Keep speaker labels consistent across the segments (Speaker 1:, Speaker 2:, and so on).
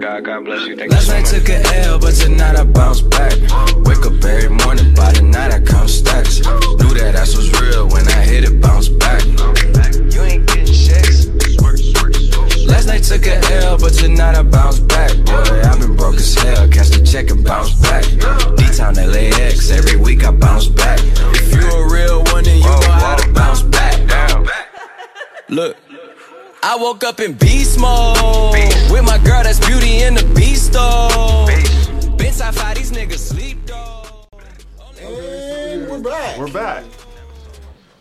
Speaker 1: God, God bless you. Thank you
Speaker 2: Last
Speaker 1: so
Speaker 2: night
Speaker 1: much.
Speaker 2: took a L, but tonight I bounce back. Wake up every morning, by the night I count stacks. Knew that ass was real when I hit it, bounce back.
Speaker 1: You ain't getting checks.
Speaker 2: Last night took a L, but tonight I bounce back. Boy, I've been broke as hell. Cash the check and bounce back. D-Town LAX, every week I bounce back. If you a real one, then you know how to bounce back. Look. I woke up in beast mode
Speaker 1: Beast.
Speaker 2: with my girl. That's beauty in the beast though.
Speaker 1: Beast.
Speaker 2: Been sci fi, these niggas sleep though.
Speaker 3: And we're back.
Speaker 4: We're back.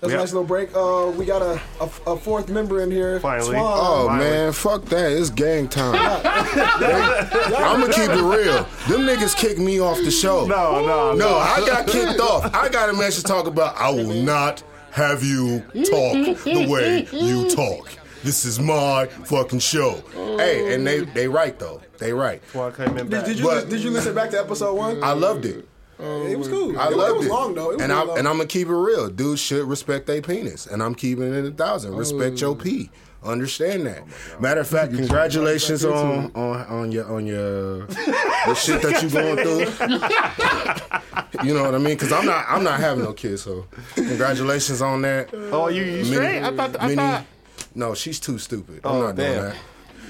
Speaker 3: That's
Speaker 4: Yeah.
Speaker 3: a nice little break. Uh, we got a, a, a fourth member in here.
Speaker 4: Finally.
Speaker 3: Swan.
Speaker 5: Oh
Speaker 4: Violent.
Speaker 5: man, fuck that. It's gang time. I'ma keep it real. Them niggas kicked me off the show.
Speaker 4: Oh, No, no,
Speaker 5: No,
Speaker 4: no.
Speaker 5: I got kicked off. I got a message talk about I will not have you talk the way you talk. This is my fucking show. Hey, and they they right though. They right.
Speaker 4: Why I came in
Speaker 3: Did,
Speaker 4: back.
Speaker 3: did you
Speaker 5: But-
Speaker 3: li- did you listen back to episode one?
Speaker 5: I loved it.
Speaker 3: it was cool.
Speaker 5: I
Speaker 3: it, was-
Speaker 5: loved
Speaker 3: it was long though. It was
Speaker 5: and
Speaker 3: really
Speaker 5: I
Speaker 3: long.
Speaker 5: and I'm gonna keep it real. Dudes should respect their penis, and I'm keeping it a
Speaker 3: Oh,
Speaker 5: thousand. Respect your pee. Understand that. Matter of fact, congratulations on, on on your on your the shit that you going through. you know what I mean? Because I'm not I'm not having no kids, so congratulations on that.
Speaker 4: oh, you, you straight? I thought. I
Speaker 5: many-
Speaker 4: thought.
Speaker 5: No, she's too stupid.
Speaker 4: Oh,
Speaker 5: I'm not
Speaker 4: damn.
Speaker 5: doing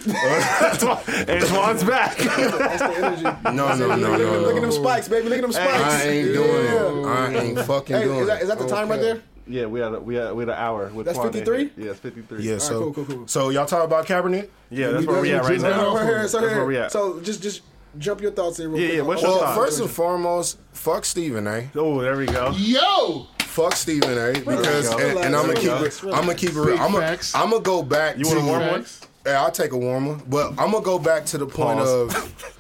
Speaker 4: That's why. And Swan's back.
Speaker 3: That's the energy.
Speaker 5: that. No, no, no,
Speaker 3: look, at-
Speaker 5: no,
Speaker 3: look at
Speaker 5: no.
Speaker 3: them spikes, baby. Look at them spikes.
Speaker 5: I ain't doing it. I ain't fucking
Speaker 3: Hey,
Speaker 5: doing
Speaker 3: is that,
Speaker 5: it. Oh.
Speaker 3: is that the time right there?
Speaker 4: yeah, we had a, we had we had an hour with.
Speaker 3: That's
Speaker 4: Swan in
Speaker 3: 53?
Speaker 4: here. Yeah, it's 53.
Speaker 5: Yeah, so
Speaker 3: cool, cool, cool.
Speaker 5: so y'all talk about Kaepernick?
Speaker 4: Yeah, that's where we at right
Speaker 3: So
Speaker 4: now.
Speaker 3: we're here, so
Speaker 4: That's
Speaker 3: here.
Speaker 4: where we at.
Speaker 3: So just just jump your thoughts in real
Speaker 4: Yeah,
Speaker 3: quick.
Speaker 4: yeah, what's
Speaker 3: Oh,
Speaker 4: your
Speaker 5: Well,
Speaker 4: thought.
Speaker 5: first and foremost, fuck eh? Stephen A.
Speaker 4: Oh, there we go.
Speaker 6: Yo!
Speaker 5: Fuck Stephen A. Because
Speaker 4: go.
Speaker 5: and, I'm gonna
Speaker 3: Relax,
Speaker 5: keep
Speaker 3: relax,
Speaker 5: it. I'm gonna keep it real. I'm gonna
Speaker 6: facts.
Speaker 5: I'm gonna go back.
Speaker 4: You
Speaker 5: to,
Speaker 4: want a warm one?
Speaker 5: Yeah, I'll take a warmer. But I'm gonna go back to the point
Speaker 4: Pause.
Speaker 5: of.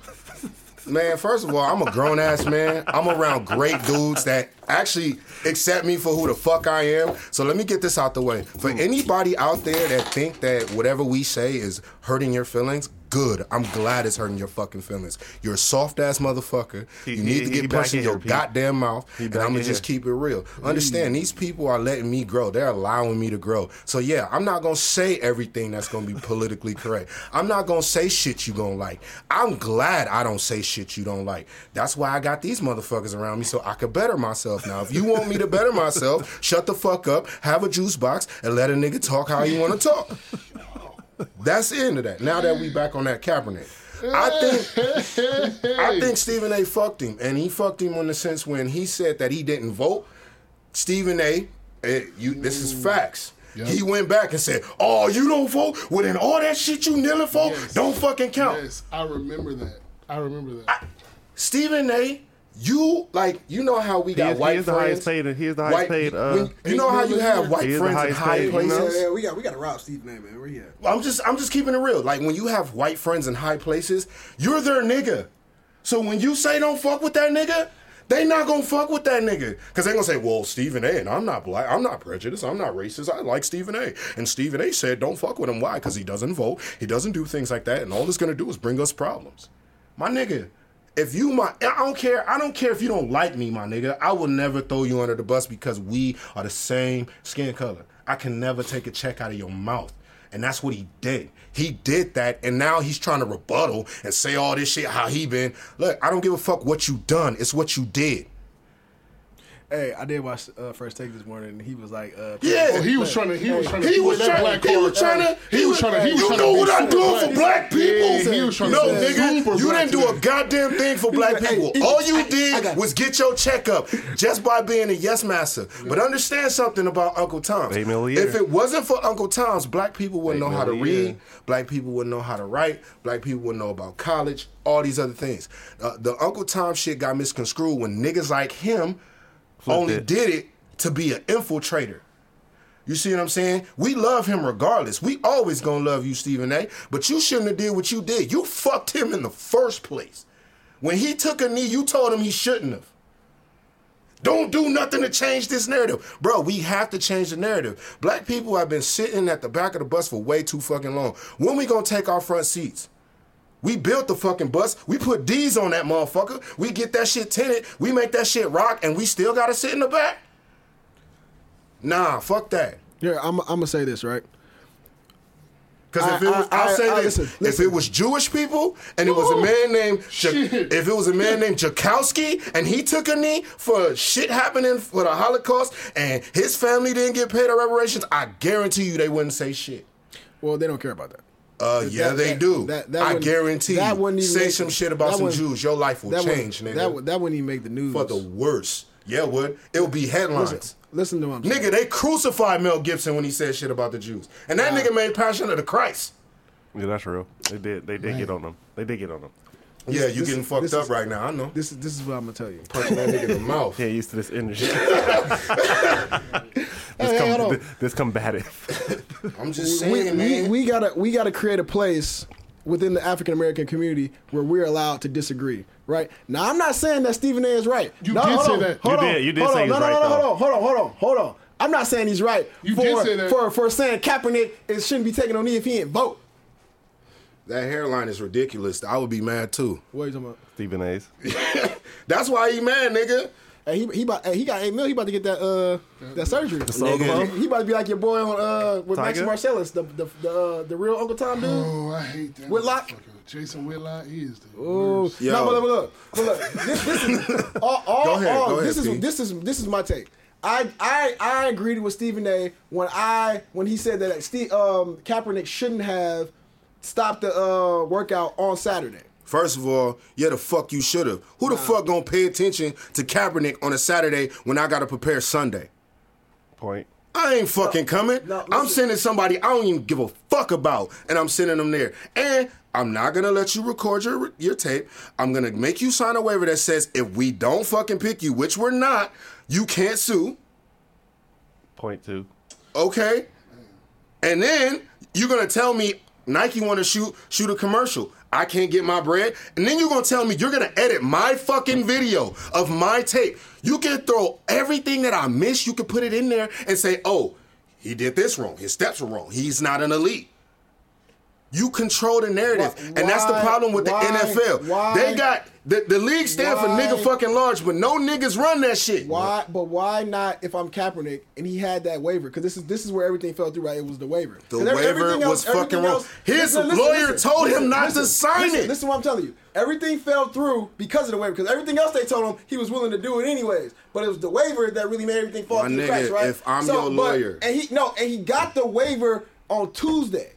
Speaker 5: Man, first of all, I'm a grown ass man. I'm around great dudes that actually accept me for who the fuck I am. So let me get this out the way. For
Speaker 4: Hmm.
Speaker 5: anybody out there that think that whatever we say is hurting your feelings, good. I'm glad it's hurting your fucking feelings. You're a soft ass motherfucker.
Speaker 4: he-
Speaker 5: You need to
Speaker 4: he
Speaker 5: get
Speaker 4: back
Speaker 5: punched in
Speaker 4: in
Speaker 5: your
Speaker 4: here, Pete.
Speaker 5: goddamn mouth. And
Speaker 4: back
Speaker 5: I'm
Speaker 4: in
Speaker 5: gonna just
Speaker 4: here.
Speaker 5: keep it real. Understand, these people are letting me grow. They're allowing me to grow. So yeah, I'm not gonna say everything that's gonna be politically correct. I'm not gonna say shit you gonna like. I'm glad I don't say shit you don't like. That's why I got these motherfuckers around me so I could better myself. Now, if you want me to better myself, shut the fuck up, have a juice box, and let a nigga talk how you wanna talk. That's the end of that. Now that we back on that Kaepernick. I think I think Stephen A. fucked him, and he fucked him in the sense when he said that he didn't vote. Stephen A. eh, you, this is facts. He went back and said, "Oh, you don't vote? Well, then all that shit you kneeling for
Speaker 6: Yes.
Speaker 5: don't fucking count."
Speaker 6: Yes, I remember that. I remember that.
Speaker 5: Stephen A. You like you know how we got
Speaker 4: is- he
Speaker 5: white
Speaker 4: is the highest
Speaker 5: friends.
Speaker 4: paid- he is the highest
Speaker 5: white-
Speaker 4: paid, uh,
Speaker 5: when- you know how you have white
Speaker 4: He is the
Speaker 5: friends in
Speaker 4: highest
Speaker 5: high
Speaker 4: paid, you know?
Speaker 5: places.
Speaker 3: Yeah, yeah, we got we got to rob Steve name, man. Where he at?
Speaker 5: I'm just I'm just keeping it real. Like when you have white friends in high places, you're their nigga. So when you say don't fuck with that nigga, they not gonna fuck with that nigga. Cause they gonna say, well, Stephen A. and I'm not black, I'm not prejudiced, I'm not racist, I like Stephen A. And Stephen A said don't fuck with him. Why? Cause he doesn't vote, he doesn't do things like that, and all it's gonna do is bring us problems. My nigga, if you my I don't care, I don't care if you don't like me, my nigga. I will never throw you under the bus because we are the same skin color. I can never take a check out of your mouth. And that's what he did. He did that, and now he's trying to rebuttal and say all this shit how he been. Look, I don't give a fuck what you done. It's what you did.
Speaker 3: Hey, I did watch uh, First Take this morning, and he was like, uh,
Speaker 5: Yeah.
Speaker 6: Oh, he was trying to. He was trying to.
Speaker 5: He
Speaker 6: avoid
Speaker 5: was
Speaker 6: that
Speaker 5: trying.
Speaker 6: black
Speaker 5: He was
Speaker 6: card.
Speaker 5: trying to.
Speaker 6: He was trying to. He was
Speaker 5: You
Speaker 6: trying
Speaker 5: know
Speaker 6: to
Speaker 5: what
Speaker 6: be
Speaker 5: I
Speaker 6: super
Speaker 5: do for black people?
Speaker 6: Yeah, he was trying to
Speaker 5: no,
Speaker 6: be
Speaker 5: nigga,
Speaker 6: super
Speaker 5: you
Speaker 6: black
Speaker 5: didn't do a
Speaker 6: today.
Speaker 5: goddamn thing for black
Speaker 3: like,
Speaker 5: people.
Speaker 3: "Hey,
Speaker 5: All you
Speaker 3: I- I
Speaker 5: did
Speaker 3: got
Speaker 5: was get your checkup just by being a yes master. But understand something about Uncle Tom's.
Speaker 4: Eight mil a year.
Speaker 5: If it wasn't for Uncle Tom's, black people wouldn't know how to
Speaker 4: mil a year.
Speaker 5: read. Black people wouldn't know how to write. Black people wouldn't know about college. All these other things. Uh, the Uncle Tom shit got misconstrued when niggas like him only
Speaker 4: it.
Speaker 5: did it to be an infiltrator. You see what I'm saying? We love him regardless. We always gonna love you, Stephen A. But you shouldn't have did what you did. You fucked him in the first place. When he took a knee, you told him he shouldn't have. Don't do nothing to change this narrative. Bro, we have to change the narrative. Black people have been sitting at the back of the bus for way too fucking long. When we gonna take our front seats? We built the fucking bus. We put D's on that motherfucker. We get that shit tinted. We make that shit rock, and we still gotta sit in the back? Nah, fuck that.
Speaker 3: Here, I'm, I'm gonna say this right.
Speaker 5: Because if it was,
Speaker 3: I-
Speaker 5: I,
Speaker 3: I-
Speaker 5: will say
Speaker 3: I-
Speaker 5: this:
Speaker 3: listen,
Speaker 5: if it was Jewish people and it was a man named, Ja-
Speaker 6: Shit.
Speaker 5: if it was a man named Jakowski and he took a knee for shit happening for the Holocaust and his family didn't get paid or reparations, I guarantee you they wouldn't say shit.
Speaker 3: Well, they don't care about that.
Speaker 5: Uh, yeah,
Speaker 3: that-
Speaker 5: they
Speaker 3: that-
Speaker 5: do.
Speaker 3: that- that
Speaker 5: I
Speaker 3: wouldn't-
Speaker 5: guarantee.
Speaker 3: that
Speaker 5: you.
Speaker 3: wouldn't even
Speaker 5: Say
Speaker 3: make-
Speaker 5: some shit about
Speaker 3: that
Speaker 5: some
Speaker 3: wouldn't-
Speaker 5: Jews, your life will
Speaker 3: That
Speaker 5: change,
Speaker 3: would,
Speaker 5: nigga.
Speaker 3: That, would, that wouldn't even make the news.
Speaker 5: for the worst. Yeah, it would. It would be headlines.
Speaker 3: Listen to him.
Speaker 5: Nigga, they crucified Mel Gibson when he said shit about the Jews. And that nigga made Passion of the Christ.
Speaker 4: Yeah, that's real. They did. They did get on them. They did get on them.
Speaker 5: Yeah,
Speaker 3: this
Speaker 5: you getting
Speaker 3: is-
Speaker 5: fucked
Speaker 3: this
Speaker 5: up
Speaker 3: is-
Speaker 5: right now. I know.
Speaker 3: This is this is what I'm gonna tell you.
Speaker 5: Punching that nigga in the mouth.
Speaker 4: Get used to this energy.
Speaker 6: Hey,
Speaker 4: this,
Speaker 6: hold
Speaker 4: com-
Speaker 6: on.
Speaker 4: th- this combative.
Speaker 5: I'm just saying,
Speaker 3: We, we,
Speaker 5: man.
Speaker 3: we gotta we gotta create a place within the African American community where we're allowed to disagree. Right now, I'm not saying that Stephen A. is right.
Speaker 6: You
Speaker 3: no,
Speaker 6: did
Speaker 3: hold
Speaker 6: say
Speaker 3: on,
Speaker 6: that.
Speaker 3: Hold
Speaker 4: You
Speaker 3: on,
Speaker 4: did- you did
Speaker 3: hold
Speaker 4: say
Speaker 3: on,
Speaker 4: he
Speaker 3: no,
Speaker 4: was
Speaker 3: no,
Speaker 4: right,
Speaker 3: no, no, hold
Speaker 4: though.
Speaker 3: on, hold on, hold on, hold on. I'm not saying he's right.
Speaker 6: You
Speaker 3: for,
Speaker 6: did say that.
Speaker 3: for for saying Kaepernick is shouldn't be taking no knee if he ain't vote.
Speaker 5: that hairline is ridiculous. I would be mad too.
Speaker 3: What are you talking about?
Speaker 4: Stephen A's.
Speaker 5: That's why he mad, nigga.
Speaker 3: Hey, he he about, hey, he got eight mil. He about to get that uh that surgery.
Speaker 4: soul
Speaker 5: Nigga.
Speaker 4: glow?
Speaker 3: He about to be like your boy on uh with
Speaker 4: Tiger?
Speaker 3: Maxie Marcellus, the the the, uh, the real Uncle Tom dude.
Speaker 6: Oh, I hate that.
Speaker 3: Whitlock?
Speaker 6: motherfucker. Jason Whitlock, he is the
Speaker 3: Oh,
Speaker 6: worst.
Speaker 5: Yo.
Speaker 3: no, but look, but look, but look. This, this is all, all,
Speaker 5: Go ahead,
Speaker 3: all
Speaker 5: go ahead,
Speaker 3: this
Speaker 5: P.
Speaker 3: is this is this is my take. I I I agreed with Stephen A. when I when he said that Steve um, Kaepernick shouldn't have stopped the uh, workout on Saturday.
Speaker 5: First of all, yeah, the fuck you should have. Who the fuck gonna pay attention to Kaepernick on a Saturday when I gotta prepare Sunday?
Speaker 4: Point.
Speaker 5: I ain't fucking coming.
Speaker 3: no,
Speaker 5: I'm
Speaker 3: listen.
Speaker 5: sending somebody I don't even give a fuck about, and I'm sending them there. And I'm not gonna let you record your your tape. I'm gonna make you sign a waiver that says if we don't fucking pick you, which we're not, you can't sue.
Speaker 4: Point two.
Speaker 5: Okay. And then you're gonna tell me Nike wanna shoot shoot a commercial. I can't get my bread. And then you're gonna tell me you're gonna edit my fucking video of my tape. You can throw everything that I miss, you can put it in there and say, oh, he did this wrong. His steps were wrong. He's not an elite. You control the narrative.
Speaker 3: Why-
Speaker 5: and that's the
Speaker 3: why-
Speaker 5: problem with
Speaker 3: why-
Speaker 5: the NFL.
Speaker 3: why-
Speaker 5: they got the, the league stand for
Speaker 3: Why-
Speaker 5: nigga fucking large, but no niggas run that shit.
Speaker 3: Why? But why not? If I'm Kaepernick and he had that waiver, because this is this is where everything fell through. Right? It was the waiver.
Speaker 5: The
Speaker 3: 'Cause every-
Speaker 5: waiver
Speaker 3: everything
Speaker 5: was fucking
Speaker 3: everything
Speaker 5: wrong. His lawyer told him not to sign
Speaker 3: listen,
Speaker 5: it.
Speaker 3: Listen, what I'm telling you. Everything fell through because of the waiver. Because everything else they told him he was willing to do it anyways. But it was the waiver that really made everything fall
Speaker 5: My
Speaker 3: through the
Speaker 5: nigga,
Speaker 3: cracks, right?
Speaker 5: if I'm your
Speaker 3: but-
Speaker 5: lawyer.
Speaker 3: and he no, and he got the waiver on Tuesday.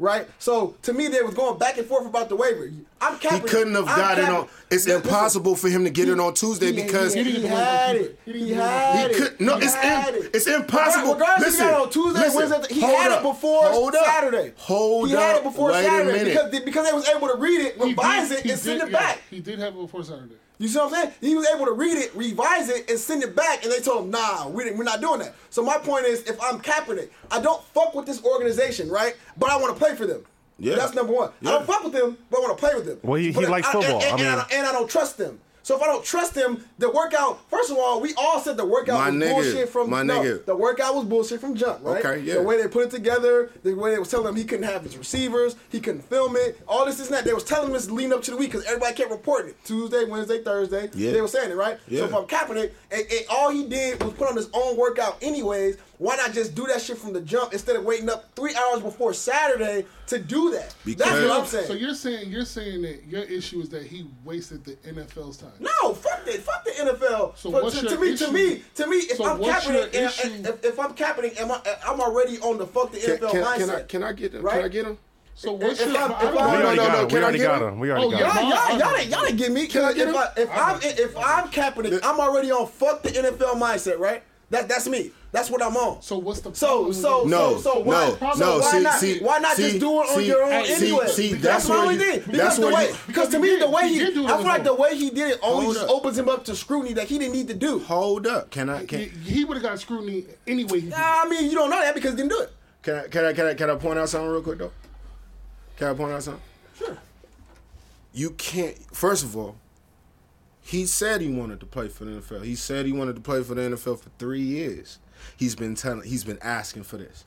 Speaker 3: Right, so to me, they was going back and forth about the waiver. I'm Kaepernick.
Speaker 5: He couldn't have
Speaker 3: I'm
Speaker 5: got it
Speaker 3: Kaepernick.
Speaker 5: on. It's
Speaker 3: Listen,
Speaker 5: impossible for him to get it on Tuesday
Speaker 3: he-
Speaker 5: because
Speaker 3: he,
Speaker 5: he,
Speaker 3: he, had it. He had it.
Speaker 5: could. No,
Speaker 3: He
Speaker 5: it's
Speaker 3: had
Speaker 5: im-
Speaker 3: it.
Speaker 5: it's impossible.
Speaker 3: Regardless,
Speaker 5: listen,
Speaker 3: he got it on Tuesday,
Speaker 5: listen,
Speaker 3: Wednesday. He
Speaker 5: hold
Speaker 3: had
Speaker 5: up,
Speaker 3: it before
Speaker 5: hold up,
Speaker 3: Saturday.
Speaker 5: Hold
Speaker 3: he
Speaker 5: up.
Speaker 3: had it before
Speaker 5: Wait
Speaker 3: Saturday
Speaker 5: a minute.
Speaker 3: because they, because they was able to read it,
Speaker 6: He
Speaker 3: revise
Speaker 6: did-
Speaker 3: it,
Speaker 6: he
Speaker 3: and send
Speaker 6: did-
Speaker 3: it
Speaker 6: yeah,
Speaker 3: back.
Speaker 6: He did have it before Saturday.
Speaker 3: You see what I'm saying? He was able to read it, revise it, and send it back, and they told him, "Nah, we didn't, we're not doing that." So my point is, if I'm Kaepernick, I don't fuck with this organization, right? But I want to play for them.
Speaker 5: Yeah.
Speaker 3: That's number one. I
Speaker 5: Yeah.
Speaker 3: don't fuck with them, but I want to play with them.
Speaker 4: Well, he- he
Speaker 3: But
Speaker 4: likes
Speaker 3: I-
Speaker 4: football.
Speaker 3: and, and-
Speaker 4: I mean-
Speaker 3: and don't- and I don't trust them. So if I don't trust them, the workout. First of all, we all said the workout
Speaker 5: My
Speaker 3: was
Speaker 5: nigga,
Speaker 3: bullshit from
Speaker 5: my
Speaker 3: no,
Speaker 5: nigga.
Speaker 3: The workout was bullshit from jump, right?
Speaker 5: Okay, yeah.
Speaker 3: The way they put it together, the way they was telling him he couldn't have his receivers, he couldn't film it, all this, this, and that. They was telling him this leading up to the week because everybody kept reporting it Tuesday, Wednesday, Thursday.
Speaker 5: Yeah.
Speaker 3: They were saying it, right?
Speaker 5: Yeah.
Speaker 3: So if I'm Kaepernick, and, and all he did was put on his own workout anyways, why not just do that shit from the jump instead of waiting up three hours before Saturday to do that? That's
Speaker 5: Because-
Speaker 3: what I'm saying.
Speaker 6: So you're saying you're saying that your issue is that he wasted the NFL's time.
Speaker 3: No, fuck that. Fuck the NFL.
Speaker 6: So
Speaker 3: But
Speaker 6: what's
Speaker 3: to,
Speaker 6: your
Speaker 3: to me,
Speaker 6: issue?
Speaker 3: to me, to me, if
Speaker 6: So
Speaker 3: I'm
Speaker 6: what's your
Speaker 3: Kaepernick, and,
Speaker 6: issue?
Speaker 3: and if, if I'm Kaepernick, am I, I'm already on the fuck the
Speaker 5: Can,
Speaker 3: NFL
Speaker 5: can-
Speaker 3: mindset.
Speaker 5: can I can I get him? Can I
Speaker 3: Right?
Speaker 5: get him?
Speaker 6: So what's
Speaker 3: If
Speaker 6: your?
Speaker 3: I'm-
Speaker 6: I
Speaker 3: if
Speaker 6: don't
Speaker 3: I'm-
Speaker 4: We
Speaker 5: no,
Speaker 4: already got
Speaker 5: no, no,
Speaker 4: him. We
Speaker 5: can I
Speaker 4: already
Speaker 5: get
Speaker 4: got
Speaker 5: him?
Speaker 4: him. We already
Speaker 6: Oh,
Speaker 4: got him.
Speaker 6: yeah.
Speaker 3: Y'all, y'all, y'all, didn't- y'all didn't get me.
Speaker 5: Can I get
Speaker 3: if,
Speaker 5: him?
Speaker 3: I, if I'm if I'm Kaepernick, I'm already on fuck the NFL mindset, right? That that's me. That's what I'm on.
Speaker 6: So what's the
Speaker 3: so
Speaker 6: problem
Speaker 3: so
Speaker 6: with
Speaker 5: No,
Speaker 3: so so why
Speaker 5: no,
Speaker 3: so
Speaker 5: no.
Speaker 3: why
Speaker 5: see,
Speaker 3: not
Speaker 5: see,
Speaker 3: why not
Speaker 5: see,
Speaker 3: just do it on
Speaker 5: see,
Speaker 3: your own
Speaker 5: see,
Speaker 3: anyway?
Speaker 5: See, that's,
Speaker 6: Because
Speaker 3: that's what
Speaker 5: where
Speaker 3: I
Speaker 5: you,
Speaker 3: did.
Speaker 5: that's
Speaker 3: Because the
Speaker 5: where
Speaker 3: way
Speaker 5: you,
Speaker 6: because
Speaker 3: because to
Speaker 6: he
Speaker 3: me
Speaker 6: did-
Speaker 3: the way
Speaker 6: he
Speaker 3: he I
Speaker 6: did do it
Speaker 3: feel
Speaker 6: on
Speaker 3: like
Speaker 6: his
Speaker 3: the
Speaker 6: own.
Speaker 3: way he did it only
Speaker 5: Hold
Speaker 3: just
Speaker 5: up.
Speaker 3: opens him up to scrutiny that he didn't need to do.
Speaker 5: Hold up. Can I
Speaker 6: He,
Speaker 5: can,
Speaker 6: he would have got scrutiny anyway. He did.
Speaker 3: I mean, you don't know that because he didn't do it.
Speaker 5: can I can I can I can I point out something real quick though? Can I point out something?
Speaker 3: Sure.
Speaker 5: you can't. First of all, he said he wanted to play for the NFL. He said he wanted to play for the NFL for three years. He's been telling. He's been asking for this.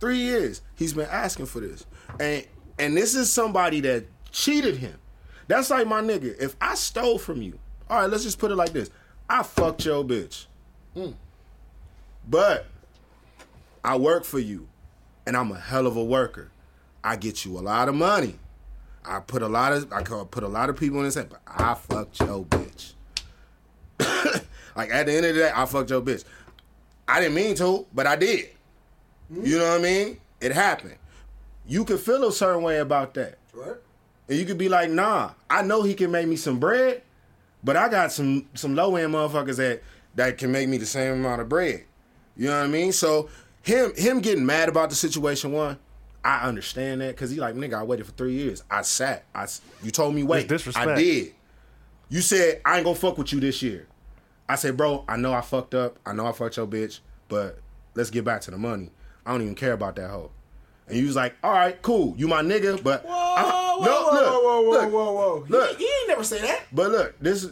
Speaker 5: Three years. He's been asking for this, and and this is somebody that cheated him. That's like my nigga. If I stole from you, all right. Let's just put it like this. I fucked your bitch, but I work for you, and I'm a hell of a worker. I get you a lot of money. I put a lot of I could put a lot of people in this, but I fucked your bitch. like at the end of the day, I fucked your bitch. I didn't mean to, but I did. You know what I mean? It happened. You could feel a certain way about that.
Speaker 3: Right?
Speaker 5: And you could be like, nah, I know he can make me some bread, but I got some some low end motherfuckers that that can make me the same amount of bread. You know what I mean? So him him getting mad about the situation one, I understand that because he like nigga, I waited for three years. I sat. I s- you told me wait.
Speaker 4: disrespect.
Speaker 5: I did. You said I ain't gonna fuck with you this year. I said, bro, I know I fucked up. I know I fucked your bitch, but let's get back to the money. I don't even care about that hoe. And you was like, all right, cool, you my nigga, but I,
Speaker 3: Whoa, whoa, whoa, whoa, whoa, whoa,
Speaker 5: look,
Speaker 3: whoa, whoa.
Speaker 5: look.
Speaker 3: He, he ain't never say that.
Speaker 5: But look, this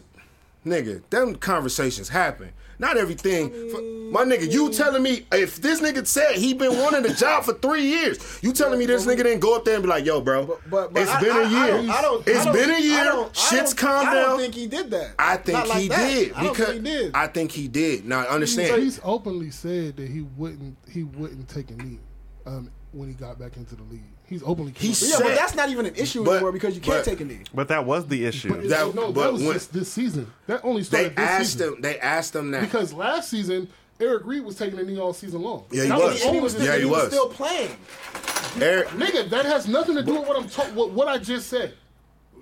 Speaker 5: nigga, them conversations happen. Not everything. f- My nigga, you telling me if this nigga said he been wanting a job for three years, you telling me this nigga didn't go up there and be like, "Yo, bro,
Speaker 3: But, but, but
Speaker 5: it's
Speaker 3: I,
Speaker 5: been
Speaker 3: I,
Speaker 5: a year.
Speaker 3: I don't, I don't,
Speaker 5: It's
Speaker 3: I don't,
Speaker 5: been a
Speaker 3: I
Speaker 5: year.
Speaker 3: don't, I
Speaker 5: Shit's
Speaker 3: don't-
Speaker 5: calmed
Speaker 3: I don't
Speaker 5: down."
Speaker 3: think he did that.
Speaker 5: I think
Speaker 3: Not like
Speaker 5: he
Speaker 3: that.
Speaker 5: did
Speaker 3: I don't
Speaker 5: because
Speaker 3: think he did.
Speaker 5: I think he did. Now
Speaker 6: He's,
Speaker 5: understand.
Speaker 6: he's openly said that he wouldn't he wouldn't take a knee um, when he got back into the league. He's openly came
Speaker 5: He
Speaker 6: out-
Speaker 5: said-
Speaker 3: yeah, but that's not even an issue
Speaker 5: But-
Speaker 3: anymore because you can't
Speaker 5: but-
Speaker 3: take a knee.
Speaker 4: But that was the issue.
Speaker 5: that-
Speaker 6: no, that
Speaker 5: but
Speaker 6: was
Speaker 5: when-
Speaker 6: just this season. That only started
Speaker 5: they
Speaker 6: this
Speaker 5: asked
Speaker 6: season.
Speaker 5: him. They asked him that
Speaker 6: because last season Eric Reed was taking a knee all season long.
Speaker 5: Yeah, he
Speaker 6: That
Speaker 5: was.
Speaker 6: the
Speaker 3: And
Speaker 6: only
Speaker 3: he was,
Speaker 5: Yeah,
Speaker 3: still,
Speaker 5: he
Speaker 6: decision-
Speaker 3: he was.
Speaker 5: was.
Speaker 3: still playing.
Speaker 5: Eric,
Speaker 6: Nigga, that has nothing to do with what I'm ta- what, what I just said.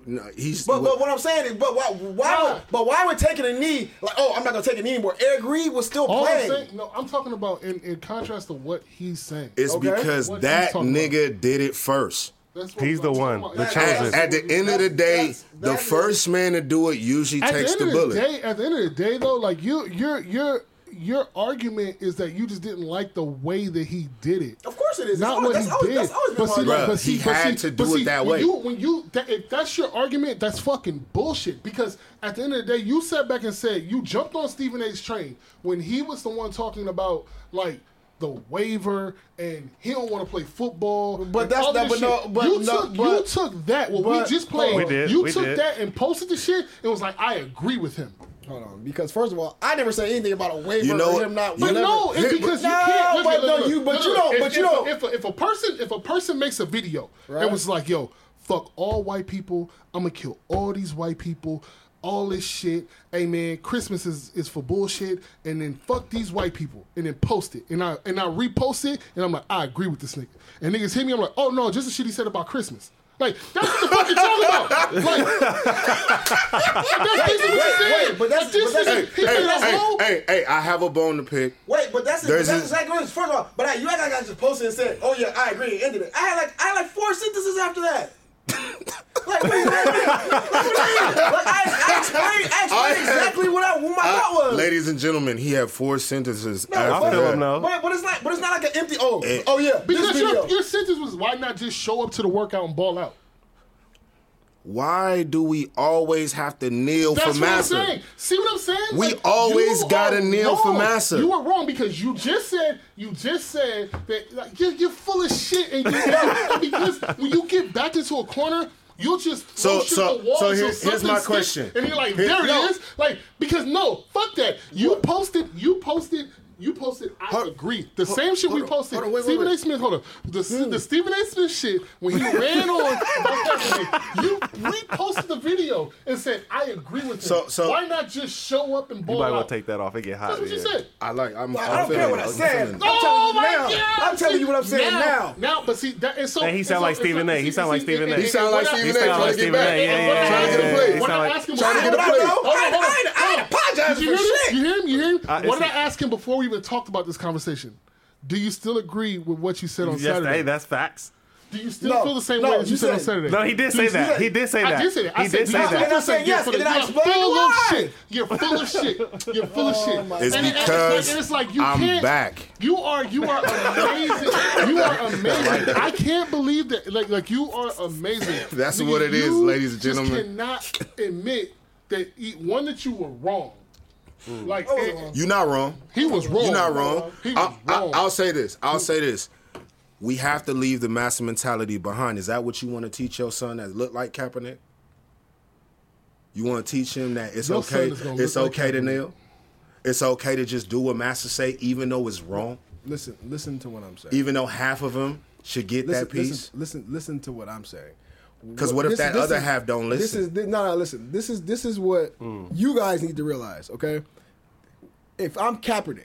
Speaker 5: no, he's
Speaker 3: But, but what I'm saying is, but why, why would, but why would taking a knee like, oh, I'm not gonna take a knee anymore? Eric Reed was still
Speaker 6: All I'm
Speaker 3: playing.
Speaker 6: saying, no, I'm talking about in, in contrast to what he's saying.
Speaker 5: it's
Speaker 3: Okay.
Speaker 5: because
Speaker 6: What
Speaker 5: that
Speaker 6: he's talking
Speaker 5: nigga did it first.
Speaker 6: That's what
Speaker 4: He's
Speaker 6: I'm
Speaker 4: the
Speaker 6: talking
Speaker 4: one,
Speaker 6: about.
Speaker 4: the
Speaker 6: That-
Speaker 4: chosen.
Speaker 5: At, at the end of the day,
Speaker 3: That's- that's-
Speaker 5: the
Speaker 3: that is-
Speaker 5: first man to do it usually
Speaker 6: at the
Speaker 5: takes
Speaker 6: end
Speaker 5: the,
Speaker 6: of the
Speaker 5: bullet.
Speaker 6: day, at the end of the day, though, like you, your your your argument is that you just didn't like the way that he did it.
Speaker 3: Of course it is. It's
Speaker 6: Not
Speaker 3: always-
Speaker 6: what
Speaker 3: that's
Speaker 6: he
Speaker 3: always-
Speaker 6: did.
Speaker 3: that's always been
Speaker 6: but
Speaker 3: my
Speaker 6: see,
Speaker 3: argument.
Speaker 6: like,
Speaker 5: Bruh,
Speaker 6: but see,
Speaker 5: he
Speaker 6: but
Speaker 5: had
Speaker 6: see,
Speaker 5: to do
Speaker 6: but
Speaker 5: it
Speaker 6: see,
Speaker 5: that
Speaker 6: when
Speaker 5: way.
Speaker 6: You, when you, that, if that's your argument, that's fucking bullshit. Because at the end of the day, you sat back and said you jumped on Stephen A's train when he was the one talking about like. The waiver and he don't want to play football.
Speaker 3: But
Speaker 6: and
Speaker 3: that's
Speaker 6: all
Speaker 3: not-
Speaker 6: this
Speaker 3: but
Speaker 6: shit.
Speaker 3: no- but
Speaker 6: you
Speaker 3: no-
Speaker 6: took you
Speaker 3: but-
Speaker 6: took that what
Speaker 3: but-
Speaker 6: we just played.
Speaker 4: We did,
Speaker 6: you
Speaker 4: we
Speaker 6: took
Speaker 4: did.
Speaker 6: that and posted the shit and was like, I agree with him.
Speaker 3: Hold on, because first of all, I never said anything about a waiver
Speaker 5: You know
Speaker 3: or
Speaker 5: what?
Speaker 3: him not.
Speaker 5: You
Speaker 6: But
Speaker 5: Whatever.
Speaker 6: no, it's
Speaker 5: Yeah,
Speaker 6: because
Speaker 3: but-
Speaker 6: you can't.
Speaker 3: No,
Speaker 6: look,
Speaker 3: but
Speaker 6: look,
Speaker 3: no,
Speaker 6: look,
Speaker 3: you- but
Speaker 6: look,
Speaker 3: you
Speaker 6: look.
Speaker 3: don't-
Speaker 6: If-
Speaker 3: but you
Speaker 6: if a-
Speaker 3: don't-
Speaker 6: If a, if a person if a person makes a video,
Speaker 3: Right.
Speaker 6: it was like, yo, fuck all white people. I'm gonna kill all these white people. All this shit, hey man, Christmas is, is for bullshit, and then fuck these white people, and then post it, and I and I repost it, and I'm like, I agree with this nigga, and niggas hit me, I'm like, oh no, just the shit he said about Christmas, like that's what the fuck you're talking about, like that's basically what he
Speaker 3: wait,
Speaker 6: said.
Speaker 3: wait, but that's-
Speaker 6: Like, this
Speaker 3: but that's-
Speaker 6: nigga- he
Speaker 5: hey,
Speaker 6: said that's
Speaker 5: hey,
Speaker 6: wrong.
Speaker 5: hey, hey, I have a bone to pick.
Speaker 3: Wait, but that's,
Speaker 5: There's
Speaker 3: that's
Speaker 5: a-
Speaker 3: exactly what it is. First of all, but I, you act like I just posted and said, "Oh yeah, I agree." and Ended it. I had like I had like four sentences after that. like, what do you mean? Like, what do you mean? Like, I, I explained, I explained
Speaker 5: I-
Speaker 3: exactly what, I, what my
Speaker 5: I-
Speaker 3: thought was.
Speaker 5: Uh, ladies and gentlemen, he had four sentences
Speaker 3: No,
Speaker 5: after
Speaker 4: I feel
Speaker 5: that.
Speaker 4: him now.
Speaker 3: But, but it's like, but it's not like an empty. Oh,
Speaker 5: Eh.
Speaker 3: oh yeah, this
Speaker 6: Because
Speaker 3: video.
Speaker 6: your, your sentence was why not just show up to the workout and ball out?
Speaker 5: Why do we always have to kneel
Speaker 6: That's
Speaker 5: for
Speaker 6: what
Speaker 5: massa?
Speaker 6: I'm saying. See what I'm saying?
Speaker 5: We
Speaker 6: Like,
Speaker 5: always
Speaker 6: you
Speaker 5: gotta
Speaker 6: are
Speaker 5: kneel for
Speaker 6: wrong.
Speaker 5: massa.
Speaker 6: You were wrong because you just said you just said that like, you're, you're full of shit and you because when you get back into a corner. You'll just
Speaker 5: So-
Speaker 6: throw shit
Speaker 5: so-
Speaker 6: at the wall
Speaker 5: so
Speaker 6: until
Speaker 5: here- here's
Speaker 6: something
Speaker 5: my
Speaker 6: sticks,
Speaker 5: question.
Speaker 6: and you're like,
Speaker 5: Here-
Speaker 6: "There it is."
Speaker 5: no.
Speaker 6: Like because no, fuck that. You posted, you posted, you posted. I
Speaker 5: Hold-
Speaker 6: agree. The same shit we
Speaker 5: hold on,
Speaker 6: posted.
Speaker 5: hold on, wait, wait,
Speaker 6: Stephen
Speaker 5: wait.
Speaker 6: A. Smith, hold on. The, the Stephen A. Smith shit, when he ran on, about that nigga, you reposted the video and said, I agree with him.
Speaker 5: So- so-
Speaker 6: Why not just show up and
Speaker 4: You
Speaker 6: ball
Speaker 4: might
Speaker 6: out?
Speaker 4: want to take that off. It get hot.
Speaker 6: That's what you
Speaker 4: yeah.
Speaker 6: said.
Speaker 5: I like. I'm,
Speaker 3: I
Speaker 5: I'm
Speaker 3: don't
Speaker 5: feeling
Speaker 3: care
Speaker 5: it.
Speaker 3: what I
Speaker 5: I'm
Speaker 3: said.
Speaker 5: feeling it.
Speaker 3: I'm telling you
Speaker 6: Oh my
Speaker 3: now.
Speaker 6: God.
Speaker 3: I'm telling you what I'm saying now.
Speaker 6: now. but see that and so
Speaker 4: Man, he
Speaker 6: and
Speaker 4: sound
Speaker 6: so-
Speaker 4: like
Speaker 6: and so-
Speaker 4: Stephen A.
Speaker 6: and
Speaker 4: He
Speaker 6: see-
Speaker 4: sound like
Speaker 6: see,
Speaker 4: Stephen
Speaker 6: and-
Speaker 4: A.
Speaker 6: and-
Speaker 5: He sound
Speaker 6: and
Speaker 5: like
Speaker 6: what I-
Speaker 5: Stephen
Speaker 4: A,
Speaker 6: and
Speaker 4: trying to get back. Yeah, yeah, yeah,
Speaker 6: what I- and what I asked him
Speaker 4: yeah,
Speaker 6: was-
Speaker 4: yeah. He
Speaker 6: what I
Speaker 4: sound like-
Speaker 6: asked him was-
Speaker 3: Trying to get a
Speaker 6: hold on,
Speaker 3: play.
Speaker 6: hold on,
Speaker 3: I-
Speaker 6: hold on.
Speaker 3: I- I ain't apologize
Speaker 6: Did
Speaker 3: for
Speaker 6: you hear this?
Speaker 3: shit.
Speaker 6: You hear him? You hear him?
Speaker 4: I-
Speaker 6: What did
Speaker 4: Uh,
Speaker 6: I
Speaker 4: it's-
Speaker 6: ask him before we even talked about this conversation? Do you still agree with what you said on
Speaker 4: Yes,
Speaker 6: Saturday?
Speaker 4: hey, that's facts.
Speaker 6: Do you still
Speaker 3: No,
Speaker 6: feel the same
Speaker 3: no,
Speaker 6: way that you,
Speaker 3: you
Speaker 6: said on
Speaker 3: said-
Speaker 6: Saturday?
Speaker 4: No, he did
Speaker 6: Do
Speaker 4: say
Speaker 6: you
Speaker 4: that.
Speaker 6: still-
Speaker 4: He did say that.
Speaker 6: I did say that.
Speaker 4: He
Speaker 6: I said,
Speaker 4: did
Speaker 6: do
Speaker 4: say
Speaker 6: you
Speaker 4: that.
Speaker 6: still
Speaker 3: And I
Speaker 6: feel the
Speaker 3: said
Speaker 6: same-
Speaker 3: yes,
Speaker 6: you're
Speaker 3: and then I
Speaker 6: full of-
Speaker 3: explained why.
Speaker 6: You're full of shit. You're full of shit. You're full of shit.
Speaker 5: It's
Speaker 6: And it- and
Speaker 5: because
Speaker 6: and it's like you
Speaker 5: I'm
Speaker 6: can't,
Speaker 5: back.
Speaker 6: You are you are amazing. you are amazing. I can't believe that. Like like you are amazing.
Speaker 5: That's
Speaker 6: Nigga,
Speaker 5: what it is,
Speaker 6: you
Speaker 5: ladies and
Speaker 6: just
Speaker 5: gentlemen.
Speaker 6: Cannot admit that e- one that you were wrong. Like and-
Speaker 5: You're not wrong.
Speaker 6: he was wrong.
Speaker 5: Hmm. Oh, You're not wrong.
Speaker 6: He was
Speaker 5: I,
Speaker 6: wrong.
Speaker 5: will say this. I'll say this. We have to leave the massa mentality behind. Is that what you want to teach your son that look like Kaepernick? You want to teach him that it's
Speaker 6: Your son
Speaker 5: okay.
Speaker 6: is gonna
Speaker 5: It's
Speaker 6: look like
Speaker 5: okay to
Speaker 6: Kaepernick.
Speaker 5: kneel. It's okay to just do what massa say, even though it's wrong.
Speaker 3: Listen, listen to what I'm saying.
Speaker 5: Even though half of them should get
Speaker 7: listen,
Speaker 5: that piece.
Speaker 7: Listen, listen, listen to what I'm saying.
Speaker 5: Because what if
Speaker 3: This is-
Speaker 5: that
Speaker 3: this
Speaker 5: other
Speaker 3: is-
Speaker 5: half don't
Speaker 3: This
Speaker 5: listen? Mm.
Speaker 3: is thi- no, no. Listen, this is this is what you guys need to realize. Okay, if I'm Kaepernick.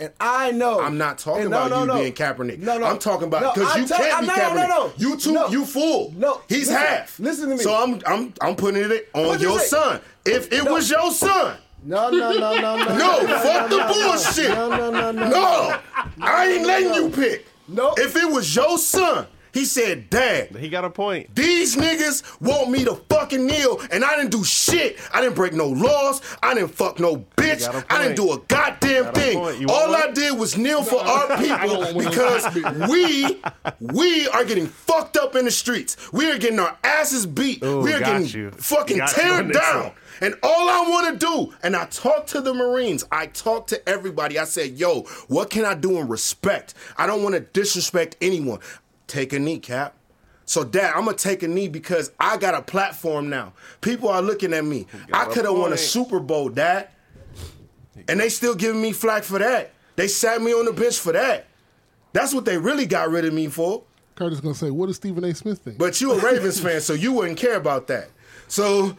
Speaker 3: And I know
Speaker 5: I'm not talking
Speaker 3: and
Speaker 5: about you being Kaepernick.
Speaker 3: No, no,
Speaker 5: I'm talking
Speaker 3: No,
Speaker 5: about because
Speaker 3: I'm
Speaker 5: you
Speaker 3: tell-
Speaker 5: can't
Speaker 3: I'm-
Speaker 5: be
Speaker 3: no,
Speaker 5: Kaepernick.
Speaker 3: No, no, no.
Speaker 5: You too.
Speaker 3: No.
Speaker 5: You fool.
Speaker 3: No,
Speaker 5: he's
Speaker 3: listen,
Speaker 5: half.
Speaker 3: Listen to me.
Speaker 5: So I'm I'm I'm putting it on
Speaker 3: What'd you
Speaker 5: your
Speaker 3: say?
Speaker 5: son. If it was your son,
Speaker 3: No, no, no, no, no.
Speaker 5: no, fuck the
Speaker 3: no, no.
Speaker 5: bullshit.
Speaker 3: No, no, no, no.
Speaker 5: No, I ain't letting you pick.
Speaker 3: Nope.
Speaker 5: If it was your son, he said, Dad,
Speaker 4: He got a point.
Speaker 5: these niggas want me to fucking kneel, and I didn't do shit. I didn't break no laws. I didn't fuck no bitch.
Speaker 4: got a
Speaker 5: I didn't
Speaker 4: point.
Speaker 5: do a goddamn
Speaker 4: a
Speaker 5: thing.
Speaker 4: point. You want
Speaker 5: All I
Speaker 4: one?
Speaker 5: did was kneel for our people
Speaker 6: want one.
Speaker 5: because we we are getting fucked up in the streets. We are getting our asses beat.
Speaker 4: Ooh,
Speaker 5: we are
Speaker 4: got
Speaker 5: getting
Speaker 4: you.
Speaker 5: fucking
Speaker 4: Got you
Speaker 5: teared
Speaker 4: on this
Speaker 5: down.
Speaker 4: one.
Speaker 5: And all I want to do, and I talk to the Marines, I talk to everybody. I said, yo, what can I do in respect? I don't want to disrespect anyone. Take a knee, Cap. So, Dad, I'm going to take a knee because I got a platform now. People are looking at me. I
Speaker 4: a
Speaker 5: could have won a
Speaker 4: point.
Speaker 5: Super Bowl, Dad. And they still giving me flack for that. They sat me on the bench for that. That's what they really got rid of me for.
Speaker 6: Curtis gonna say, "What does Stephen A. Smith think?"
Speaker 5: But you a Ravens fan, so you wouldn't care about that. So,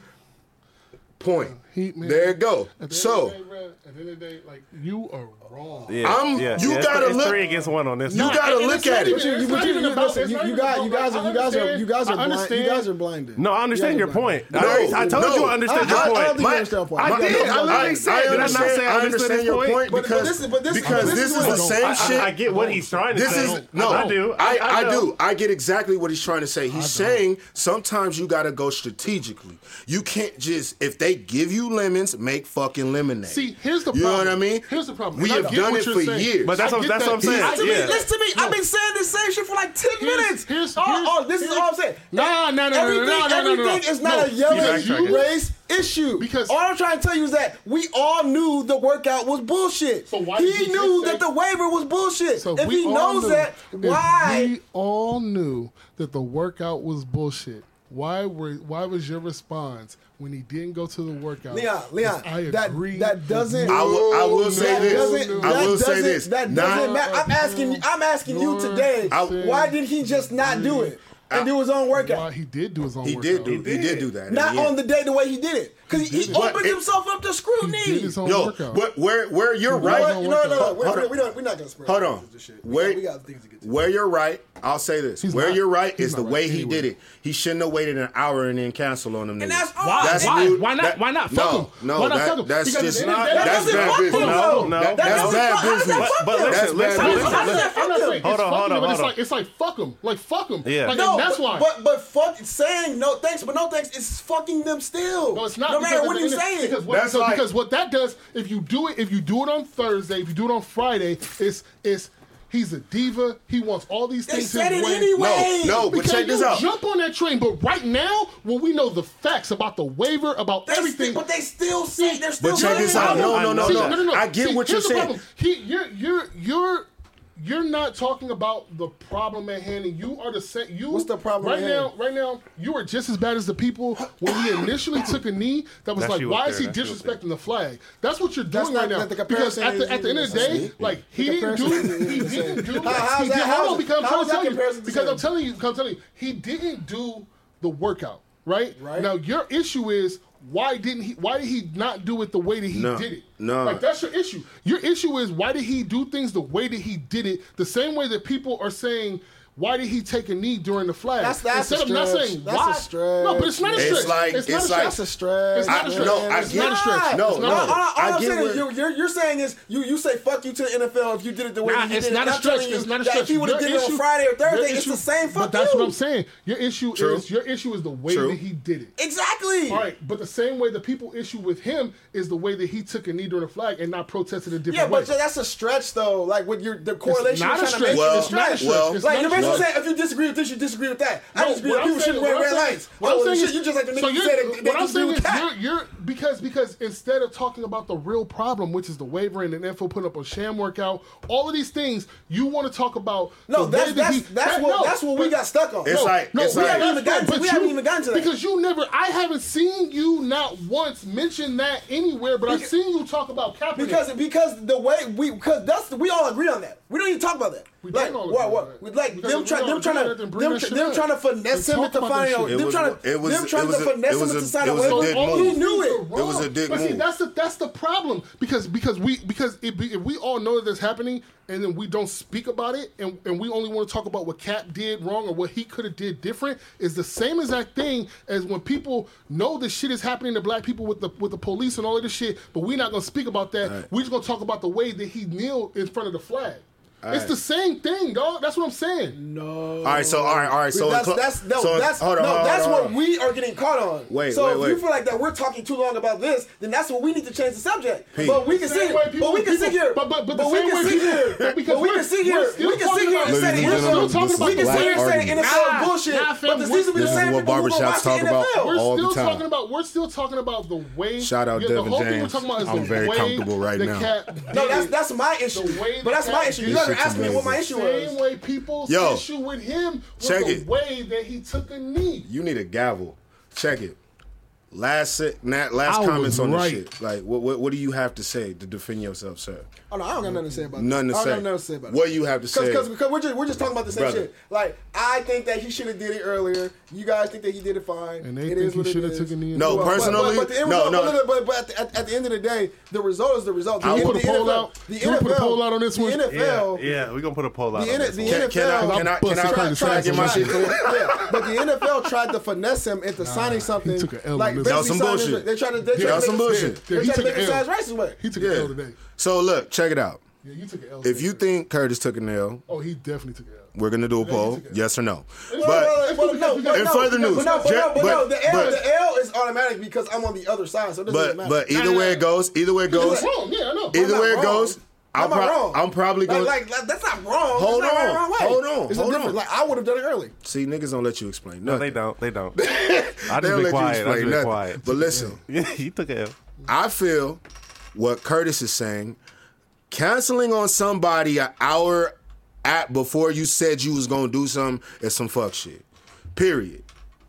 Speaker 5: point.
Speaker 6: He- man.
Speaker 5: there it go.
Speaker 6: At the end of the
Speaker 5: So,
Speaker 6: day, bruh, at the end of the day, like you are wrong.
Speaker 4: Yeah,
Speaker 5: I'm-
Speaker 4: yeah,
Speaker 5: you
Speaker 4: yeah, it's-
Speaker 5: gotta
Speaker 4: it's
Speaker 5: look-
Speaker 4: three against one on this.
Speaker 5: you
Speaker 4: one.
Speaker 5: gotta
Speaker 6: and
Speaker 5: look
Speaker 6: it's not
Speaker 5: at it.
Speaker 6: even-
Speaker 3: But you, you,
Speaker 6: It's
Speaker 3: but
Speaker 6: not
Speaker 3: you,
Speaker 6: even
Speaker 3: you,
Speaker 6: about-
Speaker 3: listen,
Speaker 6: it's
Speaker 3: you,
Speaker 6: not
Speaker 3: you
Speaker 6: even
Speaker 3: guys,
Speaker 6: about-
Speaker 3: you guys,
Speaker 6: I
Speaker 3: are, you guys are,
Speaker 6: understand.
Speaker 3: you guys
Speaker 6: I
Speaker 3: are blind. You
Speaker 6: understand.
Speaker 3: guys are blinded.
Speaker 4: no, I understand
Speaker 3: You
Speaker 4: your
Speaker 3: guys are
Speaker 4: point.
Speaker 3: blinded.
Speaker 4: I, already- I told
Speaker 5: no.
Speaker 4: you I understand your
Speaker 3: I- I
Speaker 4: point.
Speaker 3: don't think you understand why.
Speaker 4: I
Speaker 3: My-
Speaker 4: did.
Speaker 3: no,
Speaker 4: I
Speaker 3: no,
Speaker 4: literally
Speaker 3: no.
Speaker 4: said. Did I not say I understood his
Speaker 5: your
Speaker 4: point?
Speaker 5: point
Speaker 3: But- but
Speaker 5: because
Speaker 3: this is- but this-
Speaker 5: because
Speaker 3: but
Speaker 5: this
Speaker 3: this
Speaker 5: is
Speaker 3: is
Speaker 5: the
Speaker 3: what-
Speaker 5: same
Speaker 4: I,
Speaker 5: shit.
Speaker 4: I, I get what he's trying to
Speaker 5: This
Speaker 4: say.
Speaker 5: is no.
Speaker 4: I do.
Speaker 5: I, I,
Speaker 4: know.
Speaker 5: do. I get exactly what he's trying to say. He's saying sometimes you gotta go strategically. You can't just if they give you lemons, make fucking lemonade.
Speaker 6: See, here's the
Speaker 5: you know
Speaker 6: problem.
Speaker 5: what I mean.
Speaker 6: Here's the problem.
Speaker 5: We
Speaker 6: And I
Speaker 5: have
Speaker 6: get
Speaker 5: done
Speaker 6: what
Speaker 5: it
Speaker 6: you're
Speaker 5: for
Speaker 6: saying.
Speaker 5: years.
Speaker 4: But that's
Speaker 6: I
Speaker 4: what,
Speaker 6: get
Speaker 4: that's
Speaker 6: that.
Speaker 4: what I'm saying.
Speaker 6: He's-
Speaker 3: To me,
Speaker 4: yeah.
Speaker 3: listen to me. I've been saying this same shit for like ten
Speaker 6: Here's-
Speaker 3: minutes.
Speaker 6: here's-
Speaker 3: all,
Speaker 6: here's-
Speaker 3: all- this is
Speaker 6: here's-
Speaker 3: all I'm saying.
Speaker 6: Nah, nah, nah, nah, nah,
Speaker 3: everything,
Speaker 6: nah, nah, nah,
Speaker 3: everything
Speaker 6: nah.
Speaker 3: is not
Speaker 6: No,
Speaker 3: a yelling
Speaker 4: you backtracking.
Speaker 3: race issue.
Speaker 6: Because-
Speaker 3: all I'm trying to tell you is that we all knew the workout was bullshit.
Speaker 6: So why
Speaker 3: he
Speaker 6: did you
Speaker 3: knew
Speaker 6: just
Speaker 3: that
Speaker 6: say-
Speaker 3: the waiver was bullshit.
Speaker 6: So
Speaker 3: if
Speaker 6: we
Speaker 3: he
Speaker 6: all
Speaker 3: knows
Speaker 6: knew-
Speaker 3: that,
Speaker 6: if
Speaker 3: why?
Speaker 6: We all knew that the workout was bullshit. Why were? Why was your response when he didn't go to the workout?
Speaker 3: Leon, Leon,
Speaker 6: I
Speaker 3: that
Speaker 6: agree
Speaker 3: that
Speaker 6: with
Speaker 3: doesn't.
Speaker 6: you.
Speaker 5: I will, I will say
Speaker 3: that
Speaker 5: this.
Speaker 3: doesn't.
Speaker 5: I
Speaker 3: that
Speaker 5: will say
Speaker 3: doesn't-
Speaker 5: this.
Speaker 3: That
Speaker 5: Not-
Speaker 3: doesn't matter. I'm asking. I'm asking you
Speaker 6: Your
Speaker 3: today.
Speaker 6: I-
Speaker 3: why did he just not do it and do his own
Speaker 6: Why
Speaker 3: workout?
Speaker 6: he did do his own.
Speaker 5: He
Speaker 6: workout.
Speaker 5: did do. He did do that.
Speaker 3: Not
Speaker 5: Yeah.
Speaker 3: on the day the way he did it, because he, he
Speaker 5: But
Speaker 3: opened
Speaker 5: it-
Speaker 3: himself up to
Speaker 6: He
Speaker 3: scrutiny.
Speaker 6: did his own
Speaker 5: Yo,
Speaker 6: workout.
Speaker 5: but where where you're
Speaker 6: know
Speaker 5: right.
Speaker 6: what?
Speaker 3: You know, no, no,
Speaker 5: Hold-
Speaker 3: we're,
Speaker 5: hold
Speaker 3: we're,
Speaker 5: on.
Speaker 3: we're not, we're not gonna spread.
Speaker 5: Hold
Speaker 3: rumors
Speaker 5: on.
Speaker 3: and shit.
Speaker 5: Where-
Speaker 3: we, got, we got things to get to.
Speaker 5: Where you're right, I'll say this.
Speaker 6: He's
Speaker 5: where
Speaker 6: not-
Speaker 5: you're right
Speaker 6: he's
Speaker 5: is
Speaker 6: not
Speaker 5: the
Speaker 6: right.
Speaker 5: way he
Speaker 6: Anyway.
Speaker 5: did it. He shouldn't have waited an hour and then cancel on them.
Speaker 3: And
Speaker 5: niggas.
Speaker 3: that's all.
Speaker 7: Why?
Speaker 5: That's
Speaker 7: Why?
Speaker 5: rude.
Speaker 7: Why not?
Speaker 5: That-
Speaker 7: why not? Fuck
Speaker 5: No,
Speaker 7: him.
Speaker 5: no,
Speaker 7: why not?
Speaker 5: that-
Speaker 7: fuck him.
Speaker 5: that's
Speaker 6: Because
Speaker 5: just
Speaker 6: at the end
Speaker 5: not-
Speaker 6: of the day,
Speaker 3: that
Speaker 5: that's
Speaker 3: doesn't
Speaker 5: bad
Speaker 3: fuck
Speaker 5: business.
Speaker 3: them,
Speaker 4: No,
Speaker 3: though.
Speaker 4: no.
Speaker 5: That-
Speaker 3: That
Speaker 5: that's
Speaker 3: doesn't
Speaker 5: bad
Speaker 3: fuck- how does
Speaker 5: business.
Speaker 3: that fuck
Speaker 4: But- but
Speaker 3: them?
Speaker 4: listen,
Speaker 5: That's
Speaker 4: listen,
Speaker 5: bad
Speaker 4: listen.
Speaker 3: business.
Speaker 4: listen.
Speaker 3: How does that
Speaker 6: I'm not saying
Speaker 4: Hold
Speaker 6: it's
Speaker 4: on,
Speaker 6: fuck
Speaker 4: hold
Speaker 6: him,
Speaker 4: on,
Speaker 6: but it's
Speaker 4: hold
Speaker 6: like
Speaker 4: on.
Speaker 6: it's like fuck him, like fuck him.
Speaker 4: Yeah.
Speaker 6: Like,
Speaker 3: No,
Speaker 6: and that's
Speaker 3: but,
Speaker 6: why.
Speaker 3: But but fuck saying no thanks, but no thanks is fucking them still.
Speaker 6: No, it's not.
Speaker 3: No matter
Speaker 6: because
Speaker 3: what
Speaker 6: at
Speaker 3: you
Speaker 6: the end
Speaker 3: say
Speaker 6: of-
Speaker 3: it.
Speaker 6: Because what,
Speaker 5: That's
Speaker 6: so-
Speaker 5: like-
Speaker 6: because what that does, if you do it, if you do it on Thursday, if you do it on Friday, it's it's he's a diva. He wants all these
Speaker 3: They
Speaker 6: things.
Speaker 3: said
Speaker 6: his
Speaker 3: it
Speaker 6: way.
Speaker 3: anyway.
Speaker 5: No,
Speaker 3: Oh,
Speaker 5: no, but
Speaker 6: Because
Speaker 5: check this
Speaker 6: you
Speaker 5: out.
Speaker 6: Jump on that train, but right now, when we know the facts about the waiver, about
Speaker 3: They sti-
Speaker 6: everything,
Speaker 3: but they still say they're still
Speaker 5: But check this
Speaker 3: saying
Speaker 5: out.
Speaker 3: it.
Speaker 5: No, no, no,
Speaker 6: See,
Speaker 5: no. I get
Speaker 6: See,
Speaker 5: what you're
Speaker 6: here's the
Speaker 5: saying.
Speaker 6: problem. He, you're, you're, you're, you're not talking about the problem at hand, and you are the same. You
Speaker 3: What's the problem
Speaker 6: right
Speaker 3: at
Speaker 6: now?
Speaker 3: hand?
Speaker 6: Right now, you are just as bad as the people when he initially took a knee. That was
Speaker 4: That's
Speaker 6: like,
Speaker 4: you up
Speaker 6: why is
Speaker 4: there.
Speaker 6: he
Speaker 4: That's you up there.
Speaker 6: disrespecting the flag? That's what you're doing
Speaker 3: That's not-
Speaker 6: right now.
Speaker 3: that the
Speaker 6: because at the,
Speaker 3: comparison
Speaker 6: at the end of the
Speaker 3: is-
Speaker 6: day, like he didn't do,
Speaker 3: comparison is
Speaker 6: he
Speaker 3: the same.
Speaker 6: didn't do.
Speaker 3: How- how's
Speaker 6: he did-
Speaker 3: that-
Speaker 6: Hold
Speaker 3: how's
Speaker 6: on, because
Speaker 3: that-
Speaker 6: I'm
Speaker 3: how's
Speaker 6: trying to
Speaker 3: that
Speaker 6: tell you.
Speaker 3: comparison the
Speaker 6: Because
Speaker 3: same?
Speaker 6: I'm telling you, because I'm telling you, he didn't do the workout. Right?
Speaker 3: Right.
Speaker 6: Now your issue is why didn't he why did he not do it the way that he
Speaker 5: No,
Speaker 6: did it?
Speaker 5: no.
Speaker 6: Like that's your issue. Your issue is why did he do things the way that he did it? The same way that people are saying why did he take a knee during the flag?
Speaker 3: That's- that's
Speaker 6: Instead
Speaker 3: a
Speaker 6: of not
Speaker 3: stretch.
Speaker 6: saying
Speaker 3: That's a
Speaker 6: why.
Speaker 3: stretch.
Speaker 6: No, but it's not a
Speaker 5: It's
Speaker 6: stretch.
Speaker 5: like-
Speaker 6: not
Speaker 5: it's
Speaker 6: a
Speaker 5: like-
Speaker 6: stretch.
Speaker 3: That's a stretch.
Speaker 6: It's not a
Speaker 5: I-
Speaker 6: stretch.
Speaker 5: no, I
Speaker 6: it's
Speaker 5: get-
Speaker 6: not a stretch.
Speaker 5: No,
Speaker 6: It's
Speaker 5: no.
Speaker 6: not a
Speaker 3: All,
Speaker 6: stretch.
Speaker 3: all, all
Speaker 5: I
Speaker 3: I'm
Speaker 5: get
Speaker 3: saying
Speaker 5: what-
Speaker 3: is you, you're, you're saying is you you say fuck you to the NFL if you did it the way
Speaker 6: Nah,
Speaker 3: you
Speaker 6: it's
Speaker 3: did
Speaker 6: not
Speaker 3: it.
Speaker 6: a
Speaker 3: I'm
Speaker 6: stretch.
Speaker 3: telling you
Speaker 6: It's not a
Speaker 3: that
Speaker 6: stretch.
Speaker 3: If he would have
Speaker 6: Your
Speaker 3: did it on
Speaker 6: issue-
Speaker 3: Friday or Thursday,
Speaker 6: your
Speaker 3: it's the
Speaker 6: issue-
Speaker 3: same fuck
Speaker 6: But that's
Speaker 3: you.
Speaker 6: what I'm saying. Your issue
Speaker 5: True.
Speaker 6: is your issue is the way
Speaker 5: True.
Speaker 6: that he did it.
Speaker 3: Exactly.
Speaker 6: All right, but the same way the people issue with him is the way that he took a knee during the flag and not protested a different
Speaker 3: Yeah,
Speaker 6: way.
Speaker 3: but that's a stretch though. Like with your the correlation
Speaker 6: not
Speaker 3: you're
Speaker 6: a
Speaker 3: trying to make
Speaker 6: stretch.
Speaker 3: is
Speaker 5: Well,
Speaker 3: a stretch.
Speaker 5: well,
Speaker 6: It's
Speaker 3: like
Speaker 6: not
Speaker 3: you're
Speaker 6: a
Speaker 3: basically
Speaker 6: stretch.
Speaker 3: saying if you disagree with this, you disagree with that. I
Speaker 6: No,
Speaker 3: disagree
Speaker 6: what
Speaker 3: with
Speaker 6: I'm
Speaker 3: people
Speaker 6: saying-
Speaker 3: shouldn't wear
Speaker 6: what
Speaker 3: red
Speaker 6: I'm saying-
Speaker 3: lights.
Speaker 6: what I'm
Speaker 3: Oh,
Speaker 6: saying
Speaker 3: shit,
Speaker 6: is-
Speaker 3: you just like the
Speaker 6: so
Speaker 3: niggas
Speaker 6: you're-
Speaker 3: who said they- they
Speaker 6: what I'm
Speaker 3: disagree
Speaker 6: saying
Speaker 3: with
Speaker 6: is
Speaker 3: that.
Speaker 6: you're, you're Because because instead of talking about the real problem, which is the waiver and the NFL putting up a sham workout, all of these things you want to talk about.
Speaker 3: No,
Speaker 6: the
Speaker 3: that's
Speaker 6: way that
Speaker 3: that's
Speaker 6: he-
Speaker 3: that's
Speaker 6: that-
Speaker 3: what
Speaker 6: no,
Speaker 3: that's what we
Speaker 6: but-
Speaker 3: got stuck on.
Speaker 5: It's
Speaker 3: No,
Speaker 5: like-
Speaker 6: no,
Speaker 5: it's
Speaker 6: we
Speaker 5: like-
Speaker 6: haven't even gotten to.
Speaker 3: But
Speaker 6: We
Speaker 3: you-
Speaker 6: haven't even gotten to that
Speaker 3: because
Speaker 6: you never. I haven't seen you not once mention that anywhere. But I've seen you talk about Kaepernick.
Speaker 3: Because because the way we because that's we all agree on that. We don't even talk about that.
Speaker 6: We
Speaker 3: like
Speaker 6: don't all
Speaker 3: what
Speaker 6: agree
Speaker 3: what
Speaker 6: on that.
Speaker 3: we- like
Speaker 6: Because
Speaker 3: them
Speaker 6: if we
Speaker 3: trying
Speaker 6: don't
Speaker 3: them
Speaker 6: agree on
Speaker 3: trying to
Speaker 6: that, then
Speaker 3: them,
Speaker 6: bring that shit
Speaker 3: them
Speaker 6: up.
Speaker 3: trying to finesse
Speaker 6: Let's
Speaker 3: him
Speaker 6: talk
Speaker 3: into
Speaker 6: about that
Speaker 3: finding
Speaker 6: shit.
Speaker 3: out
Speaker 6: It
Speaker 3: them
Speaker 5: was-
Speaker 3: trying to
Speaker 5: it was-
Speaker 3: them trying
Speaker 5: it
Speaker 3: to
Speaker 5: was a-
Speaker 3: finesse
Speaker 5: it was
Speaker 3: him
Speaker 5: a-
Speaker 3: into sign
Speaker 5: it
Speaker 3: a
Speaker 5: was a
Speaker 3: waiver.
Speaker 5: dick
Speaker 6: all
Speaker 3: He
Speaker 5: move.
Speaker 6: these
Speaker 3: knew
Speaker 6: things are
Speaker 3: it.
Speaker 6: wrong.
Speaker 5: It was a dick
Speaker 6: But see,
Speaker 5: move.
Speaker 6: that's the that's the problem because because we because it be, if we all know that it's happening and then we don't speak about it and, and we only want to talk about what Cap did wrong or what he could have did different is the same exact thing as when people know this shit is happening to black people with the with the police and all of this shit, but we're not gonna speak about that. We're just gonna talk about the way that he kneeled in front of the flag. it's the same thing, dog. That's what I'm saying.
Speaker 5: All right, so all right, all right, so in
Speaker 3: that's,
Speaker 5: clo-
Speaker 3: that's, no,
Speaker 5: so in-
Speaker 3: that's,
Speaker 5: hold on,
Speaker 3: no,
Speaker 5: hold on,
Speaker 3: that's
Speaker 5: hold
Speaker 3: what
Speaker 5: on.
Speaker 3: we are getting caught on.
Speaker 5: Wait,
Speaker 3: so
Speaker 5: wait,
Speaker 3: if
Speaker 5: wait.
Speaker 3: you feel like that we're talking too long about this, then that's when we need to change the subject.
Speaker 5: Pete.
Speaker 3: But we can
Speaker 6: Same
Speaker 3: sit
Speaker 6: way
Speaker 3: here.
Speaker 6: people-
Speaker 3: But we can
Speaker 6: people-
Speaker 3: sit here.
Speaker 6: but- but- but the
Speaker 3: we
Speaker 6: same
Speaker 3: can
Speaker 6: way
Speaker 3: sit
Speaker 6: people-
Speaker 3: here.
Speaker 6: but because
Speaker 3: But we
Speaker 6: we're-
Speaker 3: can sit here.
Speaker 6: we're still
Speaker 3: We can
Speaker 6: talking
Speaker 3: sit here and
Speaker 6: about-
Speaker 3: say
Speaker 6: Ladies and
Speaker 3: we're
Speaker 6: gentlemen,
Speaker 3: still
Speaker 6: this
Speaker 3: talking
Speaker 6: is
Speaker 3: about. We can
Speaker 6: black
Speaker 3: sit here and say
Speaker 6: argument.
Speaker 3: NFL
Speaker 6: Nah,
Speaker 3: bullshit.
Speaker 6: nah, fam,
Speaker 3: But this needs to be the
Speaker 6: this is
Speaker 3: same
Speaker 7: what
Speaker 3: people who go
Speaker 7: barbershops
Speaker 3: watch Oh, the
Speaker 7: talk about.
Speaker 6: We're
Speaker 3: NFL.
Speaker 7: all
Speaker 6: still
Speaker 7: the time.
Speaker 6: talking about. We're still talking about the way.
Speaker 7: Shout out
Speaker 6: yeah,
Speaker 7: Devin
Speaker 6: the whole Thing we're
Speaker 7: James.
Speaker 6: talking about is
Speaker 7: I'm
Speaker 6: the
Speaker 7: very
Speaker 6: way
Speaker 7: comfortable right
Speaker 6: the
Speaker 7: now.
Speaker 6: Cat
Speaker 3: No,
Speaker 6: did
Speaker 3: that's
Speaker 6: it.
Speaker 3: that's my issue.
Speaker 6: The way
Speaker 3: But that's
Speaker 6: that
Speaker 3: my
Speaker 6: that
Speaker 3: issue. You
Speaker 6: dude-
Speaker 3: never
Speaker 7: This shit's
Speaker 3: asked me what my issue was.
Speaker 6: Same way people's
Speaker 5: Yo.
Speaker 6: issue with him was
Speaker 5: Check
Speaker 6: the
Speaker 5: it.
Speaker 6: way that he took a knee.
Speaker 5: You need a gavel. Check it. Last se- na- last
Speaker 7: I was
Speaker 5: comments on
Speaker 7: right.
Speaker 5: this shit. Like, what, what what do you have to say to defend yourself, sir?
Speaker 3: Oh no, I don't got nothing to say about that.
Speaker 5: Nothing to
Speaker 3: I don't
Speaker 5: say.
Speaker 3: got nothing to say about
Speaker 5: What
Speaker 3: that.
Speaker 5: you have to say.
Speaker 3: Because because we're just we're just talking about the same
Speaker 5: Brother.
Speaker 3: shit. Like I think that he should have did it earlier. You guys think that he did it fine.
Speaker 6: And they
Speaker 3: It
Speaker 6: think
Speaker 3: is
Speaker 6: he
Speaker 3: what it
Speaker 6: shoulda
Speaker 3: is.
Speaker 6: took a knee and-
Speaker 5: No,
Speaker 3: But- but-
Speaker 5: personally,
Speaker 3: but, but the end
Speaker 5: no,
Speaker 3: result-
Speaker 5: no.
Speaker 3: But, but, but at, at the end of the day, the result is the result. The
Speaker 6: Can we
Speaker 3: end-
Speaker 6: put a
Speaker 3: the
Speaker 6: poll
Speaker 3: NFL
Speaker 6: out?
Speaker 3: The
Speaker 6: Can we
Speaker 3: NFL,
Speaker 6: put a poll out on this one?
Speaker 3: The
Speaker 4: Yeah,
Speaker 3: NFL.
Speaker 4: yeah, we're gonna put a poll out.
Speaker 3: The, N-
Speaker 4: on this
Speaker 3: the
Speaker 4: one.
Speaker 5: Can-
Speaker 3: NFL.
Speaker 5: can I-
Speaker 6: can I- can I-
Speaker 3: tried-
Speaker 6: can I
Speaker 3: tried-
Speaker 6: get my
Speaker 3: tried-
Speaker 5: shit clear?
Speaker 3: Yeah, but the NFL tried to finesse him into signing something.
Speaker 6: took an L
Speaker 3: like
Speaker 6: on this.
Speaker 3: basically
Speaker 5: That was some
Speaker 3: signing-
Speaker 5: bullshit.
Speaker 3: They tried to. They
Speaker 5: That
Speaker 3: tried
Speaker 5: was
Speaker 3: to
Speaker 5: some
Speaker 3: make his-
Speaker 5: bullshit.
Speaker 6: Yeah,
Speaker 3: They
Speaker 6: he
Speaker 3: tried to
Speaker 6: took
Speaker 3: make
Speaker 6: an
Speaker 3: his
Speaker 6: L.
Speaker 3: size racist way.
Speaker 6: He took an L
Speaker 5: Yeah.
Speaker 6: today.
Speaker 5: So look, check it out.
Speaker 6: Yeah, you took an L.
Speaker 5: If
Speaker 6: today.
Speaker 5: you think Curtis took a nail,
Speaker 6: oh, he definitely took an L.
Speaker 5: we're gonna do a
Speaker 6: Yeah,
Speaker 5: poll,
Speaker 6: you took it.
Speaker 5: yes or no.
Speaker 3: Well, well,
Speaker 5: But
Speaker 3: well, no, but
Speaker 5: in
Speaker 3: no,
Speaker 5: further
Speaker 3: but
Speaker 5: news,
Speaker 3: no, but, no,
Speaker 5: Jack-
Speaker 3: but, no,
Speaker 5: but-
Speaker 3: the L,
Speaker 5: but-
Speaker 3: the L is automatic because I'm on the other side, so it doesn't
Speaker 5: but
Speaker 3: matter.
Speaker 5: but
Speaker 6: Nah,
Speaker 5: either
Speaker 6: nah,
Speaker 5: way
Speaker 6: nah.
Speaker 5: it goes, either way it
Speaker 6: That's
Speaker 5: goes,
Speaker 6: wrong. Yeah, I know.
Speaker 3: I'm
Speaker 5: either
Speaker 3: not
Speaker 5: way it
Speaker 3: wrong.
Speaker 5: goes,
Speaker 3: I'm,
Speaker 5: I'm,
Speaker 3: not
Speaker 5: pro-
Speaker 3: wrong.
Speaker 5: I'm probably going. to
Speaker 3: like, like, like that's not wrong.
Speaker 5: Hold
Speaker 3: that's not
Speaker 5: on.
Speaker 3: right, wrong way.
Speaker 5: Hold on.
Speaker 3: It's a
Speaker 5: Hold
Speaker 3: different-
Speaker 5: on.
Speaker 3: Like I would have done it early.
Speaker 5: see niggas don't let you explain.
Speaker 4: No, they
Speaker 5: nothing.
Speaker 4: don't. They don't. I
Speaker 5: They
Speaker 4: just
Speaker 5: don't
Speaker 4: be
Speaker 5: let you
Speaker 4: quiet. I
Speaker 5: explain
Speaker 4: just be
Speaker 5: nothing.
Speaker 4: quiet.
Speaker 5: But listen,
Speaker 4: Yeah, he took a L.
Speaker 5: I feel what Curtis is saying, canceling on somebody an hour at before you said you was gonna do something is some fuck shit. Period.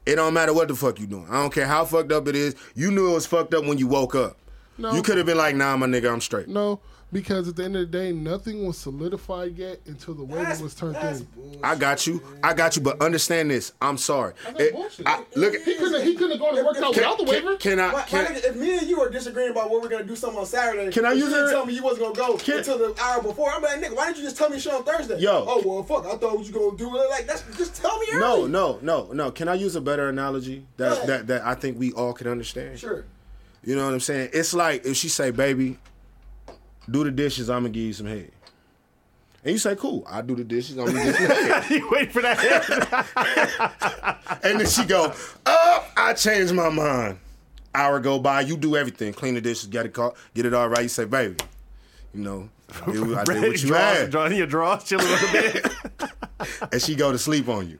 Speaker 5: It don't matter what the fuck you doing. I don't care how fucked up it is. You knew it was fucked up when you woke up.
Speaker 6: No.
Speaker 5: You could have been like, nah, my nigga, I'm straight.
Speaker 6: No, because at the end of the day, nothing was solidified yet until the waiver
Speaker 3: That's-
Speaker 6: was turned
Speaker 3: that's
Speaker 6: in.
Speaker 5: I got you. I got you. But understand this. I'm sorry. It- I- look. at-
Speaker 6: he couldn't. He couldn't have gone and worked out
Speaker 5: Can,
Speaker 6: without the
Speaker 5: can-
Speaker 6: waiver.
Speaker 5: can I?
Speaker 3: Why,
Speaker 5: Can,
Speaker 3: why, nigga, if me and you are disagreeing about what we're gonna do something on Saturday,
Speaker 5: Can I
Speaker 3: but
Speaker 5: use
Speaker 3: you didn't
Speaker 5: it?
Speaker 3: tell me you wasn't gonna go
Speaker 5: Can-
Speaker 3: until the hour before. I'm like, nigga, why didn't you just tell me shit on Thursday?
Speaker 5: Yo.
Speaker 3: oh well, fuck, I thought you gonna do it. Like that's just tell me early.
Speaker 5: no, no, no, no. Can I use a better analogy
Speaker 3: Go
Speaker 5: that
Speaker 3: ahead.
Speaker 5: that, that I think we all can understand?
Speaker 3: sure.
Speaker 5: You know what I'm saying? It's like if she say, "Baby, do the dishes. I'm gonna give you some head." And you say, "Cool, I do the dishes. I'm gonna give you some head."
Speaker 4: you wait for that.
Speaker 5: And then she go, "Oh, I changed my mind." Hour go by, you do everything, clean the dishes, get it caught, get it all right. You say, "Baby, you know, I did, what- I did what you
Speaker 4: draws,
Speaker 5: had,"
Speaker 4: draw, your drawers chilling on the bed.
Speaker 5: and she go to sleep on you.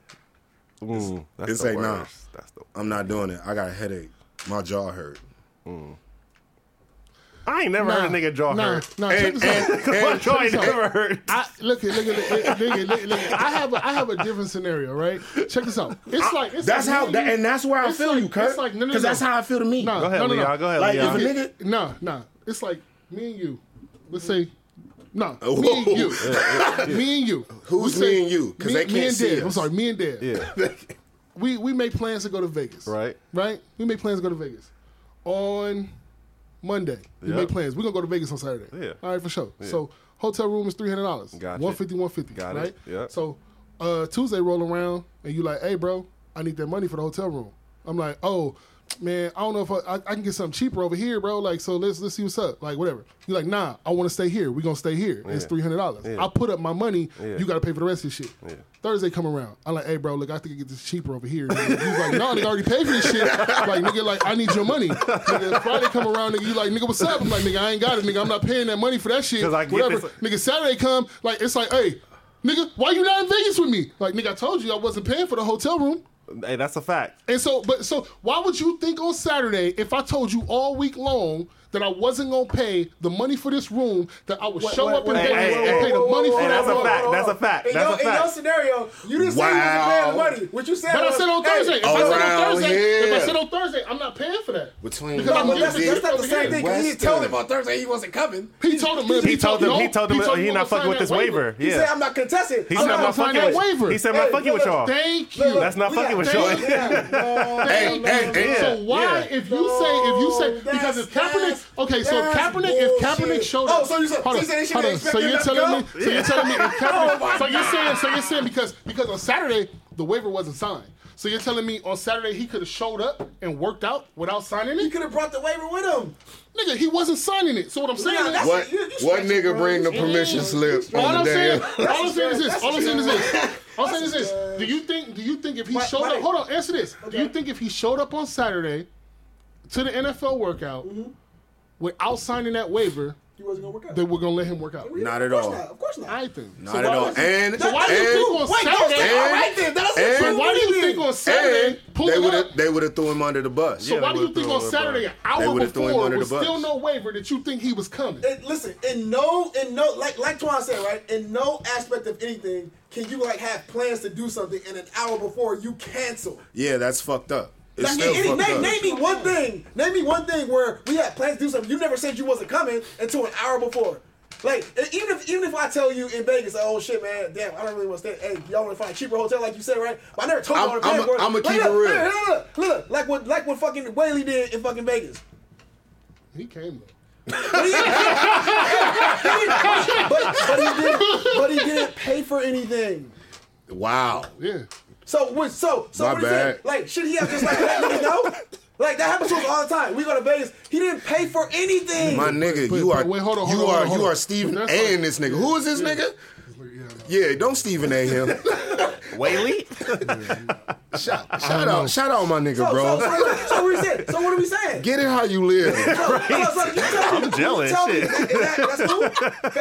Speaker 4: Ooh, that's
Speaker 5: It's
Speaker 4: the
Speaker 5: like, nah.
Speaker 4: worst. That's the.
Speaker 5: I'm not doing it. I got a headache. My jaw hurt.
Speaker 4: I ain't never heard a nigga jaw
Speaker 6: nah,
Speaker 4: hurt.
Speaker 6: Nah, check
Speaker 5: And,
Speaker 6: this out.
Speaker 5: and,
Speaker 4: My
Speaker 5: and,
Speaker 4: jaw ain't never hurt.
Speaker 6: I, look at look at nigga, nigga, nigga. I have a, I have a different scenario, right? Check this out. It's like it's
Speaker 5: that's
Speaker 6: like
Speaker 5: how,
Speaker 6: me
Speaker 5: that, and that's where I
Speaker 6: it's
Speaker 5: feel
Speaker 6: like-
Speaker 5: you, Kurt.
Speaker 6: it's like, no, no,
Speaker 5: Cause
Speaker 6: no.
Speaker 5: that's how I feel to me.
Speaker 6: Nah.
Speaker 4: Go ahead,
Speaker 6: no, no, no.
Speaker 4: Leon. Go ahead,
Speaker 5: Like,
Speaker 4: Leon.
Speaker 5: if a
Speaker 6: you.
Speaker 5: nigga-
Speaker 6: Nah, nah. It's like me and you. Let's say. Nah, me and you. me and you.
Speaker 5: Who's
Speaker 6: We say-
Speaker 5: me and you? 'Cause
Speaker 6: me-
Speaker 5: they
Speaker 6: me
Speaker 5: can't
Speaker 6: and
Speaker 5: see
Speaker 6: Dad. I'm
Speaker 5: us.
Speaker 6: sorry, me and Dad.
Speaker 4: Yeah.
Speaker 6: We we make plans to go to Vegas.
Speaker 4: Right.
Speaker 6: Right? We make plans to go to Vegas. On Monday. We
Speaker 4: Yep.
Speaker 6: make plans. We're gonna go to Vegas on Saturday.
Speaker 4: Yeah.
Speaker 6: All right, for sure. So hotel room is three hundred dollars.
Speaker 4: Gotcha.
Speaker 6: One fifty, one fifty.
Speaker 4: Got it.
Speaker 6: right?
Speaker 4: Yeah.
Speaker 6: So uh, Tuesday roll around and you like, hey bro, I need that money for the hotel room. I'm like, oh man, I don't know if I, I, I can get something cheaper over here, bro. Like, so let's let's see what's up. Like, whatever. You're like, nah, I want to stay here. We're gonna stay here. It's three hundred dollars. I put up my money.
Speaker 4: Yeah.
Speaker 6: You got to pay for the rest of this shit. Thursday come around. I'm like, hey bro, look, I think I get this cheaper over here. He's like, no, they already paid for this shit. Like, nigga, like I need your money. Nigga, Friday come around, nigga, you like, nigga, what's up? I'm like, nigga, I ain't got it, nigga. I'm not paying that money for that shit.
Speaker 4: 'Cause I get
Speaker 6: whatever.
Speaker 4: this-
Speaker 6: Nigga, Saturday come, like it's like, hey, nigga, why you not in Vegas with me? Like, nigga, I told you I wasn't paying for the hotel room.
Speaker 4: Hey, that's a fact.
Speaker 6: And so, but so, why would you think on Saturday if I told you all week long that I wasn't gonna pay the money for this room, that I would show
Speaker 8: wait,
Speaker 6: up and
Speaker 8: wait,
Speaker 6: pay,
Speaker 4: wait,
Speaker 6: and
Speaker 4: wait,
Speaker 6: pay
Speaker 4: wait,
Speaker 6: the
Speaker 4: wait,
Speaker 6: money for
Speaker 4: wait,
Speaker 6: that
Speaker 4: that's a
Speaker 6: room?
Speaker 4: fact. That's a fact.
Speaker 3: In
Speaker 4: That's
Speaker 3: your,
Speaker 4: a
Speaker 3: in
Speaker 4: fact.
Speaker 3: your scenario, you didn't say you
Speaker 5: Wow.
Speaker 3: was paying the money. What you said
Speaker 6: But I
Speaker 3: was,
Speaker 6: said on
Speaker 3: hey,
Speaker 4: Oh,
Speaker 6: Thursday. If I said on
Speaker 5: around
Speaker 6: Thursday, if I
Speaker 5: here.
Speaker 6: said on Thursday, I'm not paying for that.
Speaker 5: Between
Speaker 6: Because I'm
Speaker 3: But that's,
Speaker 6: Thursday,
Speaker 3: that's not the
Speaker 6: over
Speaker 3: same
Speaker 6: here.
Speaker 3: thing. 'cause He
Speaker 5: Western.
Speaker 3: told him on Thursday he wasn't coming.
Speaker 6: He told him. man,
Speaker 4: He told him.
Speaker 6: no,
Speaker 4: He told him.
Speaker 6: told
Speaker 4: He
Speaker 6: him
Speaker 4: not
Speaker 6: I'm
Speaker 4: fucking
Speaker 6: gonna
Speaker 4: with this
Speaker 6: sign that
Speaker 4: waiver.
Speaker 3: He said,
Speaker 4: Yeah.
Speaker 3: I'm not contesting.
Speaker 4: He
Speaker 3: I'm
Speaker 4: said I'm
Speaker 6: gonna
Speaker 4: not
Speaker 6: sign
Speaker 4: fucking
Speaker 6: that
Speaker 4: with.
Speaker 6: waiver.
Speaker 4: He said I'm not
Speaker 3: Hey,
Speaker 4: fucking with
Speaker 3: look,
Speaker 4: y'all.
Speaker 6: Thank you.
Speaker 3: Look, look,
Speaker 4: That's not
Speaker 3: we
Speaker 4: fucking
Speaker 3: got-
Speaker 4: with
Speaker 3: Thank
Speaker 4: y'all.
Speaker 6: Thank
Speaker 3: you.
Speaker 6: you.
Speaker 5: Hey, hey, hey.
Speaker 6: So why,
Speaker 4: yeah.
Speaker 6: if you say, if you say, because if
Speaker 3: That's-
Speaker 6: Kaepernick, okay, so if
Speaker 3: that's
Speaker 6: Kaepernick, if Kaepernick
Speaker 3: bullshit.
Speaker 6: showed
Speaker 3: Oh,
Speaker 6: up,
Speaker 3: so you said-
Speaker 6: hold
Speaker 3: so
Speaker 6: on,
Speaker 3: you said they
Speaker 6: hold
Speaker 3: shouldn't
Speaker 6: on, so
Speaker 3: expect
Speaker 6: you're
Speaker 3: him to
Speaker 6: telling me,
Speaker 3: go?
Speaker 6: so you're telling me, if
Speaker 3: Oh, my
Speaker 6: Kaepernick, so you're saying, so you're saying because because on Saturday the waiver wasn't signed, so you're telling me on Saturday he could have showed up and worked out without signing
Speaker 3: He
Speaker 6: it,
Speaker 3: could have brought the waiver with him.
Speaker 6: nigga, he wasn't signing it. So what I'm saying
Speaker 3: Nah,
Speaker 6: is,
Speaker 3: that's-
Speaker 5: What,
Speaker 3: You- you
Speaker 5: what
Speaker 3: stretching,
Speaker 5: nigga
Speaker 3: bro.
Speaker 5: bring the
Speaker 3: You
Speaker 5: permission slip
Speaker 6: All
Speaker 5: on
Speaker 6: I'm
Speaker 5: the
Speaker 6: saying,
Speaker 5: day?
Speaker 6: all I'm saying is this. All I'm saying is this. All I'm saying is this. Do you think? Do you think if he
Speaker 3: Wait,
Speaker 6: showed up?
Speaker 3: wait.
Speaker 6: Hold on. Answer this. Do you think if he showed up on Saturday to the NFL workout without signing that waiver,
Speaker 3: He wasn't gonna work out.
Speaker 6: they were gonna let him work out?
Speaker 5: Not
Speaker 3: Of
Speaker 5: at
Speaker 3: course
Speaker 5: all.
Speaker 3: Not. Of course not.
Speaker 6: I think.
Speaker 5: Not at all. And
Speaker 6: So why do you think on
Speaker 3: Wait,
Speaker 5: and
Speaker 3: don't
Speaker 6: Saturday?
Speaker 3: say all right then. That doesn't
Speaker 5: and-
Speaker 3: prove
Speaker 6: Why do you
Speaker 3: anything.
Speaker 6: think on Saturday? Pull
Speaker 5: they
Speaker 6: it
Speaker 5: would
Speaker 6: up.
Speaker 5: have they would have threw him under the bus.
Speaker 6: So
Speaker 4: Yeah,
Speaker 6: why
Speaker 4: they
Speaker 6: do you
Speaker 4: would've
Speaker 6: think
Speaker 4: threw
Speaker 6: on
Speaker 4: him under the
Speaker 6: Saturday, an
Speaker 4: bus.
Speaker 5: They
Speaker 6: hour
Speaker 5: would've threw him
Speaker 6: before,
Speaker 5: under
Speaker 6: was
Speaker 5: the bus.
Speaker 6: still no waiver that you think he was coming?
Speaker 3: And listen, in no, in no, like like Twan said, right? In no aspect of anything can you like have plans to do something and an hour before you cancel.
Speaker 5: Yeah, that's fucked up. It's
Speaker 3: Like,
Speaker 5: still
Speaker 3: any-
Speaker 5: fucked
Speaker 3: name,
Speaker 5: up.
Speaker 3: name me one thing. Name me one thing where we had plans to do something. You never said you wasn't coming until an hour before. Like and even if even if I tell you in Vegas, like, oh shit, man, damn, I don't really want to stay. Hey, y'all want to find a cheaper hotel, like you said, right? But I never told
Speaker 5: I'm-
Speaker 3: you.
Speaker 5: I'm a- I'm a keep it real.
Speaker 3: Look, look, look, look, like what like what fucking Whaley did in fucking Vegas.
Speaker 6: He came though.
Speaker 3: But he, but, but he didn't, but he didn't pay for anything.
Speaker 5: Wow.
Speaker 6: Yeah.
Speaker 3: So what? So so
Speaker 5: My
Speaker 3: what is it?
Speaker 5: bad.
Speaker 3: Like should he have just like let me know? Like that happens to us all the time. We go to Vegas. He didn't pay for anything.
Speaker 5: My nigga,
Speaker 6: but-
Speaker 5: you are
Speaker 6: but wait, hold on, hold
Speaker 5: you
Speaker 6: on,
Speaker 5: are
Speaker 6: hold on.
Speaker 5: you are Stephen
Speaker 6: That's
Speaker 5: A.
Speaker 6: like-
Speaker 5: in this nigga. Who is this nigga?
Speaker 6: Yeah, no.
Speaker 5: Yeah, don't Stephen A. him.
Speaker 4: Whaley?
Speaker 5: shout, shout out, shout out, my nigga,
Speaker 3: so,
Speaker 5: bro.
Speaker 3: So, so, so what is it? So what are we saying?
Speaker 5: Get it how you live.
Speaker 3: so, so, so you tell me-
Speaker 4: I'm
Speaker 3: you
Speaker 4: jealous,
Speaker 3: tell me-
Speaker 4: shit.
Speaker 3: is that- that's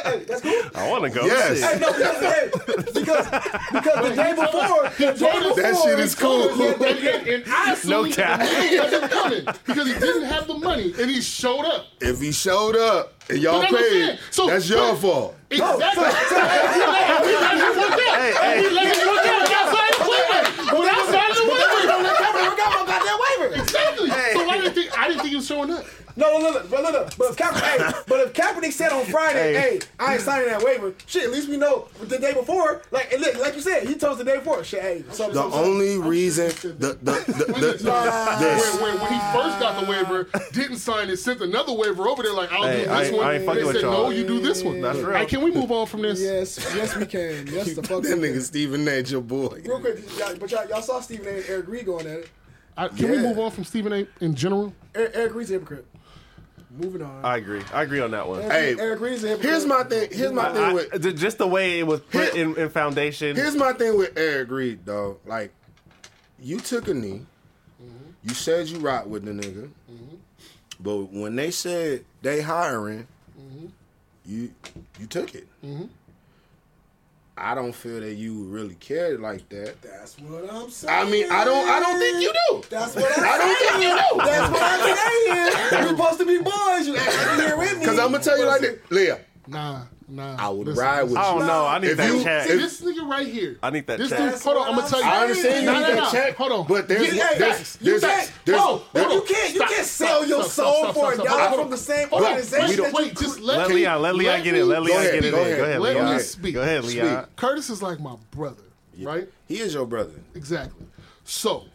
Speaker 3: cool. Hey, that's cool.
Speaker 4: I want to go.
Speaker 5: Yes.
Speaker 4: Shit.
Speaker 3: Hey, no, because, hey, because because the day before, the day before,
Speaker 5: That shit is cool.
Speaker 6: And, and, and I assumed
Speaker 4: No
Speaker 6: that the
Speaker 4: cap.
Speaker 6: money wasn't coming because he didn't have the money and he showed up.
Speaker 5: If he showed up and y'all
Speaker 6: But that's what I'm
Speaker 5: paid,
Speaker 6: saying. So-
Speaker 5: that's your fault.
Speaker 6: Exactly. And we let him work out. And we let him work out without signing the waiver. Without signing the waiver.
Speaker 3: Don't let Kaepernick work out on goddamn waiver.
Speaker 6: Exactly. So why did you think I didn't think he was showing up?
Speaker 3: No, no, no, no, but no, no. But if Kaepernick, hey, but if Kaepernick said on Friday, hey.
Speaker 4: Hey.
Speaker 3: I ain't signing that waiver. Shit, at least we know the day before. Like, and look, like you said, he told us the day before. Shit, hey, something,
Speaker 5: The
Speaker 3: something,
Speaker 5: only reason the the the, the,
Speaker 6: Where,
Speaker 5: this
Speaker 6: where, when he first got the waiver, didn't sign it, sent another waiver over there like, I'll
Speaker 4: Hey,
Speaker 6: do
Speaker 4: I
Speaker 6: this
Speaker 4: ain't-
Speaker 6: one.
Speaker 4: I ain't fucking
Speaker 6: they
Speaker 4: with
Speaker 6: said,
Speaker 4: y'all.
Speaker 6: no, you do this one.
Speaker 4: That's real.
Speaker 6: Hey, can we move on from this?
Speaker 8: Yes, yes, we can. Yes, the fuck.
Speaker 5: that
Speaker 8: we
Speaker 5: nigga Stephen A. your boy.
Speaker 3: Real quick, y'all, but y'all, y'all saw Stephen A. and Eric Reed going at it.
Speaker 6: I- can we move on from Stephen A. in general?
Speaker 3: Eric, Eric Reed's a hypocrite. Moving on.
Speaker 4: I agree. I agree on that one.
Speaker 5: Hey,
Speaker 3: Eric Reed's a hypocrite.
Speaker 5: here's my thing. Here's my
Speaker 4: I-
Speaker 5: thing with
Speaker 4: ju- just the way it was put
Speaker 5: Here-
Speaker 4: in, in foundation.
Speaker 5: Here's my thing with Eric Reed, though. Like, you took a knee. You said you rock with the nigga. But when they said they hiring, you you took it. I don't feel that you really cared like that.
Speaker 3: That's what I'm saying.
Speaker 5: I mean, I don't. I don't think you do.
Speaker 3: That's what I'm
Speaker 5: I don't think you do.
Speaker 3: That's what I'm saying. We're supposed to be boys. You act like you're with me.
Speaker 5: Because I'm gonna tell you like this, Leah.
Speaker 6: Nah, nah.
Speaker 5: I would
Speaker 6: Listen,
Speaker 5: ride with
Speaker 4: I
Speaker 5: you.
Speaker 4: don't know. I need
Speaker 5: If
Speaker 4: that
Speaker 5: you-
Speaker 4: chat.
Speaker 5: if-
Speaker 6: this nigga right here.
Speaker 4: I need that
Speaker 6: this
Speaker 4: check.
Speaker 6: Dude,
Speaker 3: That's
Speaker 6: hold
Speaker 3: what
Speaker 6: on, I'm gonna
Speaker 3: I'm
Speaker 6: tell you.
Speaker 5: I understand you
Speaker 6: No,
Speaker 5: need
Speaker 6: no,
Speaker 5: that
Speaker 6: no.
Speaker 5: check.
Speaker 6: Hold on,
Speaker 5: but there's
Speaker 3: You can't-
Speaker 5: there's
Speaker 3: you
Speaker 5: there's
Speaker 3: can't-
Speaker 5: there's-
Speaker 3: no,
Speaker 5: there's-
Speaker 3: you can't. You
Speaker 6: Stop,
Speaker 3: can't
Speaker 6: stop,
Speaker 3: sell
Speaker 6: stop,
Speaker 3: your
Speaker 6: stop,
Speaker 3: soul
Speaker 6: stop,
Speaker 3: for a
Speaker 6: stop, stop,
Speaker 3: dollar
Speaker 6: stop.
Speaker 3: from the same
Speaker 6: Hold on,
Speaker 3: organization.
Speaker 6: Wait,
Speaker 3: that you
Speaker 6: wait, just
Speaker 3: cr-
Speaker 6: let,
Speaker 4: let
Speaker 6: me-
Speaker 4: Leon, let Leon get it. Let
Speaker 6: me
Speaker 4: Leon
Speaker 5: ahead,
Speaker 4: get it.
Speaker 5: go
Speaker 4: in.
Speaker 5: ahead.
Speaker 4: Go ahead,
Speaker 6: Let
Speaker 4: Leon.
Speaker 6: me speak.
Speaker 4: Go ahead,
Speaker 5: Speak.
Speaker 4: Leon.
Speaker 6: Curtis is like my brother, right?
Speaker 5: He is your brother.
Speaker 6: Exactly. So,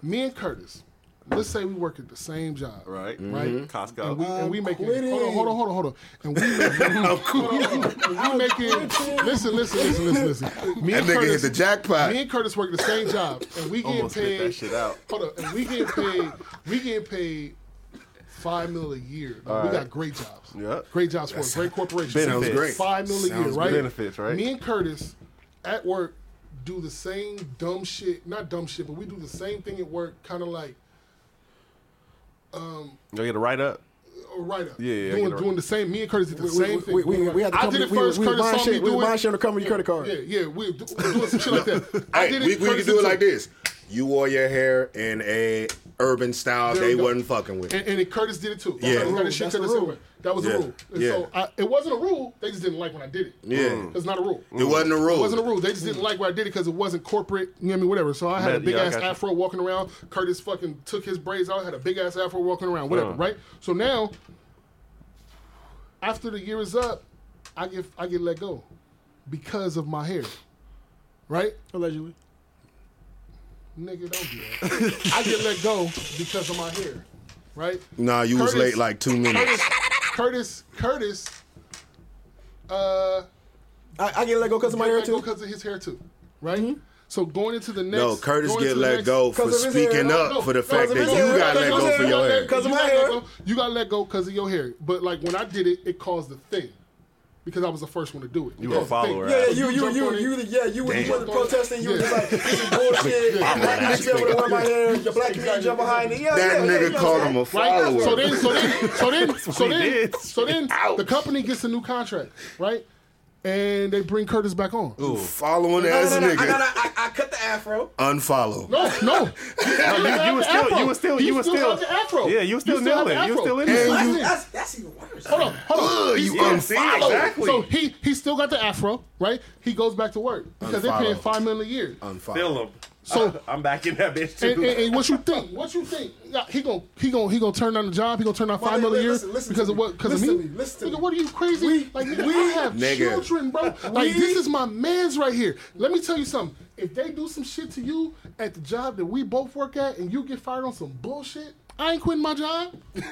Speaker 6: me and Curtis, let's say we work at the same job,
Speaker 4: Right. Mm-hmm.
Speaker 6: Right.
Speaker 4: Costco.
Speaker 6: And we, and we making hold
Speaker 3: quitting.
Speaker 6: on, hold on, hold on, hold on. And we making, and we making listen, listen, listen, listen, listen. Me
Speaker 5: That nigga
Speaker 6: and
Speaker 5: hit
Speaker 6: Curtis,
Speaker 5: the jackpot.
Speaker 6: Me and Curtis work the same job, and we get
Speaker 4: Almost spit
Speaker 6: paid.
Speaker 4: that shit out.
Speaker 6: Hold up, and we get paid. We get paid five mil a year. Like, we got great jobs.
Speaker 4: Yeah.
Speaker 6: Great jobs for a great corporation.
Speaker 4: Benefits. Sounds
Speaker 5: great.
Speaker 6: Five mil a year,
Speaker 5: Sounds
Speaker 6: right?
Speaker 4: good. Benefits, right?
Speaker 6: Me and Curtis at work do the same dumb shit. Not dumb shit, but we do the same thing at work. Kind of like
Speaker 4: Go get a write up.
Speaker 6: a write up.
Speaker 4: Yeah, yeah, I
Speaker 6: doing,
Speaker 4: get it.
Speaker 6: doing the same. Me and Curtis did the
Speaker 8: We-
Speaker 6: same thing.
Speaker 8: we, we, we, we had to
Speaker 6: I
Speaker 8: come.
Speaker 6: did it
Speaker 8: we,
Speaker 6: first.
Speaker 8: we,
Speaker 6: Curtis
Speaker 8: mind
Speaker 6: saw me
Speaker 8: share, we
Speaker 6: do
Speaker 8: mind
Speaker 6: it.
Speaker 8: sharing to come with your credit card.
Speaker 6: Yeah, yeah, we do, we're doing some shit like that.
Speaker 5: Hey, we, we can
Speaker 6: Curtis
Speaker 5: do it
Speaker 6: into-
Speaker 5: like this. You wore your hair in a urban style
Speaker 6: There
Speaker 5: they
Speaker 6: we go. Mm.
Speaker 5: wasn't fucking with.
Speaker 6: And, and then Curtis did it too.
Speaker 5: Yeah.
Speaker 6: Curtis got his shit
Speaker 3: That's a
Speaker 6: Curtis
Speaker 3: rule.
Speaker 6: over. That was
Speaker 5: Yeah.
Speaker 6: a rule. And
Speaker 5: Yeah.
Speaker 6: so I, it wasn't a rule. They just didn't like when I did it.
Speaker 5: Yeah.
Speaker 6: It's not a rule.
Speaker 5: It wasn't a rule.
Speaker 6: It Mm.
Speaker 4: Oh,
Speaker 6: wasn't a rule. They just didn't like where I did it because it wasn't corporate. You know what I mean? Whatever. So I had a
Speaker 4: Yeah,
Speaker 6: big
Speaker 4: I
Speaker 6: ass
Speaker 4: mm. got you.
Speaker 6: afro walking around. Curtis fucking took his braids out. Had a big ass afro walking around. Whatever.
Speaker 4: Uh.
Speaker 6: Right. So now, after the year is up, I get I get let go because of my hair. Right,
Speaker 3: Allegedly.
Speaker 6: nigga, don't do that. I get let go because of my hair. Right.
Speaker 5: Nah, you was
Speaker 6: Curtis-
Speaker 5: late like two minutes.
Speaker 6: Curtis. Curtis. Uh.
Speaker 3: I, I get let go because of my hair too.
Speaker 6: because of his hair too, right?
Speaker 7: Mm-hmm.
Speaker 6: So going into the next,
Speaker 5: No, Curtis
Speaker 6: going
Speaker 5: get
Speaker 6: into the
Speaker 5: let
Speaker 6: next-
Speaker 5: go for
Speaker 3: 'Cause of his hair.
Speaker 5: speaking
Speaker 3: No,
Speaker 5: up
Speaker 6: no,
Speaker 5: for the
Speaker 6: no,
Speaker 5: fact
Speaker 6: it's
Speaker 5: that
Speaker 6: his
Speaker 5: you
Speaker 6: hair.
Speaker 5: got let
Speaker 6: Because
Speaker 5: go
Speaker 6: of
Speaker 5: for
Speaker 6: his
Speaker 5: your
Speaker 6: hair.
Speaker 5: hair.
Speaker 3: Because of
Speaker 6: You
Speaker 3: my
Speaker 6: got let
Speaker 3: hair.
Speaker 6: go- You got let go because of your hair. But like when I did it, it caused a thing because I was the first one to do it.
Speaker 4: You
Speaker 6: It
Speaker 4: a
Speaker 6: caused thing.
Speaker 4: follower,
Speaker 7: Yeah,
Speaker 4: right?
Speaker 7: you, you,
Speaker 6: jumped
Speaker 7: you,
Speaker 6: on it.
Speaker 7: you, yeah, you, were- you wasn't
Speaker 6: Yeah.
Speaker 7: protesting. You were just
Speaker 6: Yeah.
Speaker 7: like, this is bullshit. Black niggas be able to wear my hair. Your black community jump behind it. Yeah,
Speaker 5: That
Speaker 7: yeah, yeah, you
Speaker 5: nigga
Speaker 7: know
Speaker 5: called
Speaker 7: what I'm
Speaker 5: him a
Speaker 6: Right.
Speaker 5: follower.
Speaker 6: So then, so then, so then, so
Speaker 4: he
Speaker 6: then,
Speaker 4: did.
Speaker 6: so then, the company gets a new contract, right? And they bring Curtis back on.
Speaker 5: following ass
Speaker 7: saying? No, no, no, I,
Speaker 5: nigga.
Speaker 7: gotta, I, I cut the afro.
Speaker 5: Unfollow.
Speaker 6: No, no.
Speaker 4: you- you were still- you were still- you were still-
Speaker 6: have the afro.
Speaker 4: Yeah, you were still
Speaker 6: have the
Speaker 4: kneeling. You were
Speaker 6: afro.
Speaker 4: still in
Speaker 6: And
Speaker 4: there.
Speaker 6: listen,
Speaker 7: That's, that's, that's even worse.
Speaker 6: Hold on, hold on.
Speaker 5: Ugh,
Speaker 6: He's
Speaker 5: you
Speaker 6: still-
Speaker 4: see,
Speaker 5: unfollow.
Speaker 4: exactly.
Speaker 6: So he he still got the afro, right? He goes back to work because they're paying
Speaker 5: Unfollow.
Speaker 6: five million a year.
Speaker 5: Unfollow.
Speaker 4: Feel him.
Speaker 6: So-
Speaker 4: I, am back in that bitch too.
Speaker 6: And, and, and what you think? What you think? Yeah, He gon' he gon' he gon' turn down the job. He gon' turn down
Speaker 7: Well,
Speaker 6: five million a year
Speaker 7: listen, listen
Speaker 6: because
Speaker 7: to
Speaker 6: of
Speaker 7: me.
Speaker 6: what? Because of
Speaker 7: Listen
Speaker 6: me?
Speaker 7: to me, listen to
Speaker 6: Nigga,
Speaker 7: me.
Speaker 6: what are you crazy?
Speaker 7: We-
Speaker 6: like nigga,
Speaker 7: we-
Speaker 6: I have
Speaker 5: Nigga.
Speaker 6: children, bro. Like
Speaker 7: We-
Speaker 6: this is my man's right here. Let me tell you something. If they do some shit to you at the job that we both work at, and you get fired on some bullshit. I ain't quitting my job. I've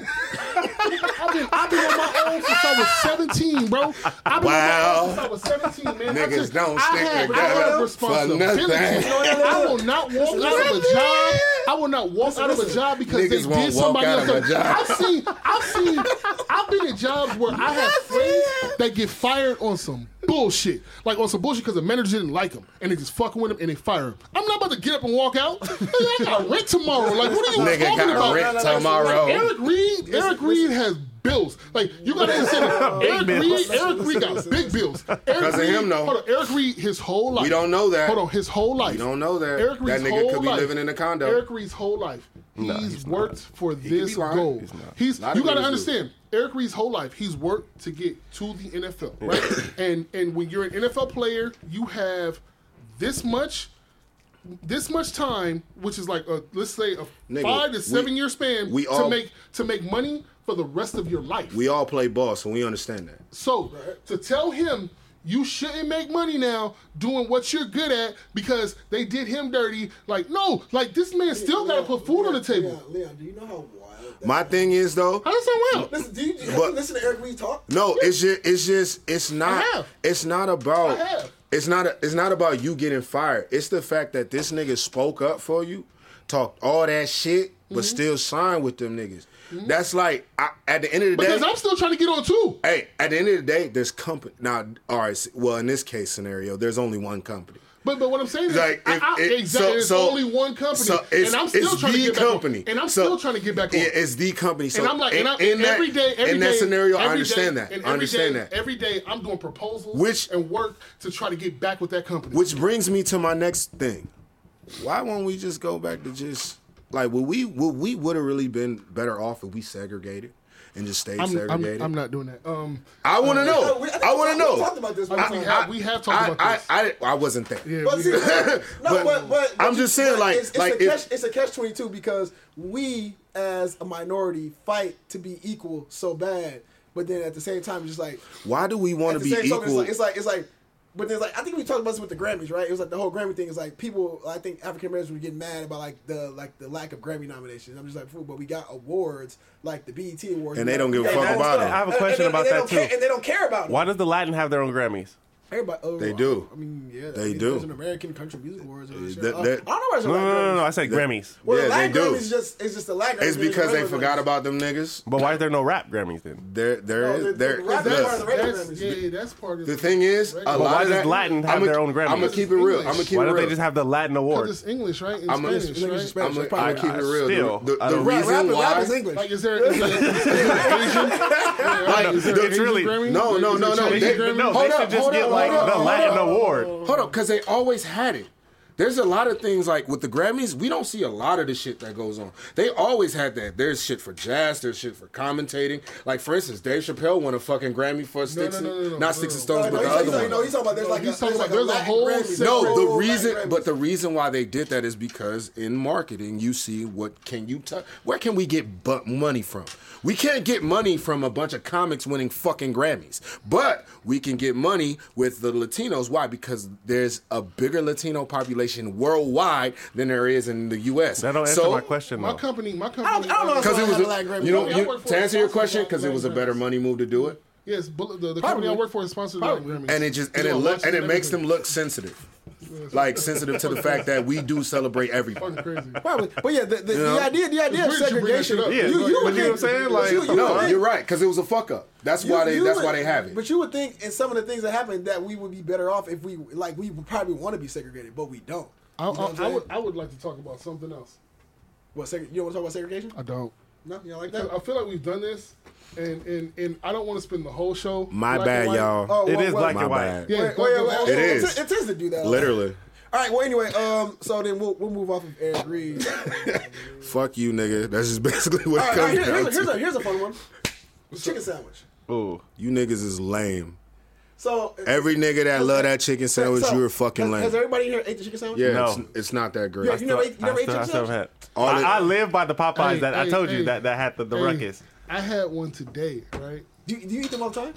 Speaker 6: been I've been on my own since I was seventeen, bro. I've been
Speaker 5: Wow.
Speaker 6: on my own since I was seventeen, man. I
Speaker 5: Niggas
Speaker 6: just,
Speaker 5: don't
Speaker 6: I
Speaker 5: stick
Speaker 6: have,
Speaker 5: together
Speaker 6: I
Speaker 5: for
Speaker 6: have
Speaker 5: nothing.
Speaker 6: responsibilities. I will not walk out of a job. I will not walk out of a job because
Speaker 5: Niggas
Speaker 6: they
Speaker 5: won't
Speaker 6: did
Speaker 5: walk
Speaker 6: somebody
Speaker 5: out
Speaker 6: else.
Speaker 5: of a job.
Speaker 6: I've seen, I've seen, I've been in jobs where I have friends that get fired on some bullshit, like on some bullshit because the manager didn't like them and they just fucking with them and they fire him. I'm not about to get up and walk out. Nigga, I got rent tomorrow. Like, what are you
Speaker 5: Nigga
Speaker 6: talking
Speaker 5: got
Speaker 6: about?
Speaker 5: rent
Speaker 7: no, no,
Speaker 5: tomorrow.
Speaker 6: Eric Reed, Eric Reed has bills. Like you gotta consider Eric
Speaker 4: bills.
Speaker 6: Reed. Eric Reed got big bills. Because
Speaker 5: of him, though.
Speaker 6: Hold on, Eric Reed, his whole life.
Speaker 5: We don't know that.
Speaker 6: Hold on, his whole life.
Speaker 5: We don't know that.
Speaker 6: Eric
Speaker 5: That
Speaker 6: Reed's
Speaker 5: nigga
Speaker 6: whole
Speaker 5: could be
Speaker 6: life-
Speaker 5: living in a condo.
Speaker 6: Eric Reed's whole life, he's,
Speaker 4: he's not.
Speaker 6: worked for
Speaker 5: be
Speaker 6: this
Speaker 5: lying.
Speaker 6: goal.
Speaker 5: He's not.
Speaker 6: He's,
Speaker 5: Lot of
Speaker 6: you gotta
Speaker 5: niggas do.
Speaker 6: understand. Eric Reed's whole life, he's worked to get to the NFL, right? and and when you're an NFL player, you have this much. This much time, which is like a, let's say a
Speaker 5: Nigga,
Speaker 6: five
Speaker 5: we-
Speaker 6: to seven year span,
Speaker 5: we
Speaker 6: to
Speaker 5: all-
Speaker 6: make to make money for the rest of your life.
Speaker 5: We all play ball, so we understand that.
Speaker 6: so to tell him you shouldn't make money now doing what you're good at because they did him dirty. Like no, like this man still got to put food on the table.
Speaker 7: Leon, Leon, do you know how wild that
Speaker 5: My thing is though,
Speaker 6: How does that sound well?
Speaker 7: Listen, do you, have
Speaker 5: But-
Speaker 7: you listen to Eric Reed talk?
Speaker 5: no, it's just it's just it's not
Speaker 6: have.
Speaker 5: it's not about
Speaker 6: I have.
Speaker 5: it's not it's not about you getting fired. It's the fact that this nigga spoke up for you, talked all that shit,
Speaker 6: Mm-hmm.
Speaker 5: but still signed with them niggas. That's like I, at the end of the day,
Speaker 6: Because I'm still trying to get on too.
Speaker 5: Hey, at the end of the day, there's company. Now, all right. s- Well, in this case scenario, there's only one company.
Speaker 6: But but what I'm saying is,
Speaker 5: Like,
Speaker 6: I,
Speaker 5: if
Speaker 6: I,
Speaker 5: it-
Speaker 6: exactly,
Speaker 5: so-
Speaker 6: it's
Speaker 5: so-
Speaker 6: only one company,
Speaker 5: so it's-
Speaker 6: and I'm still
Speaker 5: it's
Speaker 6: trying to
Speaker 5: the
Speaker 6: get
Speaker 5: company.
Speaker 6: back on. And I'm
Speaker 5: So-
Speaker 6: still trying to get back on.
Speaker 5: Yeah, it's the company. So
Speaker 6: and I'm like,
Speaker 5: in,
Speaker 6: and I'm,
Speaker 5: in that,
Speaker 6: every day, every
Speaker 5: in that
Speaker 6: day,
Speaker 5: scenario, I
Speaker 6: every
Speaker 5: understand
Speaker 6: day,
Speaker 5: that.
Speaker 6: and
Speaker 5: I
Speaker 6: every
Speaker 5: understand
Speaker 6: day-
Speaker 5: that.
Speaker 6: Every day, I'm doing proposals,
Speaker 5: Which-
Speaker 6: and work to try to get back with that company.
Speaker 5: Which brings me to my next thing. Why won't we just go back to just like would we would we would have really been better off if we segregated and just stayed
Speaker 6: I'm,
Speaker 5: segregated?
Speaker 6: I'm, I'm not doing that. Um,
Speaker 5: I want to know.
Speaker 7: we- I think
Speaker 5: I want to
Speaker 7: we
Speaker 5: know.
Speaker 7: talked about this one
Speaker 5: I-
Speaker 7: time.
Speaker 6: We have- we have talked
Speaker 5: I-
Speaker 6: about this.
Speaker 5: I, I, I wasn't there.
Speaker 6: yeah,
Speaker 7: But
Speaker 6: we-
Speaker 7: see, no, but, but, but
Speaker 5: I'm just saying,
Speaker 7: but
Speaker 5: like-
Speaker 7: it's, it's
Speaker 5: like
Speaker 7: a
Speaker 5: if-
Speaker 7: catch, it's a catch twenty two because we as a minority fight to be equal so bad, but then at the same time, just like
Speaker 5: Why do we want to
Speaker 7: at the
Speaker 5: be
Speaker 7: same
Speaker 5: equal?
Speaker 7: token, it's like, it's like it's like, but there's like I think we talked about this with the Grammys, right? It was like the whole Grammy thing is like people. I think African Americans were getting mad about like the like the lack of Grammy nominations. I'm just like, fool, but we got awards like the BET awards,
Speaker 5: And they don't give a
Speaker 7: And
Speaker 5: fuck
Speaker 7: that's
Speaker 5: about
Speaker 7: what-
Speaker 5: it.
Speaker 4: I have a
Speaker 7: and-
Speaker 4: question
Speaker 7: and they-
Speaker 4: about
Speaker 7: and they
Speaker 4: that,
Speaker 7: don't care-
Speaker 4: too.
Speaker 7: And they don't care about it.
Speaker 4: Why does the Latin have their own Grammys?
Speaker 7: Everybody, oh,
Speaker 5: They do.
Speaker 7: I mean, yeah,
Speaker 5: They
Speaker 7: I mean,
Speaker 5: do.
Speaker 7: There's an American Country Music Awards. Or
Speaker 5: They-
Speaker 7: shit.
Speaker 5: that-
Speaker 7: Uh,
Speaker 5: that-
Speaker 7: I don't know why it's a
Speaker 4: No, no,
Speaker 7: Latin
Speaker 4: no,
Speaker 7: Grammys.
Speaker 4: no. I said Grammys.
Speaker 7: Well,
Speaker 5: Yeah,
Speaker 7: the Latin
Speaker 5: they do.
Speaker 7: Grammys just it's just the Latin.
Speaker 5: it's
Speaker 7: Grammys.
Speaker 5: because they
Speaker 7: There's no
Speaker 5: forgot
Speaker 7: Grammys.
Speaker 5: about them niggas.
Speaker 4: But why is there no rap Grammys then?
Speaker 5: There, there
Speaker 7: No,
Speaker 5: is.
Speaker 7: the-
Speaker 5: there.
Speaker 7: the rap
Speaker 5: look,
Speaker 7: part of the rap-
Speaker 6: that's, yeah, that's part of
Speaker 5: The thing is, a
Speaker 6: But
Speaker 5: lot
Speaker 4: why does
Speaker 5: of that,
Speaker 4: Latin have
Speaker 5: I'ma-
Speaker 4: their own Grammys?
Speaker 5: I'ma keep it real. I'm gonna
Speaker 6: English.
Speaker 5: keep
Speaker 4: Why
Speaker 5: it
Speaker 4: don't
Speaker 5: real.
Speaker 4: they just have the Latin
Speaker 6: Because
Speaker 4: awards?
Speaker 6: it's English, right? And
Speaker 5: I'ma-
Speaker 6: Spanish,
Speaker 5: I'ma-
Speaker 6: right?
Speaker 5: I'm
Speaker 7: Spanish,
Speaker 5: gonna keep
Speaker 4: I- I
Speaker 5: it real.
Speaker 4: still-
Speaker 5: The- the
Speaker 4: I
Speaker 5: the
Speaker 4: don't-
Speaker 7: Rap,
Speaker 5: reason
Speaker 7: rap, and rap is
Speaker 5: why.
Speaker 7: English.
Speaker 6: Like, is there, is there, is there Asian? Like, is there
Speaker 4: it's
Speaker 6: an Asian
Speaker 4: really-
Speaker 6: Grammy?
Speaker 5: No, no,
Speaker 6: Is
Speaker 5: no,
Speaker 6: there
Speaker 5: no.
Speaker 6: Chinese
Speaker 5: They-
Speaker 6: Grammy?
Speaker 4: no,
Speaker 5: Hold
Speaker 4: they
Speaker 5: up,
Speaker 4: should just
Speaker 5: hold
Speaker 4: get
Speaker 5: up,
Speaker 4: like
Speaker 5: hold up,
Speaker 4: the
Speaker 5: hold
Speaker 4: Latin
Speaker 5: up.
Speaker 4: award.
Speaker 5: Hold up, because they always had it. There's a lot of things like with the Grammys, we don't see a lot of the shit that goes on. They always had that. There's shit for jazz, there's shit for commentating. Like for instance, Dave Chappelle won a fucking Grammy for Sticks
Speaker 6: no, no,
Speaker 5: and
Speaker 6: no,
Speaker 5: not
Speaker 6: no,
Speaker 5: Sticks and
Speaker 6: no.
Speaker 5: Stones,
Speaker 3: no,
Speaker 5: but
Speaker 3: he's
Speaker 5: the
Speaker 3: talking
Speaker 5: other one.
Speaker 3: no, he's talking about there's
Speaker 6: No,
Speaker 3: like a,
Speaker 6: he's talking
Speaker 3: like
Speaker 6: about there's a
Speaker 3: Latin
Speaker 6: whole
Speaker 3: Grammy,
Speaker 6: separate-
Speaker 5: No,
Speaker 3: whole
Speaker 5: the
Speaker 3: Latin
Speaker 5: reason,
Speaker 3: Grammys.
Speaker 5: but the reason why they did that is because in marketing, you see what can you touch, where can we get bu- money from? We can't get money from a bunch of comics winning fucking Grammys, but we can get money with the Latinos. Why? Because there's a bigger Latino population worldwide than there is in the U.S.
Speaker 4: That don't answer
Speaker 5: so,
Speaker 4: my question
Speaker 6: My
Speaker 4: though.
Speaker 6: company, my company.
Speaker 3: I don't know
Speaker 6: uh,
Speaker 5: Because it was,
Speaker 3: I had a
Speaker 5: a,
Speaker 3: Latin
Speaker 5: you know,
Speaker 6: Grammy. I
Speaker 5: you,
Speaker 6: work for
Speaker 5: to
Speaker 6: a
Speaker 5: answer your
Speaker 6: sponsor
Speaker 5: question,
Speaker 6: of
Speaker 5: because it was a
Speaker 6: Latin
Speaker 5: better
Speaker 6: Grammys.
Speaker 5: money move to do it,
Speaker 6: Yes, but the, the company I work for is sponsored by Grammys.
Speaker 5: and it just and
Speaker 6: They
Speaker 5: it
Speaker 6: do a
Speaker 5: look
Speaker 6: lot
Speaker 5: and
Speaker 6: of
Speaker 5: it makes
Speaker 6: shit
Speaker 5: them look sensitive, like sensitive to the fact that we do celebrate everyone.
Speaker 6: Fucking crazy.
Speaker 9: Probably. But yeah, the, the,
Speaker 5: know?
Speaker 9: the idea, the idea of
Speaker 6: It's weird you bring that
Speaker 9: segregation.
Speaker 6: shit up.
Speaker 4: Yeah,
Speaker 6: You-
Speaker 4: but
Speaker 6: you
Speaker 4: you
Speaker 6: would
Speaker 4: know what I'm
Speaker 6: think-
Speaker 4: saying? Like,
Speaker 9: you-
Speaker 4: come
Speaker 9: you-
Speaker 4: on.
Speaker 5: No,
Speaker 9: Right.
Speaker 5: you're right, because it was a fuck up. That's why they.
Speaker 3: you
Speaker 5: That's
Speaker 3: would-
Speaker 5: why they have it.
Speaker 3: But you would think in some of the things that happened that we would be better off if we like we would probably want to be segregated, but we don't. You
Speaker 6: I,
Speaker 3: know what I'm
Speaker 6: I, I
Speaker 3: saying?
Speaker 6: would, I would like to talk about something else.
Speaker 3: What seg- you don't want to talk about segregation?
Speaker 6: I don't.
Speaker 3: No, you don't like that.
Speaker 6: I feel like we've done this, and and and I don't want to spend the whole show.
Speaker 5: My
Speaker 6: black
Speaker 5: bad,
Speaker 6: and white.
Speaker 5: y'all.
Speaker 3: Oh,
Speaker 4: It
Speaker 3: well,
Speaker 4: is
Speaker 3: well,
Speaker 4: black and
Speaker 5: bad.
Speaker 4: white.
Speaker 6: Yeah,
Speaker 3: Wait,
Speaker 6: don't
Speaker 3: wait,
Speaker 6: go-
Speaker 3: wait,
Speaker 5: It
Speaker 3: it
Speaker 5: is.
Speaker 3: is. It is to do that.
Speaker 5: Literally,
Speaker 3: All right. Well, anyway, um, so then we'll we'll move off of Eric Reed.
Speaker 5: fuck you, nigga. That's just basically what
Speaker 3: All right,
Speaker 5: it
Speaker 3: all right
Speaker 5: comes
Speaker 3: Uh, here- here's, a,
Speaker 5: down
Speaker 3: here's, a,
Speaker 5: to.
Speaker 3: here's a fun one. The chicken sandwich.
Speaker 4: Ooh,
Speaker 5: You niggas is lame.
Speaker 3: So
Speaker 5: Every nigga that love that chicken sandwich,
Speaker 3: so,
Speaker 5: you're fucking
Speaker 3: has, Has
Speaker 5: lame.
Speaker 3: everybody here ate the chicken sandwich?
Speaker 5: Yeah,
Speaker 4: No.
Speaker 5: it's, it's not that
Speaker 3: Yeah,
Speaker 5: great.
Speaker 3: you never ate, you never ate
Speaker 4: I still, I
Speaker 3: chicken
Speaker 4: still
Speaker 3: sandwich.
Speaker 4: had.
Speaker 5: All
Speaker 4: I,
Speaker 5: it-
Speaker 4: I live by the Popeyes
Speaker 6: Hey,
Speaker 4: that I
Speaker 6: hey,
Speaker 4: told you
Speaker 6: hey.
Speaker 4: that that had the, the
Speaker 6: Hey,
Speaker 4: ruckus.
Speaker 6: I had one today, right?
Speaker 3: Do you, do you eat them all the time?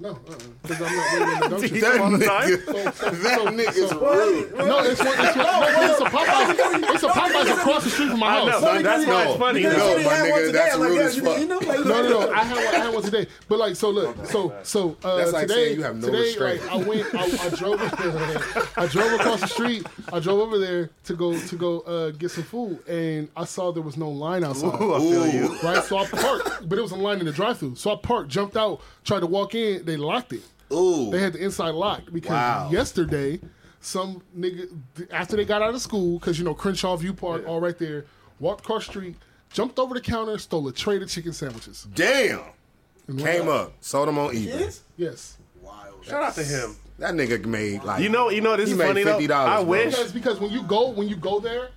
Speaker 6: No, uh-uh. 'Cause I'm not really in the
Speaker 4: Eat
Speaker 6: dungeon.
Speaker 5: That
Speaker 4: them all the
Speaker 5: nigga-
Speaker 4: time?
Speaker 5: That nigga's rude.
Speaker 6: No, it's one. It's, one, no, it's a Popeyes. It's a Popeyes across the street from my
Speaker 4: I know.
Speaker 6: house.
Speaker 4: but That's why
Speaker 5: No,
Speaker 4: it's funny.
Speaker 5: no,
Speaker 4: though.
Speaker 5: my
Speaker 3: you had one
Speaker 5: nigga,
Speaker 3: today.
Speaker 5: that's
Speaker 3: I'm like,
Speaker 5: rude
Speaker 3: yeah,
Speaker 5: as
Speaker 3: you didn't
Speaker 5: fuck.
Speaker 3: eat them? Like,
Speaker 6: No, no, no. I had one. I had one today. But like, so look, so so uh,
Speaker 5: That's like
Speaker 6: today,
Speaker 5: saying you have no
Speaker 6: today,
Speaker 5: restraint.
Speaker 6: like, I went, I, I drove, I drove across the street. I drove over there to go to go uh, get some food, and I saw there was no line outside.
Speaker 4: Ooh, I feel you.
Speaker 6: Right, so I parked, but it was a line in the drive-through. So I parked, jumped out, tried to walk in. They locked it.
Speaker 5: Ooh.
Speaker 6: They had the inside lock because
Speaker 5: Wow.
Speaker 6: yesterday, some nigga th- after they got out of school, because you know Crenshaw View Park, all right there, walked across the street, jumped over the counter, stole a tray of chicken sandwiches.
Speaker 5: Damn. Came up, sold them on eBay.
Speaker 3: Kids?
Speaker 6: Yes,
Speaker 4: Shout out to him.
Speaker 5: That nigga made like
Speaker 4: You know, you know this
Speaker 5: He
Speaker 4: is
Speaker 5: made
Speaker 4: funny though.
Speaker 5: $50,
Speaker 4: I
Speaker 5: bro.
Speaker 4: wish
Speaker 6: because because when you go when you go there.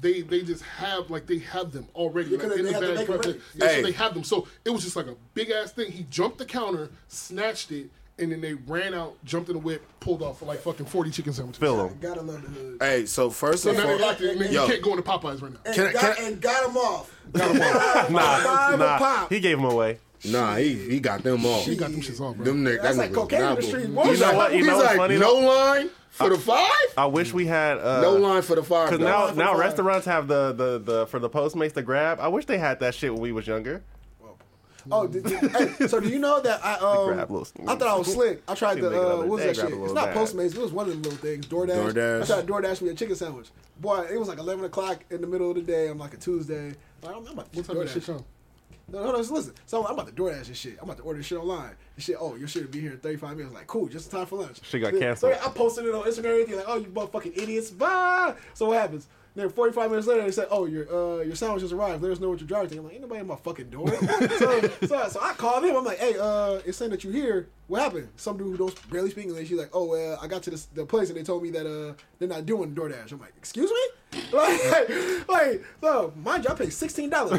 Speaker 6: They, they just have like they have them already
Speaker 3: Because
Speaker 6: like,
Speaker 3: they
Speaker 6: in the
Speaker 3: have to
Speaker 6: bag
Speaker 3: make it
Speaker 6: prepped.
Speaker 3: ready.
Speaker 6: Yeah, so
Speaker 5: Hey.
Speaker 6: they have them. So it was just like a big ass thing. He jumped the counter, snatched it, and then they ran out, jumped in the whip, pulled off for like fucking forty chicken sandwiches.
Speaker 4: Fill him.
Speaker 3: Gotta love the hood.
Speaker 5: Hey, so first
Speaker 6: So
Speaker 5: and
Speaker 6: now they
Speaker 5: foremost,
Speaker 6: locked it. and then
Speaker 5: Yo.
Speaker 6: You can't go into Popeyes right now.
Speaker 3: And,
Speaker 5: Can I-
Speaker 3: got,
Speaker 5: can I-
Speaker 3: and got him off.
Speaker 4: Nah,
Speaker 3: Five a
Speaker 4: nah.
Speaker 3: pop.
Speaker 4: He gave him away.
Speaker 5: nah, he, he got them all.
Speaker 6: He got them shits off, bro.
Speaker 5: Them niggas,
Speaker 3: That's
Speaker 5: that
Speaker 3: like
Speaker 5: nigga
Speaker 3: cocaine in the
Speaker 5: gobble.
Speaker 3: street, boy.
Speaker 5: He's
Speaker 4: You know
Speaker 5: like,
Speaker 4: what- you
Speaker 5: he's
Speaker 4: know what's
Speaker 5: like,
Speaker 4: funny
Speaker 5: no line for the five.
Speaker 4: I wish we had uh,
Speaker 5: no line for the five.
Speaker 4: Cause
Speaker 5: dog.
Speaker 4: now,
Speaker 3: for
Speaker 4: now
Speaker 3: five.
Speaker 4: restaurants have the, the the for the Postmates the grab. I wish they had that shit when we was younger.
Speaker 3: Oh, did, did, hey, so do you know that I um,
Speaker 4: grab little sneaks.
Speaker 3: I thought I was slick. I tried
Speaker 4: They
Speaker 3: the
Speaker 4: make another-
Speaker 3: uh, what was
Speaker 4: they
Speaker 3: that
Speaker 4: grab
Speaker 3: shit?
Speaker 4: a little
Speaker 3: It's not
Speaker 4: bag.
Speaker 3: Postmates. It was one of them little things. DoorDash.
Speaker 5: DoorDash.
Speaker 3: I tried to DoorDash me a chicken sandwich. Boy, it was like eleven o'clock in the middle of the day on like a Tuesday. Like, I'm, I'm about to
Speaker 6: What time did
Speaker 3: DoorDash
Speaker 6: that come?
Speaker 3: No, no, no, just listen. So I'm about to DoorDash this shit. I'm about to order this shit online. This shit, oh, your shit will be here in 35 minutes. Like, cool, just in time for lunch.
Speaker 4: Shit got
Speaker 3: So-
Speaker 4: canceled.
Speaker 3: So I posted it on Instagram and everything, like, oh, you motherfucking idiots. Bye. So what happens? Then 45 minutes later, they said, oh, your uh, your sandwich just arrived. Let us know what your driver's taking. I'm like, ain't nobody in my fucking door. so, so, so I called him. I'm like, hey, uh, it's saying that you here. What happened? Some dude who don't barely speak English, he's like, oh, well, I got to this, the place and they told me that uh, they're not doing DoorDash. I'm like, excuse me? Like, like, so mind you, I paid sixteen dollars,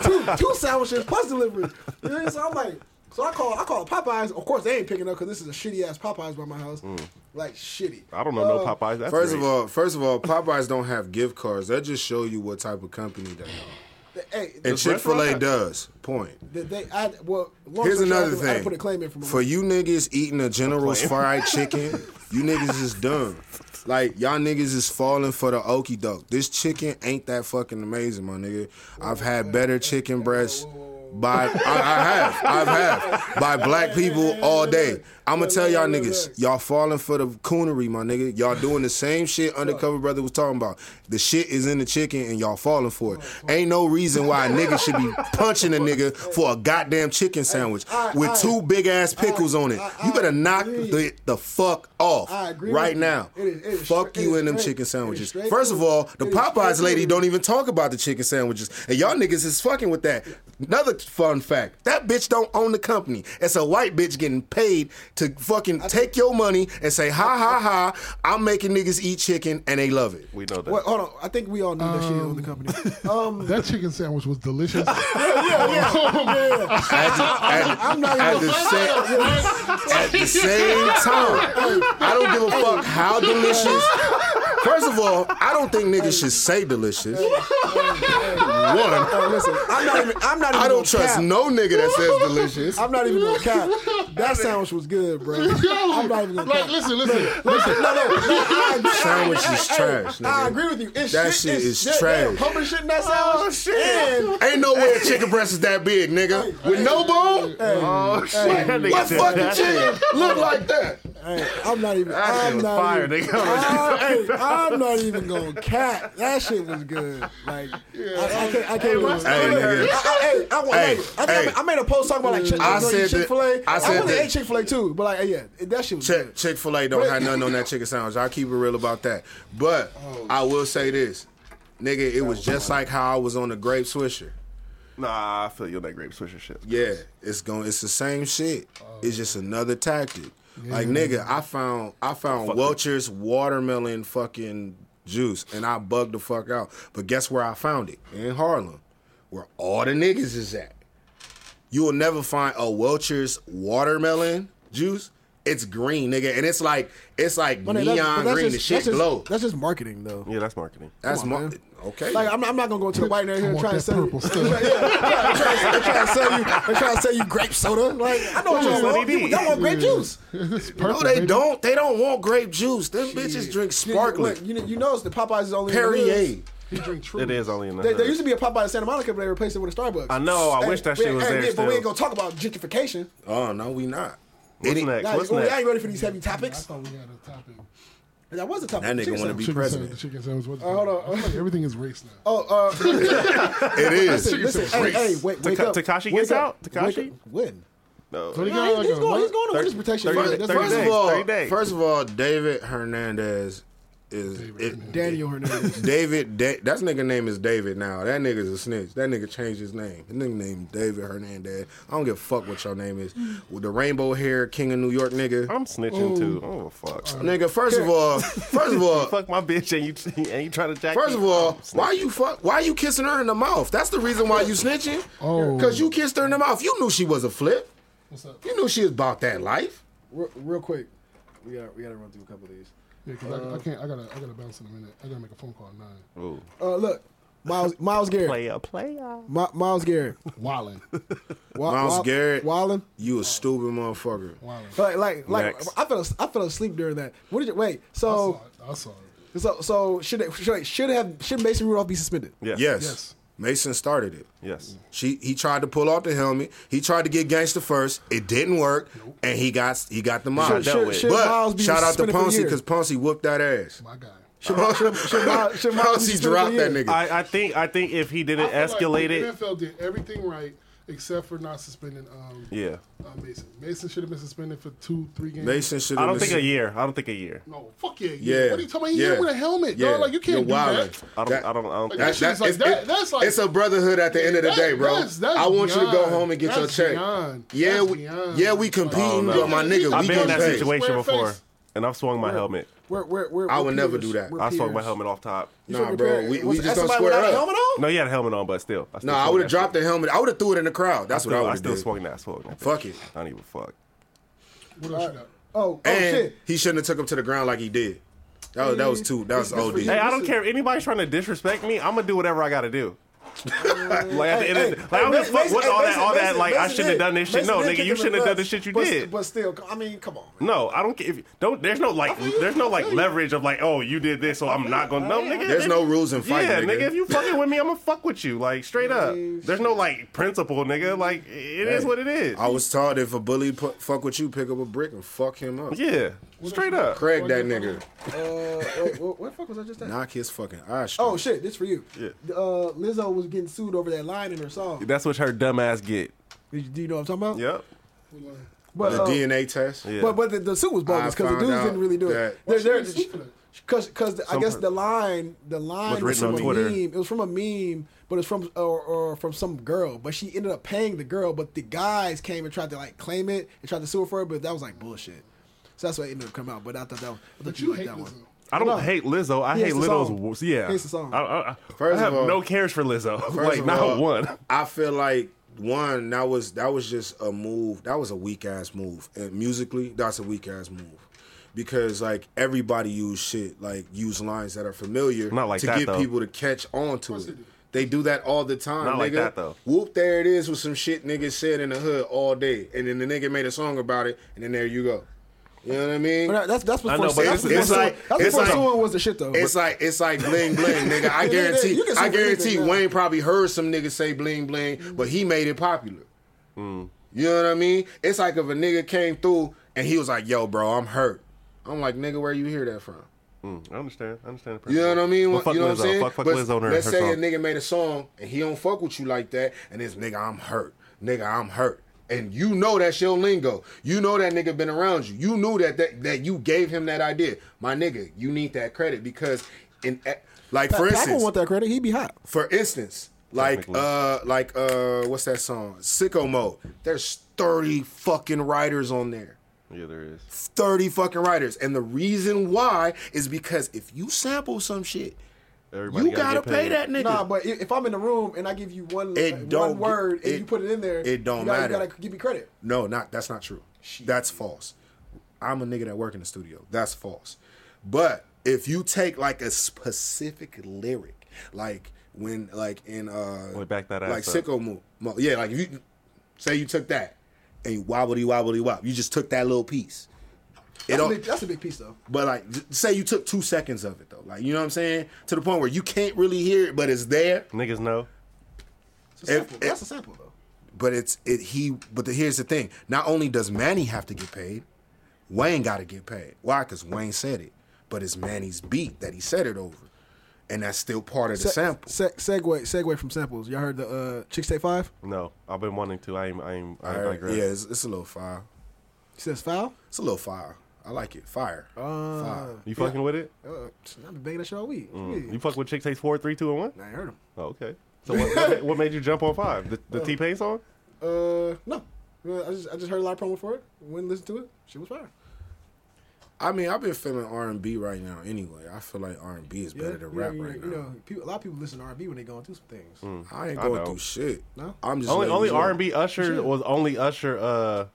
Speaker 3: two two sandwiches plus delivery. You know, so I'm like, so I call I call Popeyes. Of course, they ain't picking up because this is a shitty ass Popeyes by my house, like shitty.
Speaker 4: Mm. I don't know no
Speaker 3: Uh,
Speaker 4: Popeyes. That's
Speaker 5: Oh, First of
Speaker 4: great.
Speaker 5: all, first of all, Popeyes don't have gift cards. They just show you what type of company they are.
Speaker 3: Hey,
Speaker 5: And
Speaker 3: the,
Speaker 5: Chick Fil A
Speaker 4: restaurant-
Speaker 5: does. Point.
Speaker 3: the, they, I, well, long
Speaker 5: Here's
Speaker 3: story short, I
Speaker 5: another
Speaker 3: had to- I had to
Speaker 5: thing.
Speaker 3: put a claim in for, my
Speaker 5: For you niggas eating a General's
Speaker 4: claim.
Speaker 5: fried chicken, you niggas is dumb. Like y'all niggas is falling for the okey doke. This chicken ain't that fucking amazing, my nigga. I've had better chicken breasts by I, I have I've had by black people all day. I'ma tell y'all niggas, y'all falling for the coonery, my nigga. Y'all doing the same shit undercover brother was talking about. The shit is in the chicken and y'all falling for it. Ain't no reason why a nigga should be punching a nigga for a goddamn chicken sandwich
Speaker 3: I-
Speaker 5: with
Speaker 3: I-
Speaker 5: two big ass pickles on it.
Speaker 3: I- I
Speaker 5: You better knock
Speaker 3: agree.
Speaker 5: the, the fuck off
Speaker 3: I agree
Speaker 5: right
Speaker 3: with you.
Speaker 5: now.
Speaker 3: It is- it is
Speaker 5: fuck
Speaker 3: straight-
Speaker 5: you
Speaker 3: it
Speaker 5: and them
Speaker 3: is
Speaker 5: chicken
Speaker 3: straight- it is
Speaker 5: sandwiches.
Speaker 3: straight
Speaker 5: First of all, the
Speaker 3: food. It is
Speaker 5: Popeyes
Speaker 3: straight
Speaker 5: lady
Speaker 3: food.
Speaker 5: don't even talk about the chicken sandwiches, and y'all niggas is fucking with that. Another fun fact: that bitch don't own the company. It's a white bitch getting paid to fucking take your money and say, "Ha ha ha! I'm making niggas eat chicken and they love it."
Speaker 4: We know that.
Speaker 3: Wait, hold on. I think we all knew that she owned the company. Um,
Speaker 6: That chicken sandwich was delicious.
Speaker 5: At the, at-
Speaker 3: I'm not
Speaker 5: at
Speaker 3: even
Speaker 5: the
Speaker 3: gonna
Speaker 5: same, at the same time, I don't give a fuck how delicious. First of all, I don't think niggas should say delicious. One,
Speaker 3: listen, I'm not even. I'm not even
Speaker 5: I
Speaker 3: gonna
Speaker 5: don't trust
Speaker 3: cap.
Speaker 5: no nigga that says delicious.
Speaker 3: I'm not even gonna cap. That sandwich was good, bro. I'm not even gonna
Speaker 6: like,
Speaker 3: cap.
Speaker 6: listen, listen, listen.
Speaker 3: No, no, no, I agree-
Speaker 5: Sandwich
Speaker 3: I- I-
Speaker 5: is
Speaker 3: I-
Speaker 5: trash,
Speaker 3: I
Speaker 5: nigga.
Speaker 3: agree with you. It's
Speaker 5: That
Speaker 3: shit,
Speaker 5: shit is
Speaker 3: it's, they- they
Speaker 5: trash.
Speaker 3: Pumping shit in that sandwich.
Speaker 4: Oh, shit.
Speaker 3: And
Speaker 5: Ain't no way a chicken breast is that big, nigga. With no bone,
Speaker 4: oh shit! that nigga
Speaker 5: what
Speaker 4: said
Speaker 5: fucking
Speaker 4: that
Speaker 5: chicken look like that?
Speaker 3: hey, I'm not even.
Speaker 4: That shit
Speaker 3: I'm
Speaker 4: was
Speaker 3: not
Speaker 4: fire,
Speaker 3: even,
Speaker 4: nigga.
Speaker 3: I, I'm not even gonna cap. That shit was good. Like I, I can't. I can't. do it.
Speaker 5: Hey, nigga.
Speaker 3: I, I, hey, I, want,
Speaker 5: Hey,
Speaker 3: I, think I
Speaker 5: hey.
Speaker 3: made- I made a post talking about like chick,
Speaker 5: I said that-
Speaker 3: Chick Fil A.
Speaker 5: I said
Speaker 3: really
Speaker 5: that-
Speaker 3: ate Chick Fil A too, but like yeah, that shit was
Speaker 5: Chick Chick Fil A don't have nothing on that chicken sandwich. I keep it real about that. But I will say this, nigga, it was just like how I was on the grape swisher.
Speaker 4: Nah, I feel you on that grape swisher shit.
Speaker 5: Yeah, it's going. It's the same shit. It's just another tactic. Like nigga, I found I found Welch's watermelon fucking juice, and I bugged the fuck out. But guess where I found it? In Harlem, where all the niggas is at. You will never find a Welch's watermelon juice. It's green, nigga, and it's like it's like
Speaker 3: But that-
Speaker 5: neon
Speaker 3: but that's
Speaker 5: green.
Speaker 3: just-
Speaker 5: the shit
Speaker 3: that's just-
Speaker 5: glow.
Speaker 3: That's just marketing though.
Speaker 4: Yeah, that's marketing.
Speaker 5: That's
Speaker 3: on,
Speaker 5: my
Speaker 3: man.
Speaker 5: okay.
Speaker 3: Like I'm, I'm not gonna go to the white nerd here
Speaker 6: I
Speaker 3: and
Speaker 6: want
Speaker 3: try to
Speaker 6: that
Speaker 3: sell
Speaker 6: purple
Speaker 3: you.
Speaker 6: stuff.
Speaker 3: They're trying to sell you. They're trying to sell you grape soda. Like I know what
Speaker 4: That's
Speaker 3: y'all
Speaker 4: what
Speaker 3: want.
Speaker 4: it
Speaker 3: You-
Speaker 4: is.
Speaker 3: Y'all want grape juice.
Speaker 6: It's
Speaker 5: no,
Speaker 6: purple,
Speaker 5: they
Speaker 6: baby.
Speaker 5: don't. They don't want grape juice. Them bitches drink sparkling
Speaker 3: Look, you, know- you notice the Popeyes is only in the
Speaker 5: Perrier.
Speaker 3: hoods.
Speaker 6: He drink true.
Speaker 4: It is only in the
Speaker 3: There, there
Speaker 4: hood.
Speaker 3: used to be a Popeyes in Santa Monica, but they replaced it with a Starbucks.
Speaker 4: I know. I wish that
Speaker 3: we-
Speaker 4: shit was
Speaker 3: hey,
Speaker 4: there
Speaker 3: we- But we ain't
Speaker 4: still.
Speaker 3: gonna talk about gentrification.
Speaker 5: Oh no, we not.
Speaker 4: What's
Speaker 5: Any-
Speaker 4: next?
Speaker 3: Like,
Speaker 4: What's
Speaker 3: ooh, I
Speaker 4: next?
Speaker 3: ain't ready for these heavy
Speaker 6: I
Speaker 3: topics.
Speaker 6: thought we had a topic.
Speaker 3: That was a topic.
Speaker 5: That nigga
Speaker 3: Seriously.
Speaker 5: wanna be-
Speaker 6: Chicken
Speaker 5: president.
Speaker 6: sandwich. Chicken sandwich. What's
Speaker 3: Uh, hold on.
Speaker 6: I feel like everything is race now.
Speaker 3: Oh, uh,
Speaker 5: It is.
Speaker 3: listen, listen, hey, hey, wait, wake
Speaker 4: Taka-
Speaker 3: up.
Speaker 4: Takashi
Speaker 3: Wake
Speaker 4: gets
Speaker 3: up.
Speaker 4: out? Takashi?
Speaker 3: Wake up. When?
Speaker 4: No.
Speaker 6: So they
Speaker 3: Nah,
Speaker 6: got
Speaker 3: he's,
Speaker 6: like
Speaker 3: he's
Speaker 6: a
Speaker 3: going. He's
Speaker 6: month-
Speaker 3: going to witness protection.
Speaker 4: thirty-
Speaker 3: yeah, that's
Speaker 4: thirty
Speaker 5: First
Speaker 3: fine.
Speaker 5: of
Speaker 4: days,
Speaker 5: all,
Speaker 4: 30 days.
Speaker 5: first of all, David Hernandez is it-
Speaker 3: Daniel Hernandez.
Speaker 5: David. Da- that nigga name is David now. That nigga's a snitch. That nigga changed his name. His nigga name is David Hernandez. I don't give a fuck what your name is. With the rainbow hair king of New York, nigga.
Speaker 4: I'm snitching too. Oh fuck.
Speaker 5: Nigga, first of all, first of all,
Speaker 4: Fuck my bitch and you and you trying to jack
Speaker 5: First
Speaker 4: me.
Speaker 5: of all, why you fuck? Why you kissing her in the mouth? That's the reason why you snitching.
Speaker 6: Oh.
Speaker 5: cause you kissed her in the mouth. You knew she was a flip.
Speaker 6: What's up?
Speaker 5: You knew she was about that life.
Speaker 3: Re- real quick, we got we got to run through a couple of these.
Speaker 6: Yeah, 'cause I, I can't. I gotta. I gotta bounce in a minute. I gotta make a phone call at nine.
Speaker 5: Oh.
Speaker 4: Ooh.
Speaker 3: Uh, look, Miles Miles Garrett.
Speaker 4: Player, player.
Speaker 3: Mi- Miles Garrett.
Speaker 6: Wildin'.
Speaker 3: Wa-
Speaker 5: Miles
Speaker 3: Wa-
Speaker 5: Garrett.
Speaker 3: Wildin.
Speaker 5: You a stupid motherfucker.
Speaker 6: Wildin'.
Speaker 3: Like like like
Speaker 4: Next.
Speaker 3: I fell as- I fell asleep during that. What did you wait?
Speaker 6: I saw
Speaker 3: So
Speaker 6: it. I saw it.
Speaker 3: so so should it, should it, should have should Mason Rudolph be suspended?
Speaker 4: Yes.
Speaker 5: Yes.
Speaker 6: Yes.
Speaker 5: Mason started it.
Speaker 4: Yes.
Speaker 5: She he tried to pull off the helmet. He tried to get gangster first. It didn't work, and he got he got the mob.
Speaker 3: Should,
Speaker 4: dealt
Speaker 3: should,
Speaker 4: with it.
Speaker 3: should Miles
Speaker 5: but
Speaker 3: be
Speaker 5: shout out to
Speaker 3: suspended for a
Speaker 5: Ponce
Speaker 3: year?
Speaker 5: because Ponce whooped that ass.
Speaker 6: My guy.
Speaker 3: should, should, should Miles, should Miles be
Speaker 5: Ponce
Speaker 3: suspended
Speaker 5: dropped
Speaker 3: for a
Speaker 5: that
Speaker 3: year?
Speaker 5: nigga.
Speaker 4: I, I think I think if he didn't
Speaker 6: I feel like
Speaker 4: escalate it,
Speaker 6: The NFL did everything right except for not suspending. Um,
Speaker 4: yeah.
Speaker 6: Uh, Mason. Mason should have been suspended for two, three games.
Speaker 5: Mason should.
Speaker 4: I don't think a year. I don't think a year.
Speaker 6: No, fuck yeah, yeah.
Speaker 5: Yeah.
Speaker 6: What are you talking about? He
Speaker 5: yeah.
Speaker 6: hit with a helmet,
Speaker 5: yeah.
Speaker 6: dog. Like you
Speaker 5: You're
Speaker 6: can't do
Speaker 5: wildin'.
Speaker 6: that.
Speaker 4: I don't. I don't. I don't think
Speaker 6: That shit's like-
Speaker 5: it's-
Speaker 6: that-
Speaker 5: it-
Speaker 6: that's like-
Speaker 5: it's a brotherhood at the end of the
Speaker 6: That-
Speaker 5: day, bro.
Speaker 6: that's- that's
Speaker 5: I want you to go
Speaker 6: beyond.
Speaker 5: home and get
Speaker 6: That's
Speaker 5: your check.
Speaker 6: beyond.
Speaker 5: Yeah,
Speaker 6: That's
Speaker 5: we,
Speaker 6: beyond.
Speaker 5: yeah, we competing,
Speaker 4: I don't know.
Speaker 5: but my nigga,
Speaker 4: I've
Speaker 5: we
Speaker 4: been in
Speaker 5: getting
Speaker 4: that
Speaker 5: paid.
Speaker 4: situation
Speaker 6: Square
Speaker 4: before,
Speaker 6: face.
Speaker 4: and I've swung my helmet.
Speaker 3: We're, we're, we're,
Speaker 5: I
Speaker 3: we're
Speaker 5: would never
Speaker 3: peers.
Speaker 5: do that.
Speaker 3: We're
Speaker 4: I swung my
Speaker 3: peers.
Speaker 4: helmet off top.
Speaker 3: You
Speaker 5: Nah,
Speaker 3: should
Speaker 5: bro,
Speaker 3: repair it.
Speaker 5: we- we
Speaker 3: Was it
Speaker 5: just gonna
Speaker 3: somebody
Speaker 5: square
Speaker 3: without a
Speaker 5: up.
Speaker 3: helmet on?
Speaker 4: No, he had a helmet on, but still. I still
Speaker 5: Nah, I
Speaker 4: swung
Speaker 5: would
Speaker 4: that
Speaker 5: have dropped
Speaker 4: shit.
Speaker 5: the helmet. I would have threw it in the crowd. That's
Speaker 4: Still-
Speaker 5: what I
Speaker 4: I
Speaker 5: would
Speaker 4: still
Speaker 5: have did.
Speaker 4: swung that. I Swung that.
Speaker 5: Fuck it.
Speaker 4: I don't even fuck.
Speaker 6: What else you got?
Speaker 3: Oh, oh
Speaker 5: and
Speaker 3: shit.
Speaker 5: he shouldn't have took him to the ground like he did. That was, that was too. That was OD.
Speaker 4: Hey, I don't care if anybody's trying to disrespect me. I'm gonna do whatever I gotta do. like at the end, of the, like I don't give a fuck what
Speaker 3: Mason-
Speaker 4: all that,
Speaker 3: Mason-
Speaker 4: all that.
Speaker 3: Mason-
Speaker 4: Like I
Speaker 3: Mason
Speaker 4: shouldn't have
Speaker 3: did-
Speaker 4: done this shit.
Speaker 3: Mason
Speaker 4: No,
Speaker 3: did
Speaker 4: nigga,
Speaker 3: kick
Speaker 4: you
Speaker 3: him
Speaker 4: shouldn't
Speaker 3: in
Speaker 4: have done
Speaker 3: the
Speaker 4: the shit you
Speaker 3: nuts,
Speaker 4: did.
Speaker 3: But, but still, I mean, come on. Man.
Speaker 4: No, I don't care. If, don't. There's no like. There's no like leverage of like. Oh, you did this, so I'm not gonna. No, nigga.
Speaker 5: There's
Speaker 4: if-
Speaker 5: no rules in fighting,
Speaker 4: Yeah,
Speaker 5: nigga.
Speaker 4: nigga. If you fucking with me, I'm gonna fuck with you. Like straight up. There's no like principle, nigga. Like it is
Speaker 5: Hey,
Speaker 4: what it is.
Speaker 5: I was taught if a bully pu- fuck with you, pick up a brick and fuck him up.
Speaker 4: yeah, straight up.
Speaker 5: Craig, that nigga,
Speaker 3: Uh, wait, what, what the fuck was I just at?
Speaker 5: knock his fucking eye. straight.
Speaker 3: Oh shit, this for you. Uh, Lizzo was getting sued over that line in her song.
Speaker 4: That's what her dumb ass get.
Speaker 3: Did you, do you know what I'm talking about?
Speaker 4: Yep.
Speaker 3: But,
Speaker 5: the
Speaker 3: uh,
Speaker 5: DNA test. Yeah.
Speaker 3: but but the, the suit was bogus
Speaker 5: I
Speaker 3: because the
Speaker 5: found
Speaker 3: dudes
Speaker 5: out
Speaker 3: didn't really do it.
Speaker 5: that-
Speaker 3: They're,
Speaker 6: Why she getting sued for that?
Speaker 3: because because I guess the line the line was,
Speaker 4: written
Speaker 3: from
Speaker 4: on
Speaker 3: a
Speaker 4: Twitter.
Speaker 3: meme. It was from a meme but it's from or, or from some girl. But she ended up paying the girl, but the guys came and tried to like claim it and tried to sue her for it, but that was like bullshit. So that's why it ended up coming out. But I thought that was, I thought
Speaker 6: But
Speaker 3: you,
Speaker 6: you
Speaker 3: liked
Speaker 6: hate
Speaker 3: that one.
Speaker 6: Lizzo.
Speaker 4: I don't hate Lizzo. I
Speaker 3: He
Speaker 4: hate
Speaker 3: hates the
Speaker 4: Lizzo's.
Speaker 3: song.
Speaker 4: wo- Yeah,
Speaker 3: He hates the song.
Speaker 4: I, I, I,
Speaker 5: First
Speaker 4: I have
Speaker 5: of all-
Speaker 4: no cares for Lizzo.
Speaker 5: First
Speaker 4: like
Speaker 5: of
Speaker 4: not
Speaker 5: all,
Speaker 4: one.
Speaker 5: I feel like one that was that was just a move. That was a weak ass move. And musically, that's a weak ass move. Because like everybody use shit like use lines that are familiar
Speaker 4: Not like
Speaker 5: to
Speaker 4: that,
Speaker 5: get
Speaker 4: though.
Speaker 5: people to catch on to it. They do that all the time,
Speaker 4: Not
Speaker 5: nigga.
Speaker 4: like that, though.
Speaker 5: Whoop, there it is with some shit niggas said in the hood all day, and then the nigga made a song about it, and then there you go. You know what I mean?
Speaker 3: But that- that's that's
Speaker 4: I
Speaker 3: before
Speaker 4: know, but
Speaker 3: that's
Speaker 4: it's-
Speaker 3: before
Speaker 4: it's
Speaker 3: suing-
Speaker 5: like-
Speaker 3: that's
Speaker 5: it's
Speaker 3: before
Speaker 5: like-
Speaker 3: suing was the shit though.
Speaker 5: It's
Speaker 3: But-
Speaker 5: like it's like bling bling, nigga. I guarantee,
Speaker 3: You can sue
Speaker 5: I
Speaker 3: for
Speaker 5: guarantee
Speaker 3: anything now.
Speaker 5: Wayne probably heard some niggas say bling bling, but he made it popular. You know what I mean? It's like if a nigga came through and he was like, "Yo, bro, I'm hurt." I'm like, "Nigga, where you hear that from?"
Speaker 4: Mm, I understand. I understand. The
Speaker 5: You know what I mean?
Speaker 4: Well, fuck
Speaker 5: you
Speaker 4: Lizzo.
Speaker 5: know what I'm saying?
Speaker 4: Fuck, fuck
Speaker 5: But
Speaker 4: Lizzo and her,
Speaker 5: let's
Speaker 4: her
Speaker 5: say
Speaker 4: song.
Speaker 5: a nigga made a song and he don't fuck with you like that, and this nigga, I'm hurt. Nigga, I'm hurt. And you know that's your lingo. You know that nigga been around you. You knew that that, that you gave him that idea. My nigga, you need that credit because in eh, like for
Speaker 3: Pac- Pac
Speaker 5: instance,
Speaker 3: won't want that credit. He'd be hot.
Speaker 5: for instance, like
Speaker 4: Technically.
Speaker 5: uh like uh what's that song? Sicko Mode. There's 30 fucking writers on there.
Speaker 4: Yeah, there is.
Speaker 5: 30 fucking writers. And the reason why is because if you sample some shit,
Speaker 4: Everybody
Speaker 5: you
Speaker 4: gotta
Speaker 5: gotta,
Speaker 4: get
Speaker 5: pay
Speaker 4: paid.
Speaker 5: that nigga.
Speaker 3: Nah, but i- if I'm in the room and I give you one,
Speaker 5: It
Speaker 3: like,
Speaker 5: don't
Speaker 3: one
Speaker 5: get-
Speaker 3: word and
Speaker 5: it-
Speaker 3: you put it in there,
Speaker 5: it don't
Speaker 3: you gotta,
Speaker 5: matter.
Speaker 3: You gotta give me credit.
Speaker 5: no, not that's not true. That's false. I'm a nigga that work in the studio. That's false. But if you take like a specific lyric, like when like in uh
Speaker 4: Well, back that
Speaker 5: like
Speaker 4: ass up.
Speaker 5: sicko mo, Mo- yeah, like if you say you took that and you wobbly wobbly wop, you just took that little piece. It
Speaker 3: That's, a
Speaker 5: don't,
Speaker 3: big, that's a big piece though.
Speaker 5: But like, j- say you took two seconds of it though, like you know what I'm saying, to the point where you can't really hear it, but it's there.
Speaker 4: Niggas know.
Speaker 3: It's a
Speaker 5: If-
Speaker 3: sample.
Speaker 5: if-
Speaker 3: that's a sample though.
Speaker 5: But it's it he. But the, here's the thing: not only does Manny have to get paid, Wayne got to get paid. Why? Because Wayne said it. But it's Manny's beat that he said it over, and that's still part of the
Speaker 3: Se-
Speaker 5: sample.
Speaker 3: Se- segue, segue from samples. Y'all heard the uh, Chicks Take Five?
Speaker 4: No, I've been wanting to. I am. I am. I
Speaker 5: All right,
Speaker 4: digress.
Speaker 5: Yeah, it's, it's a little fire.
Speaker 3: He says foul.
Speaker 5: It's a little fire. I like it. Fire. fire.
Speaker 4: You fucking with it?
Speaker 3: Uh, I've been banging that shit all week.
Speaker 5: Mm.
Speaker 4: You fuck with chick takes four, three, two, and one.
Speaker 3: I ain't heard him.
Speaker 4: Oh, okay. So what, what, what made you jump on five? The, the T Pain song?
Speaker 3: Uh, no. Uh, I just I just heard a lot of promo for it. Went and listened to it. She was fire.
Speaker 5: I mean, I've been feeling R and B right now. Anyway, I feel like R and B is
Speaker 3: Yeah,
Speaker 5: better than
Speaker 3: you know,
Speaker 5: rap
Speaker 3: you know,
Speaker 5: right
Speaker 3: you
Speaker 5: now. Mm.
Speaker 3: know, people, a lot of people listen to R&B when they going through some things.
Speaker 5: I ain't
Speaker 4: I
Speaker 5: going
Speaker 4: know.
Speaker 5: through shit.
Speaker 3: No?
Speaker 5: I'm just
Speaker 4: Only
Speaker 5: letting
Speaker 4: only
Speaker 5: you know.
Speaker 4: R and B Usher was only Usher. Uh,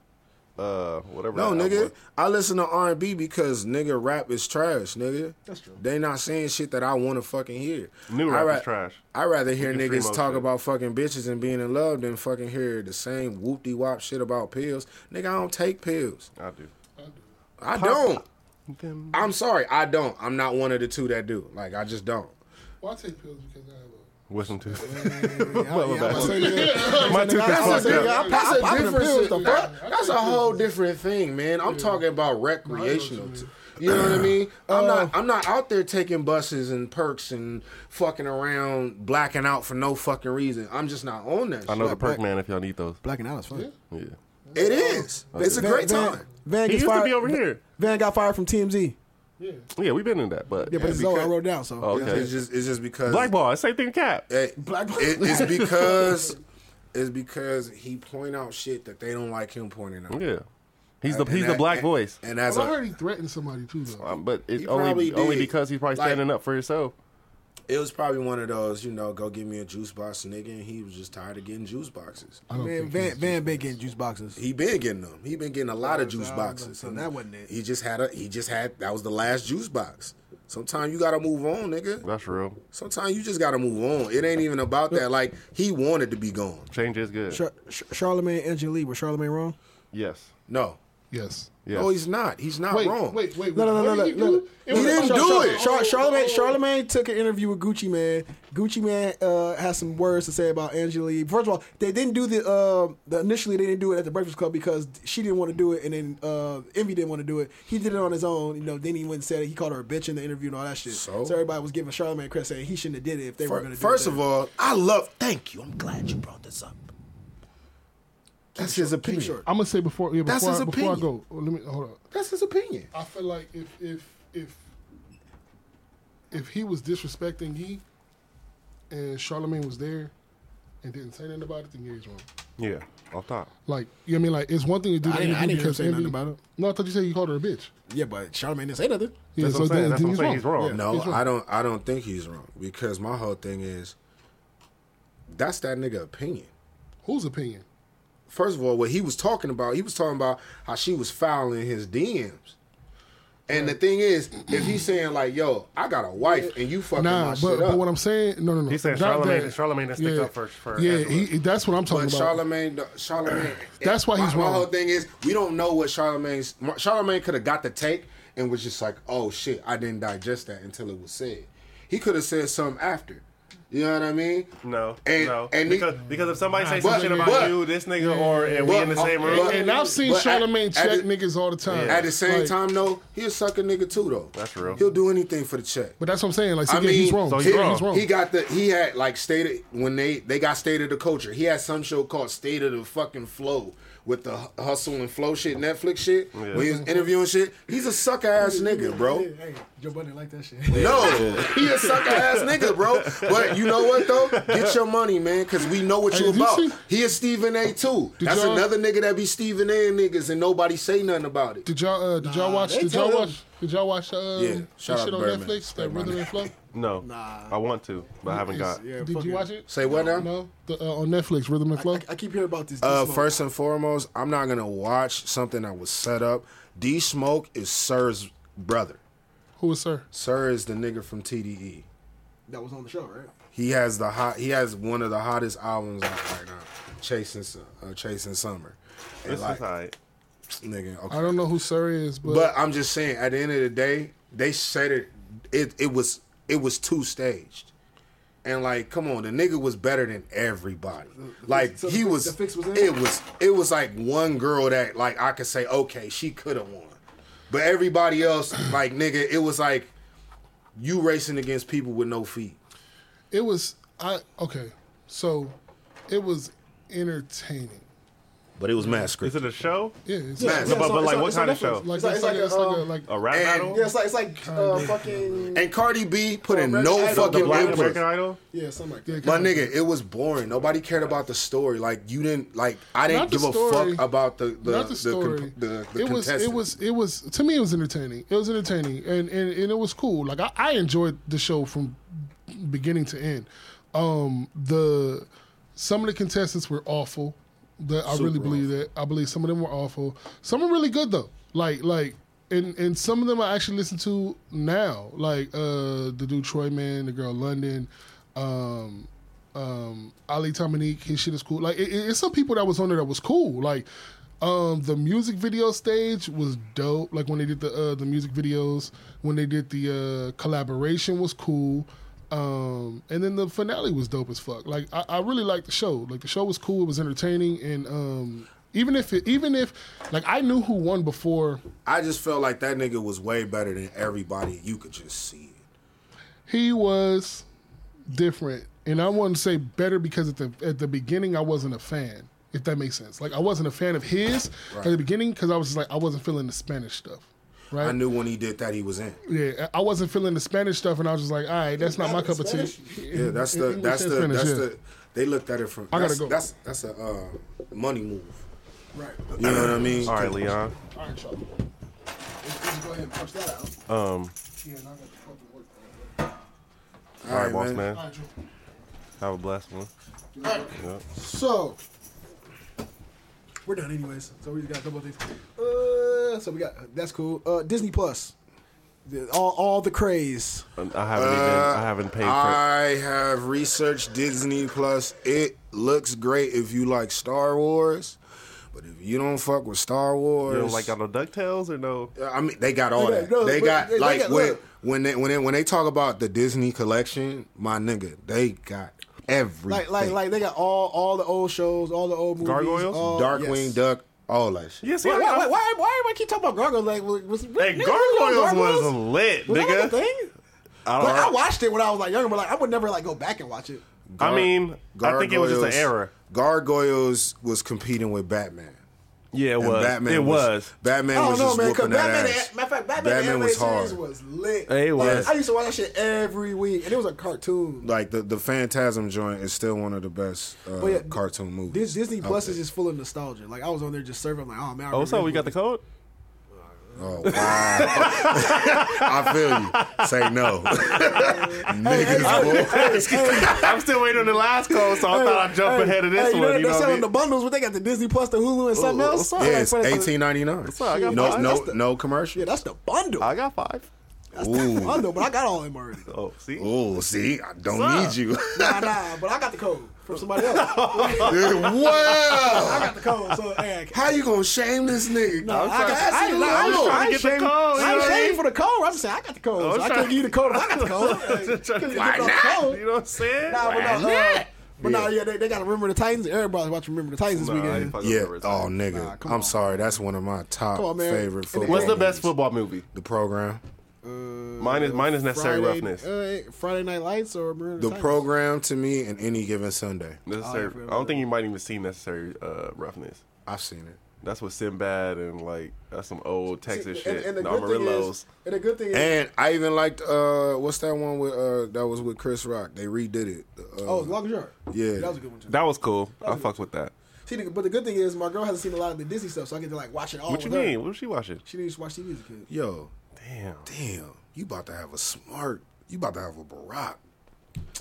Speaker 4: uh, whatever.
Speaker 5: No,
Speaker 4: that album
Speaker 5: nigga,
Speaker 4: was.
Speaker 5: I listen to R and B because nigga rap is trash, nigga.
Speaker 3: That's true.
Speaker 5: They not saying shit that I want to fucking hear.
Speaker 4: New
Speaker 5: I
Speaker 4: rap
Speaker 5: ra-
Speaker 4: is trash.
Speaker 5: I rather hear
Speaker 4: Freaking
Speaker 5: niggas
Speaker 4: Primo
Speaker 5: talk
Speaker 4: shit.
Speaker 5: about fucking bitches and being in love than fucking hear the same whoop de wop shit about pills. Nigga, I don't take pills.
Speaker 4: I do.
Speaker 5: I don't.
Speaker 4: Them-
Speaker 5: I'm sorry, I don't. I'm not one of the two that do. Like I just don't.
Speaker 6: Well, I take pills because I have a.
Speaker 4: With them too.
Speaker 3: My
Speaker 4: My tooth is
Speaker 5: That's
Speaker 4: fucked
Speaker 5: a,
Speaker 4: up.
Speaker 5: nigga, that's a
Speaker 3: popping them
Speaker 5: different
Speaker 3: pills,
Speaker 5: shit.
Speaker 3: the
Speaker 5: That- That's a whole different thing, man. I'm talking about recreational. t- You know what I mean? I'm not. I'm not out there taking buses and perks and fucking around, blacking out for no fucking reason. I'm just not on that.
Speaker 4: I know
Speaker 5: shit.
Speaker 4: the perk man if y'all need those.
Speaker 3: Blacking out is fun.
Speaker 4: Yeah.
Speaker 5: It is. It's a great time.
Speaker 3: Van
Speaker 4: He
Speaker 3: gets
Speaker 4: used
Speaker 3: fired.
Speaker 4: to be over here.
Speaker 3: Van got fired from TMZ.
Speaker 4: Yeah, we've been in that, but
Speaker 3: Yeah, but it's over. I
Speaker 5: because-
Speaker 3: wrote it down. So
Speaker 4: Oh, okay.
Speaker 5: It's just. It's just because.
Speaker 4: blackball. Same thing, cap.
Speaker 5: It,
Speaker 3: Blackball.
Speaker 5: it- it's because. It's because he point out shit that they don't like him pointing out.
Speaker 4: Yeah, he's the
Speaker 5: And
Speaker 4: he's the
Speaker 5: that-
Speaker 4: black
Speaker 5: and-
Speaker 4: voice.
Speaker 5: And as
Speaker 6: Well, I
Speaker 5: a,
Speaker 6: heard he threatened somebody too though.
Speaker 4: Um, but it's
Speaker 5: He
Speaker 4: only
Speaker 5: probably
Speaker 4: only
Speaker 5: did.
Speaker 4: because he's probably
Speaker 5: Like-
Speaker 4: standing up for himself.
Speaker 5: it was probably one of those, you know, go give me a juice box, nigga, and he was just tired of getting juice boxes.
Speaker 6: I don't
Speaker 3: Man,
Speaker 6: think
Speaker 3: Van
Speaker 6: he's-
Speaker 3: Van been getting juice boxes.
Speaker 5: He been getting them. He been getting a lot of
Speaker 3: Oh,
Speaker 5: juice
Speaker 3: so I was like,
Speaker 5: boxes.
Speaker 3: so that wasn't it.
Speaker 5: He just had a. He just had. That was the last juice box. Sometimes you gotta move on, nigga.
Speaker 4: That's real.
Speaker 5: Sometimes you just gotta move on. It ain't even about that. Like he wanted to be gone.
Speaker 4: Change is good.
Speaker 3: Char- Char- Charlemagne and Angelique. Was Charlemagne wrong?
Speaker 4: Yes.
Speaker 5: No.
Speaker 6: Yes.
Speaker 4: Yes.
Speaker 5: No, he's not. He's not
Speaker 6: Wait,
Speaker 5: wrong.
Speaker 6: wait, wait.
Speaker 3: No, no, no,
Speaker 6: what
Speaker 3: no,
Speaker 6: did
Speaker 3: no,
Speaker 6: he
Speaker 3: no.
Speaker 6: do?
Speaker 5: He
Speaker 6: was-
Speaker 5: didn't
Speaker 6: Char-
Speaker 5: do
Speaker 6: Char-
Speaker 5: it.
Speaker 6: Char-
Speaker 3: Char- Charlemagne, Charlemagne took an interview with Gucci Man. Gucci Man uh, has some words to say about Angelique. First of all, they didn't do the, uh, the initially they didn't do it at the Breakfast Club because she didn't want to do it, and then uh, Envy didn't want to do it. He did it on his own. You know, then he went and said it. He called her a bitch in the interview and all that shit. So,
Speaker 5: So?
Speaker 3: everybody was giving Charlemagne credit saying he shouldn't have did it if they were
Speaker 5: Fir-
Speaker 3: going to.
Speaker 5: First
Speaker 3: do it
Speaker 5: of all, I love. Thank you. I'm glad you brought this up. That's his
Speaker 3: keep it
Speaker 5: opinion.
Speaker 3: short.
Speaker 6: I'm gonna say before yeah, before,
Speaker 5: That's his
Speaker 6: I, before I
Speaker 5: opinion.
Speaker 6: go. oh, Let me hold on.
Speaker 5: That's his opinion.
Speaker 6: I feel like if if if if he was disrespecting he, and Charlemagne was there and didn't say nothing about it, then yeah, he's wrong.
Speaker 4: Yeah, off top.
Speaker 6: Like, you know what I mean? Like, it's one thing to do
Speaker 3: I
Speaker 6: the
Speaker 3: didn't- I didn't hear
Speaker 6: interview
Speaker 3: him
Speaker 6: because
Speaker 3: say nothing
Speaker 6: envy-
Speaker 3: about it.
Speaker 6: No, I thought you said you called her a bitch.
Speaker 3: Yeah, but Charlemagne didn't say nothing.
Speaker 6: Yeah,
Speaker 4: That's what I'm saying. That's what I'm saying. He's wrong.
Speaker 6: Yeah,
Speaker 5: No,
Speaker 6: he's wrong.
Speaker 5: I don't. I don't think he's wrong because my whole thing is that's that nigga opinion.
Speaker 6: Whose opinion?
Speaker 5: First of all, what he was talking about, he was talking about how she was fouling his DMs. And the thing is, if he's saying like, "Yo, I got a wife and you fucking my
Speaker 6: Nah,
Speaker 5: shit
Speaker 6: but, but
Speaker 5: up,"
Speaker 6: what I'm saying, no, no, no.
Speaker 4: He said
Speaker 6: Not
Speaker 4: Charlemagne-
Speaker 6: that.
Speaker 4: Charlemagne that stick up for- for
Speaker 6: yeah,
Speaker 4: Angela.
Speaker 6: he, that's what I'm talking
Speaker 5: But
Speaker 6: about.
Speaker 5: Charlemagne, Charlemagne.
Speaker 6: That's why he's
Speaker 5: my,
Speaker 6: wrong.
Speaker 5: My whole thing is we don't know what Charlemagne's. Charlemagne could have got the take and was just like, "Oh shit, I didn't digest that until it was said." He could have said something after. You know what I mean?
Speaker 4: No,
Speaker 5: And-
Speaker 4: no.
Speaker 5: and
Speaker 4: because,
Speaker 5: he-
Speaker 4: because if somebody says
Speaker 5: But-
Speaker 4: some shit about
Speaker 5: but-
Speaker 4: you, this nigga, or and we
Speaker 5: but-
Speaker 4: in the same
Speaker 5: uh,
Speaker 4: room,
Speaker 5: but-
Speaker 6: and I've seen
Speaker 5: But at-
Speaker 6: Charlemagne
Speaker 5: at
Speaker 6: check
Speaker 5: the-
Speaker 6: niggas all the time.
Speaker 5: At the same
Speaker 6: Like,
Speaker 5: time, though, he'll suck a nigga too, though.
Speaker 4: That's real.
Speaker 5: He'll do anything for the check.
Speaker 6: But that's what I'm saying. Like, so
Speaker 5: I
Speaker 6: yeah,
Speaker 5: mean,
Speaker 6: he's wrong.
Speaker 4: So
Speaker 5: he,
Speaker 4: he's
Speaker 6: Yeah,
Speaker 4: wrong.
Speaker 6: He's wrong.
Speaker 5: he got the he had like state of, when they they got state of the culture. He had some show called State of the fucking Flow with the hu- hustle and flow shit, Netflix shit. When he was interviewing shit, he's a sucker ass nigga, bro.
Speaker 3: Hey, Joe Budden like that shit.
Speaker 5: No, he a sucker ass nigga, bro. But you know what though? Get your money, man, because we know what
Speaker 6: Hey,
Speaker 5: you
Speaker 6: did you
Speaker 5: about.
Speaker 6: see-
Speaker 5: He is Stephen A. too. That's
Speaker 6: y'all-
Speaker 5: another nigga that be Stephen A. niggas and nobody say nothing about it.
Speaker 6: Did y'all uh, did y'all
Speaker 3: Nah,
Speaker 6: watch
Speaker 3: they
Speaker 6: did y'all
Speaker 3: tell
Speaker 6: watch did y'all watch uh,
Speaker 5: Yeah,
Speaker 6: that
Speaker 5: shout out
Speaker 6: shit on
Speaker 5: Birdman.
Speaker 6: Netflix that Rhythm and Flow?
Speaker 4: no,
Speaker 3: Nah.
Speaker 4: I want to, but I haven't got.
Speaker 3: Yeah,
Speaker 6: Did
Speaker 3: fuck
Speaker 6: you
Speaker 3: it.
Speaker 6: watch it?
Speaker 5: Say what now?
Speaker 6: No, the, uh, on Netflix Rhythm and Flow.
Speaker 3: I, I keep hearing about this.
Speaker 5: Uh,
Speaker 3: D-Smoke.
Speaker 5: first and foremost, I'm not gonna watch something that was set up. D Smoke is Sir's brother.
Speaker 6: Who is sir?
Speaker 5: Sir is the nigga from TDE.
Speaker 3: that was on the show, right?
Speaker 5: He has the hot. He has one of the hottest albums out right now, Chasing Su- uh, Chasing Summer. And
Speaker 4: This
Speaker 5: like,
Speaker 4: is alright.
Speaker 5: nigga, okay.
Speaker 6: I don't know who sir is, but,
Speaker 5: But I'm just saying, at the end of the day, they said it. It it was it was two staged, and like, come on, the nigga was better than everybody. Like
Speaker 3: Mm, so the
Speaker 5: he
Speaker 3: fix-
Speaker 5: was.
Speaker 3: the fix was in?
Speaker 5: it was it was like one girl that like I could say, okay, she could have won, but everybody else, like nigga, it was like you racing against people with no feet.
Speaker 6: it was I okay. So it was entertaining.
Speaker 5: But it was mass
Speaker 4: Is it a show?
Speaker 6: Yeah, it's
Speaker 3: Yeah,
Speaker 5: Mass.
Speaker 3: yeah,
Speaker 4: No,
Speaker 3: it's
Speaker 4: but-
Speaker 3: on-
Speaker 4: but like,
Speaker 3: it's on-
Speaker 4: what
Speaker 3: it's on
Speaker 4: kind of
Speaker 3: Netflix.
Speaker 4: show?
Speaker 6: like
Speaker 3: It's like,
Speaker 6: it's like
Speaker 3: it's
Speaker 6: it's
Speaker 3: like,
Speaker 6: like a,
Speaker 3: um,
Speaker 6: like
Speaker 4: A rap
Speaker 5: And-
Speaker 4: battle?
Speaker 3: yeah, it's like it's like uh, fucking
Speaker 5: And Cardi B put in
Speaker 3: Black
Speaker 5: no
Speaker 3: Idol.
Speaker 4: the
Speaker 5: fucking
Speaker 4: Black
Speaker 5: input.
Speaker 4: American Idol.
Speaker 3: yeah, something like
Speaker 6: Yeah,
Speaker 3: that.
Speaker 5: My nigga, it was boring. Nobody cared about the story. Like you didn't like. I
Speaker 6: Not
Speaker 5: didn't
Speaker 6: the
Speaker 5: give a
Speaker 6: story.
Speaker 5: fuck about the the
Speaker 6: not the story.
Speaker 5: comp- the, the
Speaker 6: it was it
Speaker 5: contestant.
Speaker 6: was it was to me it was entertaining. It was entertaining and and, and it was cool. Like I, I enjoyed the show from beginning to end. Um the some of the contestants were awful. That I really believe that. I believe some of them were awful. Some are really good though. Like like and and some of them I actually listen to now. Like uh the dude Troy Man, the girl London, um um Ali Dominique, his shit is cool. Like it, it- it's some people that was on there that was cool. Like um the music video stage was dope. Like when they did the uh, the music videos, when they did the uh, collaboration was cool. Um and then the finale was dope as fuck. Like I, I really liked the show. Like the show was cool. It was entertaining and um even if it, even if like I knew who won before
Speaker 5: I just felt like that nigga was way better than everybody. You could just see it.
Speaker 6: he was different, and I wouldn't say better because at the at the beginning I wasn't a fan. If that makes sense, like I wasn't a fan of his at the beginning because I was just like I wasn't feeling the Spanish stuff, right?
Speaker 5: I knew when he did that, he was in.
Speaker 6: yeah, I I wasn't feeling the Spanish stuff, and I was just like, all right, that's not my cup of tea.
Speaker 3: Spanish?
Speaker 5: Yeah, that's
Speaker 6: In
Speaker 5: the
Speaker 6: English
Speaker 5: that's
Speaker 6: and
Speaker 5: the
Speaker 6: Spanish,
Speaker 5: that's
Speaker 6: yeah.
Speaker 5: the. They looked at it from.
Speaker 6: I gotta
Speaker 5: that's-
Speaker 6: go.
Speaker 5: That's that's a uh, money move.
Speaker 3: Right.
Speaker 5: You know what I mean?
Speaker 4: All right, Leon.
Speaker 6: All right, y'all.
Speaker 3: Let's go ahead and punch that out.
Speaker 4: Um,
Speaker 6: Yeah, and I got the fucking work, man.
Speaker 5: All
Speaker 4: all right, boss man.
Speaker 6: All right, y'all.
Speaker 4: Have a blessed one.
Speaker 3: So we're done anyways. So we just got a couple of things. Uh, so we got that's cool. Uh, Disney Plus, The- all all the craze.
Speaker 4: Um, I haven't even. I haven't paid for.
Speaker 5: I have researched Disney Plus. It looks great if you like Star Wars, but if you don't fuck with Star Wars,
Speaker 4: you don't like got no Ducktales or no?
Speaker 5: I mean, they got all
Speaker 3: They got-
Speaker 5: that.
Speaker 3: no,
Speaker 5: they
Speaker 3: but
Speaker 5: got
Speaker 3: they- they
Speaker 5: like
Speaker 3: got-
Speaker 5: when
Speaker 3: look.
Speaker 5: when they, when they when they talk about the Disney collection, my nigga, they got everything.
Speaker 3: Like like like they got all all the old shows, all the old movies.
Speaker 4: Gargoyles?
Speaker 3: all-
Speaker 5: Darkwing
Speaker 3: yes.
Speaker 5: Duck, all that shit.
Speaker 4: Yes,
Speaker 3: Why,
Speaker 4: yeah.
Speaker 3: why, why, why, why do I keep talking about Gargoyles? Like, was, was,
Speaker 4: Hey,
Speaker 3: nigga,
Speaker 4: Gargoyles was
Speaker 3: Gargoyles?
Speaker 4: lit,
Speaker 3: Was that like a
Speaker 4: nigga.
Speaker 3: thing?
Speaker 4: I,
Speaker 3: Like, I
Speaker 4: don't,
Speaker 3: watched it when I was like younger, but like I would never like go back and watch it.
Speaker 4: I mean, I think it was just an
Speaker 5: Gargoyles-
Speaker 4: error.
Speaker 5: Gargoyles was competing with Batman.
Speaker 4: Yeah, it
Speaker 5: And
Speaker 4: was.
Speaker 5: Batman
Speaker 4: It was.
Speaker 5: Batman
Speaker 3: I don't
Speaker 5: was
Speaker 3: know, Oh,
Speaker 5: just
Speaker 3: man. Because
Speaker 5: whooping that
Speaker 3: Batman,
Speaker 5: ass.
Speaker 3: matter of fact, Batman, the
Speaker 5: Batman was
Speaker 3: animated series
Speaker 5: hard.
Speaker 3: was lit.
Speaker 4: It was.
Speaker 3: I used to watch that shit every week, and it was a cartoon.
Speaker 5: Like the, the Phantasm joint is still one of the best uh,
Speaker 3: yeah,
Speaker 5: cartoon movies.
Speaker 3: This Disney
Speaker 5: out
Speaker 3: Plus
Speaker 5: there.
Speaker 3: is just full of nostalgia. Like I was on there just serving, like, oh man. I
Speaker 4: Oh,
Speaker 3: remember
Speaker 4: so
Speaker 3: this
Speaker 4: we got
Speaker 3: movie.
Speaker 4: the code?
Speaker 5: Oh wow! I feel you. Say no, niggas. boy.
Speaker 4: I'm still waiting on the last code, so I thought I'd jump ahead of this
Speaker 3: Hey, you know,
Speaker 4: one.
Speaker 3: they're
Speaker 4: You know what I
Speaker 3: selling
Speaker 4: mean?
Speaker 3: the bundles, but they got the Disney Plus, the Hulu, and something else. So,
Speaker 5: Yes,
Speaker 3: like, for the-
Speaker 5: eighteen ninety nine.
Speaker 4: I got
Speaker 5: No,
Speaker 4: mine.
Speaker 5: no,
Speaker 4: That's the-
Speaker 5: no commercial.
Speaker 3: Yeah, that's the bundle.
Speaker 4: I got five.
Speaker 3: that's the
Speaker 5: Ooh.
Speaker 3: bundle, but I got all of them already.
Speaker 4: Oh, see?
Speaker 5: Oh, see, I don't need you.
Speaker 3: nah, nah, but I got the code from somebody else. I
Speaker 5: wow!
Speaker 3: got the code, so hey, I-
Speaker 5: How you gonna shame this nigga?
Speaker 3: No, I got- I ain't lying.
Speaker 5: I
Speaker 3: I'm
Speaker 5: know.
Speaker 3: trying
Speaker 4: to get the code, you
Speaker 3: I ain't
Speaker 4: know what I
Speaker 3: saying
Speaker 4: mean?
Speaker 3: for the code. I'm just saying I got the code.
Speaker 4: I
Speaker 3: so
Speaker 4: was
Speaker 3: I
Speaker 4: trying-
Speaker 3: can't give you the code. if I got the code. Hey, you couldn't give me the code.
Speaker 4: You know what I'm saying?
Speaker 3: Nah, but
Speaker 4: Why
Speaker 3: no, uh,
Speaker 4: not?
Speaker 3: but no, yeah, they, they got to remember the Titans. Everybody's watching Remember the Titans this
Speaker 4: Nah, I ain't
Speaker 3: weekend.
Speaker 4: fucking
Speaker 5: Yeah.
Speaker 4: remember it.
Speaker 5: Oh, nigga.
Speaker 3: come on.
Speaker 5: I'm sorry. That's one of my top
Speaker 3: Come on, man.
Speaker 5: favorite football.
Speaker 4: What's the best
Speaker 5: movies.
Speaker 4: football movie?
Speaker 5: The program.
Speaker 4: Mine is mine is necessary
Speaker 3: Friday,
Speaker 4: roughness.
Speaker 3: uh, Friday Night Lights or Remember the,
Speaker 5: The
Speaker 3: Titans?
Speaker 5: program to me and any given Sunday.
Speaker 4: Necessary. I don't think you might even see necessary uh, roughness.
Speaker 5: I've seen it.
Speaker 4: That's what Sinbad and like that's some old Texas
Speaker 3: And,
Speaker 4: shit.
Speaker 3: and the
Speaker 4: the
Speaker 3: good thing
Speaker 4: Amarillos.
Speaker 3: is, and the good thing is,
Speaker 5: And I even liked uh, what's that one with uh, that was with Chris Rock? They redid it. Uh,
Speaker 3: oh, as long as you're
Speaker 5: yeah.
Speaker 3: that was a good one too.
Speaker 4: that was cool. I fucked with that.
Speaker 3: See, the- but the good thing is, my girl hasn't seen a lot of the Disney stuff, so I get to like watch it all.
Speaker 4: What you
Speaker 3: with her.
Speaker 4: mean? What was she watching?
Speaker 3: She didn't just watch TV as a kid.
Speaker 5: Yo,
Speaker 4: Damn.
Speaker 5: damn, you about to have a smart. You about to have a Barack.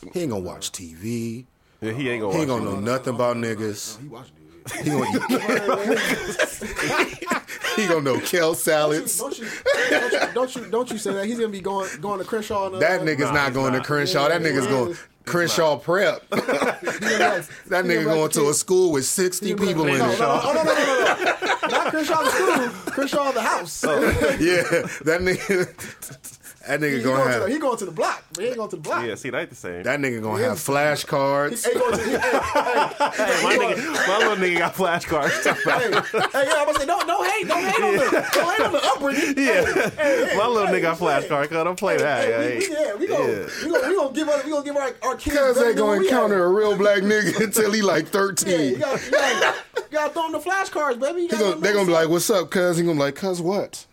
Speaker 5: He
Speaker 3: Uh-huh.
Speaker 5: ain't gonna watch TV.
Speaker 3: Oh,
Speaker 4: Yeah, he ain't
Speaker 5: He
Speaker 4: gonna
Speaker 5: ain't
Speaker 4: watch.
Speaker 5: gonna know nothing about niggas.
Speaker 3: He watched it.
Speaker 5: He gonna, he gonna know kale salads.
Speaker 3: Don't you, don't you, don't you, don't you say that? He's gonna be going going to Crenshaw. And, uh,
Speaker 5: That nigga's not going to Crenshaw. That nigga's
Speaker 3: Yeah.
Speaker 5: going Crenshaw prep. That nigga going to a school with sixty people in
Speaker 3: No,
Speaker 5: it.
Speaker 3: no, no, no, no, no, no. Not Crenshaw the school. Crenshaw the house.
Speaker 5: Oh. Yeah, that nigga. That
Speaker 3: he,
Speaker 5: nigga
Speaker 3: going
Speaker 5: gonna
Speaker 3: to the, he
Speaker 5: have.
Speaker 3: going to the block. but He ain't going to the block.
Speaker 4: Yeah, see, that ain't the same.
Speaker 5: That nigga gonna have flashcards.
Speaker 3: Hey, going to, hey,
Speaker 4: Hey, my, nigga, my little nigga got flashcards.
Speaker 3: hey, hey, yeah, I'm gonna say, don't, don't hate, don't hate on the, don't hate on the upbringing.
Speaker 4: yeah, my little
Speaker 3: hey,
Speaker 4: nigga got
Speaker 3: hey.
Speaker 4: flashcards. Don't play that.
Speaker 3: Hey, we, we,
Speaker 4: yeah, hey.
Speaker 3: yeah, we gonna,
Speaker 4: Yeah.
Speaker 3: we gonna, we gonna give our, we gonna give our, our kids.
Speaker 5: Cuz
Speaker 3: better
Speaker 5: ain't
Speaker 3: than what
Speaker 5: gonna
Speaker 3: we had.
Speaker 5: encounter a real black nigga until he
Speaker 3: Yeah,
Speaker 5: like
Speaker 3: you
Speaker 5: thirteen.
Speaker 3: gotta, you gotta, you gotta throw them the flashcards, baby. You
Speaker 5: He
Speaker 3: gotta
Speaker 5: gonna, they gonna be like, "What's up, Mm. cuz?" He gonna be like, "Cuz what?"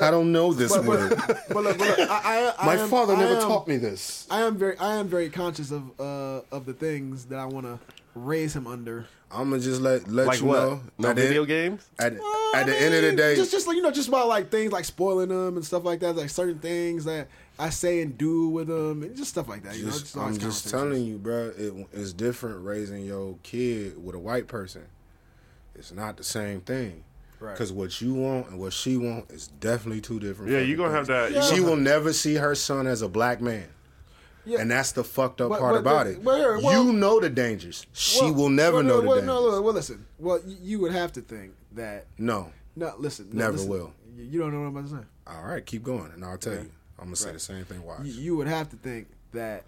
Speaker 5: I don't know this
Speaker 3: but,
Speaker 5: word.
Speaker 3: but, but look, but look, I, I, I
Speaker 5: My
Speaker 3: am,
Speaker 5: father never
Speaker 3: I am,
Speaker 5: taught me this.
Speaker 3: I am very, I am very conscious of, uh, of the things that I want to raise him under.
Speaker 5: I'm gonna just let let
Speaker 4: Like
Speaker 5: you
Speaker 4: what?
Speaker 5: know.
Speaker 4: No
Speaker 5: at the-
Speaker 4: video games.
Speaker 5: At,
Speaker 3: Well,
Speaker 5: at
Speaker 3: I
Speaker 5: the end of the
Speaker 3: mean,
Speaker 5: day,
Speaker 3: just just like you know, just about like things like spoiling them and stuff like that, like certain things that I say and do with them, and just stuff like that. You know,
Speaker 5: just-
Speaker 3: just
Speaker 5: I'm just telling you, bro. It, it's different raising your kid with a white person. It's not the same thing.
Speaker 3: Right.
Speaker 5: Because what you want and what she want is definitely two different.
Speaker 4: Yeah, you
Speaker 5: fucking
Speaker 4: gonna have
Speaker 5: things.
Speaker 4: that. you
Speaker 5: She
Speaker 4: gonna-
Speaker 5: will never see her son as a black man.
Speaker 3: Yeah.
Speaker 5: And that's the fucked up
Speaker 3: But-
Speaker 5: part
Speaker 3: but-
Speaker 5: about
Speaker 3: but-
Speaker 5: it.
Speaker 3: but here, well-
Speaker 5: you know the dangers. She
Speaker 3: Well,
Speaker 5: will never
Speaker 3: well,
Speaker 5: know
Speaker 3: no,
Speaker 5: the
Speaker 3: well,
Speaker 5: dangers.
Speaker 3: no,
Speaker 5: No,
Speaker 3: look, well, listen. Well, y- you would have to think that. No, listen. no,
Speaker 5: Never
Speaker 3: listen.
Speaker 5: will.
Speaker 3: You you don't know what I'm about to say.
Speaker 5: All right, keep going, and I'll tell you. I'm gonna say the same thing. Watch.
Speaker 3: you, you would have to think that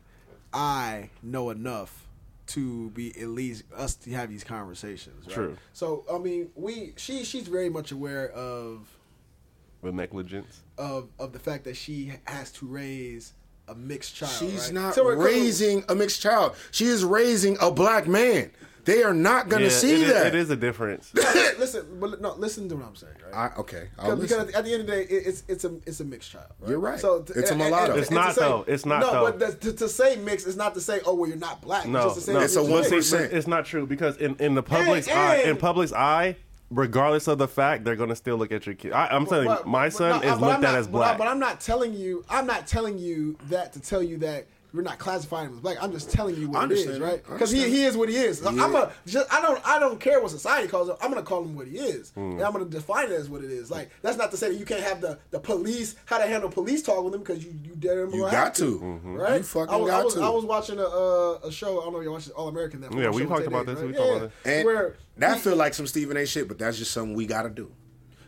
Speaker 3: I know enough to be at least us to have these conversations. Right?
Speaker 4: True.
Speaker 3: So I mean, we she she's very much aware of
Speaker 4: with negligence.
Speaker 3: of of the fact that she has to raise a mixed child.
Speaker 5: She's
Speaker 3: right?
Speaker 5: not
Speaker 3: So we're-
Speaker 5: raising a mixed child. She is raising a black man. They are not going to
Speaker 4: Yeah,
Speaker 5: see
Speaker 4: it is-
Speaker 5: that.
Speaker 4: it is a difference.
Speaker 3: Listen, but no, listen to what I'm saying. Right?
Speaker 5: I, okay, I'll
Speaker 3: Because, because
Speaker 5: listen.
Speaker 3: at the end of the day, it, it's it's a it's a mixed child. Right?
Speaker 5: You're right.
Speaker 3: t-
Speaker 5: It's a
Speaker 3: and- and-
Speaker 5: mulatto.
Speaker 3: and-
Speaker 5: It's
Speaker 3: and to
Speaker 4: not,
Speaker 3: say-
Speaker 4: though. It's not,
Speaker 3: No,
Speaker 4: though.
Speaker 3: but that's- to, to say mixed is not to say oh well you're not black.
Speaker 4: No,
Speaker 3: it's just to say
Speaker 4: no,
Speaker 5: It's a
Speaker 3: you're
Speaker 5: one-
Speaker 3: mixed.
Speaker 5: 1%.
Speaker 4: It's not true because in, in the public's eye, in
Speaker 3: and-
Speaker 4: public's eye, regardless of the fact, they're gonna still look at your kid. I, I'm telling you,
Speaker 3: But-
Speaker 4: my
Speaker 3: but
Speaker 4: son
Speaker 3: no, I-
Speaker 4: is
Speaker 3: but
Speaker 4: looked
Speaker 3: I'm
Speaker 4: at
Speaker 3: not-
Speaker 4: as
Speaker 3: but I-
Speaker 4: black.
Speaker 3: But I'm not telling you. I'm not telling you that to tell you that you're not classifying him as black. I'm just telling you
Speaker 5: I
Speaker 3: what it is,
Speaker 5: understand.
Speaker 3: right?
Speaker 5: I
Speaker 3: Because he,
Speaker 5: understand.
Speaker 3: he is what he is. So I'm
Speaker 5: Yeah.
Speaker 3: a just I don't I don't care what society calls him. I'm gonna call him what he is,
Speaker 4: Hmm.
Speaker 3: and I'm gonna define it as what it is. Like that's not to say that you can't have the the police how to handle police talk with him because you you damn well
Speaker 5: You
Speaker 3: have
Speaker 5: got to.
Speaker 4: Mm-hmm.
Speaker 3: Right,
Speaker 5: You fucking
Speaker 3: I was, I
Speaker 5: got
Speaker 3: was,
Speaker 5: to.
Speaker 3: I was watching a, uh, a show. I don't know if you watched All American. That
Speaker 4: Yeah, we
Speaker 3: show with
Speaker 4: talked
Speaker 3: Tay
Speaker 4: about
Speaker 3: Diggs,
Speaker 4: this,
Speaker 3: right?
Speaker 4: we talked
Speaker 3: yeah.
Speaker 4: about
Speaker 5: and
Speaker 3: Where
Speaker 5: that
Speaker 3: he-
Speaker 5: feel like some Stephen A. shit, but that's just something we got to do.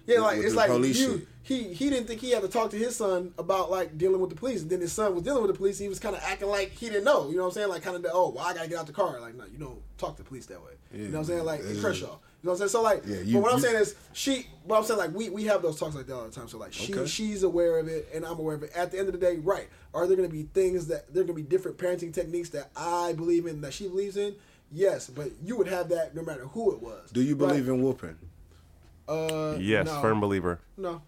Speaker 3: Yeah,
Speaker 5: with-
Speaker 3: like
Speaker 5: with
Speaker 3: it's
Speaker 5: the
Speaker 3: like
Speaker 5: police
Speaker 3: you,
Speaker 5: shit.
Speaker 3: he he didn't think he had to talk to his son about like dealing with the police, and then his son was dealing with the police. He was kind of acting like he didn't know. You know what I'm saying? Like kind of oh, well, I gotta get out the car. Like no, you don't talk to the police that way. you know what I'm saying? Like in Kershaw. You know what I'm saying? So like,
Speaker 5: Yeah, you-
Speaker 3: but what I'm
Speaker 5: you-
Speaker 3: saying is she. But I'm saying like we we have those talks like that all the time. So like she
Speaker 5: Okay.
Speaker 3: she's aware of it, and I'm aware of it. At the end of the day, right? Are there gonna be things that there gonna be different parenting techniques that I believe in that she believes in? Yes, but you would have that no matter who it was.
Speaker 5: Do you believe in whooping?
Speaker 3: Uh,
Speaker 4: Yes,
Speaker 3: no.
Speaker 4: firm believer.
Speaker 3: No,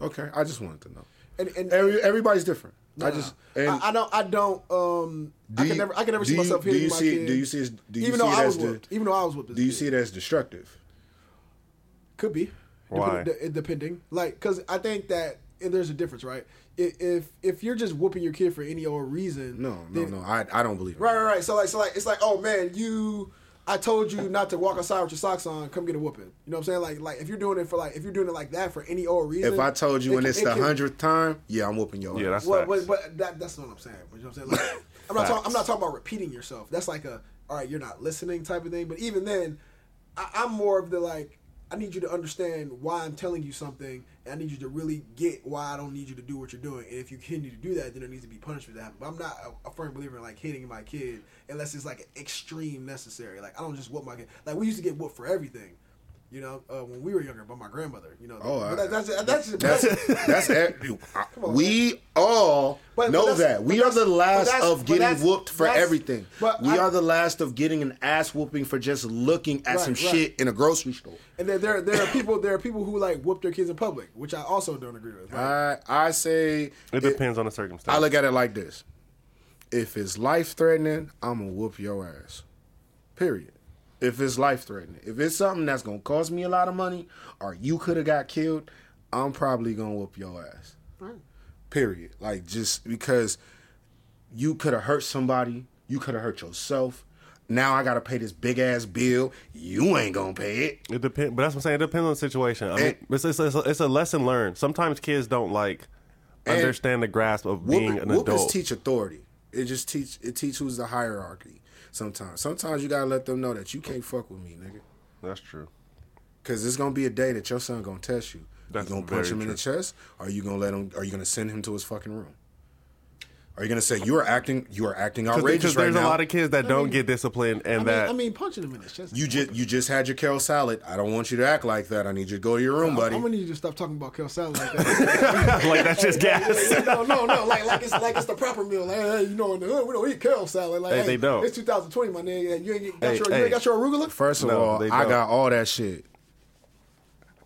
Speaker 5: Okay, I just wanted to know.
Speaker 3: and and
Speaker 5: Every, everybody's different.
Speaker 3: Nah.
Speaker 5: I just and
Speaker 3: I, I don't I don't um
Speaker 5: Do
Speaker 3: I can
Speaker 5: you-
Speaker 3: never I can never
Speaker 5: do
Speaker 3: see
Speaker 5: you-
Speaker 3: myself
Speaker 5: do
Speaker 3: hitting
Speaker 5: you
Speaker 3: my
Speaker 5: see it-
Speaker 3: kid.
Speaker 5: do you see it- do you
Speaker 3: even
Speaker 5: see
Speaker 3: though
Speaker 5: it
Speaker 3: I
Speaker 5: as
Speaker 3: was
Speaker 5: the-
Speaker 3: whipped, even though I was whipped. as a
Speaker 5: do you
Speaker 3: kid.
Speaker 5: see it as destructive?
Speaker 3: Could be.
Speaker 4: Why?
Speaker 3: Dep- de- depending, like, because I think that and there's a difference, right? I- If if you're just whooping your kid for any old reason,
Speaker 5: No, no,
Speaker 3: then-
Speaker 5: no. I I don't believe it.
Speaker 3: Right, right, right. So like, so like, it's like, oh man, you. I told you not to walk outside with your socks on. Come get a whooping. You know what I'm saying? Like, like if you're doing it for like, if you're doing it like that for any old reason.
Speaker 5: If I told you
Speaker 3: it
Speaker 5: and
Speaker 3: can-
Speaker 5: it's
Speaker 3: it
Speaker 5: the
Speaker 3: can-
Speaker 5: hundredth time, yeah, I'm whooping your
Speaker 4: Yeah,
Speaker 5: ass.
Speaker 4: that's
Speaker 3: What, what,
Speaker 4: facts.
Speaker 3: what, that, that's not what I'm saying. but You know what I'm saying? Like, I'm not. Talk, I'm not talking about repeating yourself. That's like a all right, you're not listening type of thing. But even then, I, I'm more of the like, I need you to understand why I'm telling you something, and I need you to really get why I don't need you to do what you're doing. And if you continue to do that, then there needs to be punishment to happen. But I'm not a, a firm believer in like hitting my kid unless it's like extreme necessary. Like I don't just whoop my kid. Like we used to get whooped for everything. You know, uh, when we were younger, by my grandmother. You know,
Speaker 5: Oh,
Speaker 3: but
Speaker 5: I-
Speaker 3: that, that's that's,
Speaker 5: That's that's e- I- we all
Speaker 3: But- but
Speaker 5: know
Speaker 3: that's-
Speaker 5: that we
Speaker 3: but
Speaker 5: are the
Speaker 3: that's-
Speaker 5: last
Speaker 3: but that's-
Speaker 5: of
Speaker 3: but
Speaker 5: getting
Speaker 3: that's-
Speaker 5: whooped for
Speaker 3: that's-
Speaker 5: everything.
Speaker 3: but
Speaker 5: we
Speaker 3: I-
Speaker 5: are the last of getting an ass whooping for just looking at
Speaker 3: Right,
Speaker 5: some
Speaker 3: right.
Speaker 5: shit in a grocery store.
Speaker 3: And there, there, there are people, there are people who like whoop their kids in public, which I also don't agree with. Like,
Speaker 5: I I say
Speaker 4: It depends on the circumstance.
Speaker 5: I look at it like this: if it's life threatening, I'm gonna whoop your ass. Period. If it's life threatening, if it's something that's gonna cost me a lot of money, or you could have got killed, I'm probably gonna whoop your ass. Period. Like just because you could have hurt somebody, you could have hurt yourself. Now I gotta pay this big ass bill. You ain't gonna pay it.
Speaker 4: It depends, but that's what I'm saying. It depends on the situation. I mean,
Speaker 5: And-
Speaker 4: it's, it's, it's, a, it's a lesson learned. Sometimes kids don't like understand the grasp of being an
Speaker 5: whoopers
Speaker 4: adult.
Speaker 5: teach authority. It just teach it teach who's the hierarchy. Sometimes, sometimes you gotta let them know that you can't fuck with me, nigga.
Speaker 4: That's true.
Speaker 5: Cause it's gonna be a day that your son gonna test you.
Speaker 4: That's
Speaker 5: you gonna punch
Speaker 4: very
Speaker 5: him in the chest, or you gonna let him? Are you gonna send him to his fucking room? Are you gonna say you are acting? You are acting outrageous
Speaker 4: Because
Speaker 5: right
Speaker 4: there's a
Speaker 5: now.
Speaker 4: lot of kids that don't get disciplined, and
Speaker 3: I, mean,
Speaker 4: that
Speaker 3: I mean, punching them in the chest.
Speaker 5: you just you just had your kale salad. I don't want you to act like that. I need you to go to your room,
Speaker 3: I'm
Speaker 5: buddy.
Speaker 3: gonna need you to stop talking about Kel salad like that.
Speaker 4: like that's just gas.
Speaker 3: no, no, no. Like, like it's like it's the proper meal. Like, hey, you know, in the hood, we don't eat Kel salad. Like,
Speaker 4: Hey, they don't.
Speaker 3: It's 2020, my nigga. You ain't got,
Speaker 4: Hey,
Speaker 3: your, you
Speaker 4: hey.
Speaker 3: ain't got your arugula.
Speaker 5: First of
Speaker 4: No,
Speaker 5: all,
Speaker 4: they
Speaker 5: I
Speaker 4: don't.
Speaker 5: got all that shit.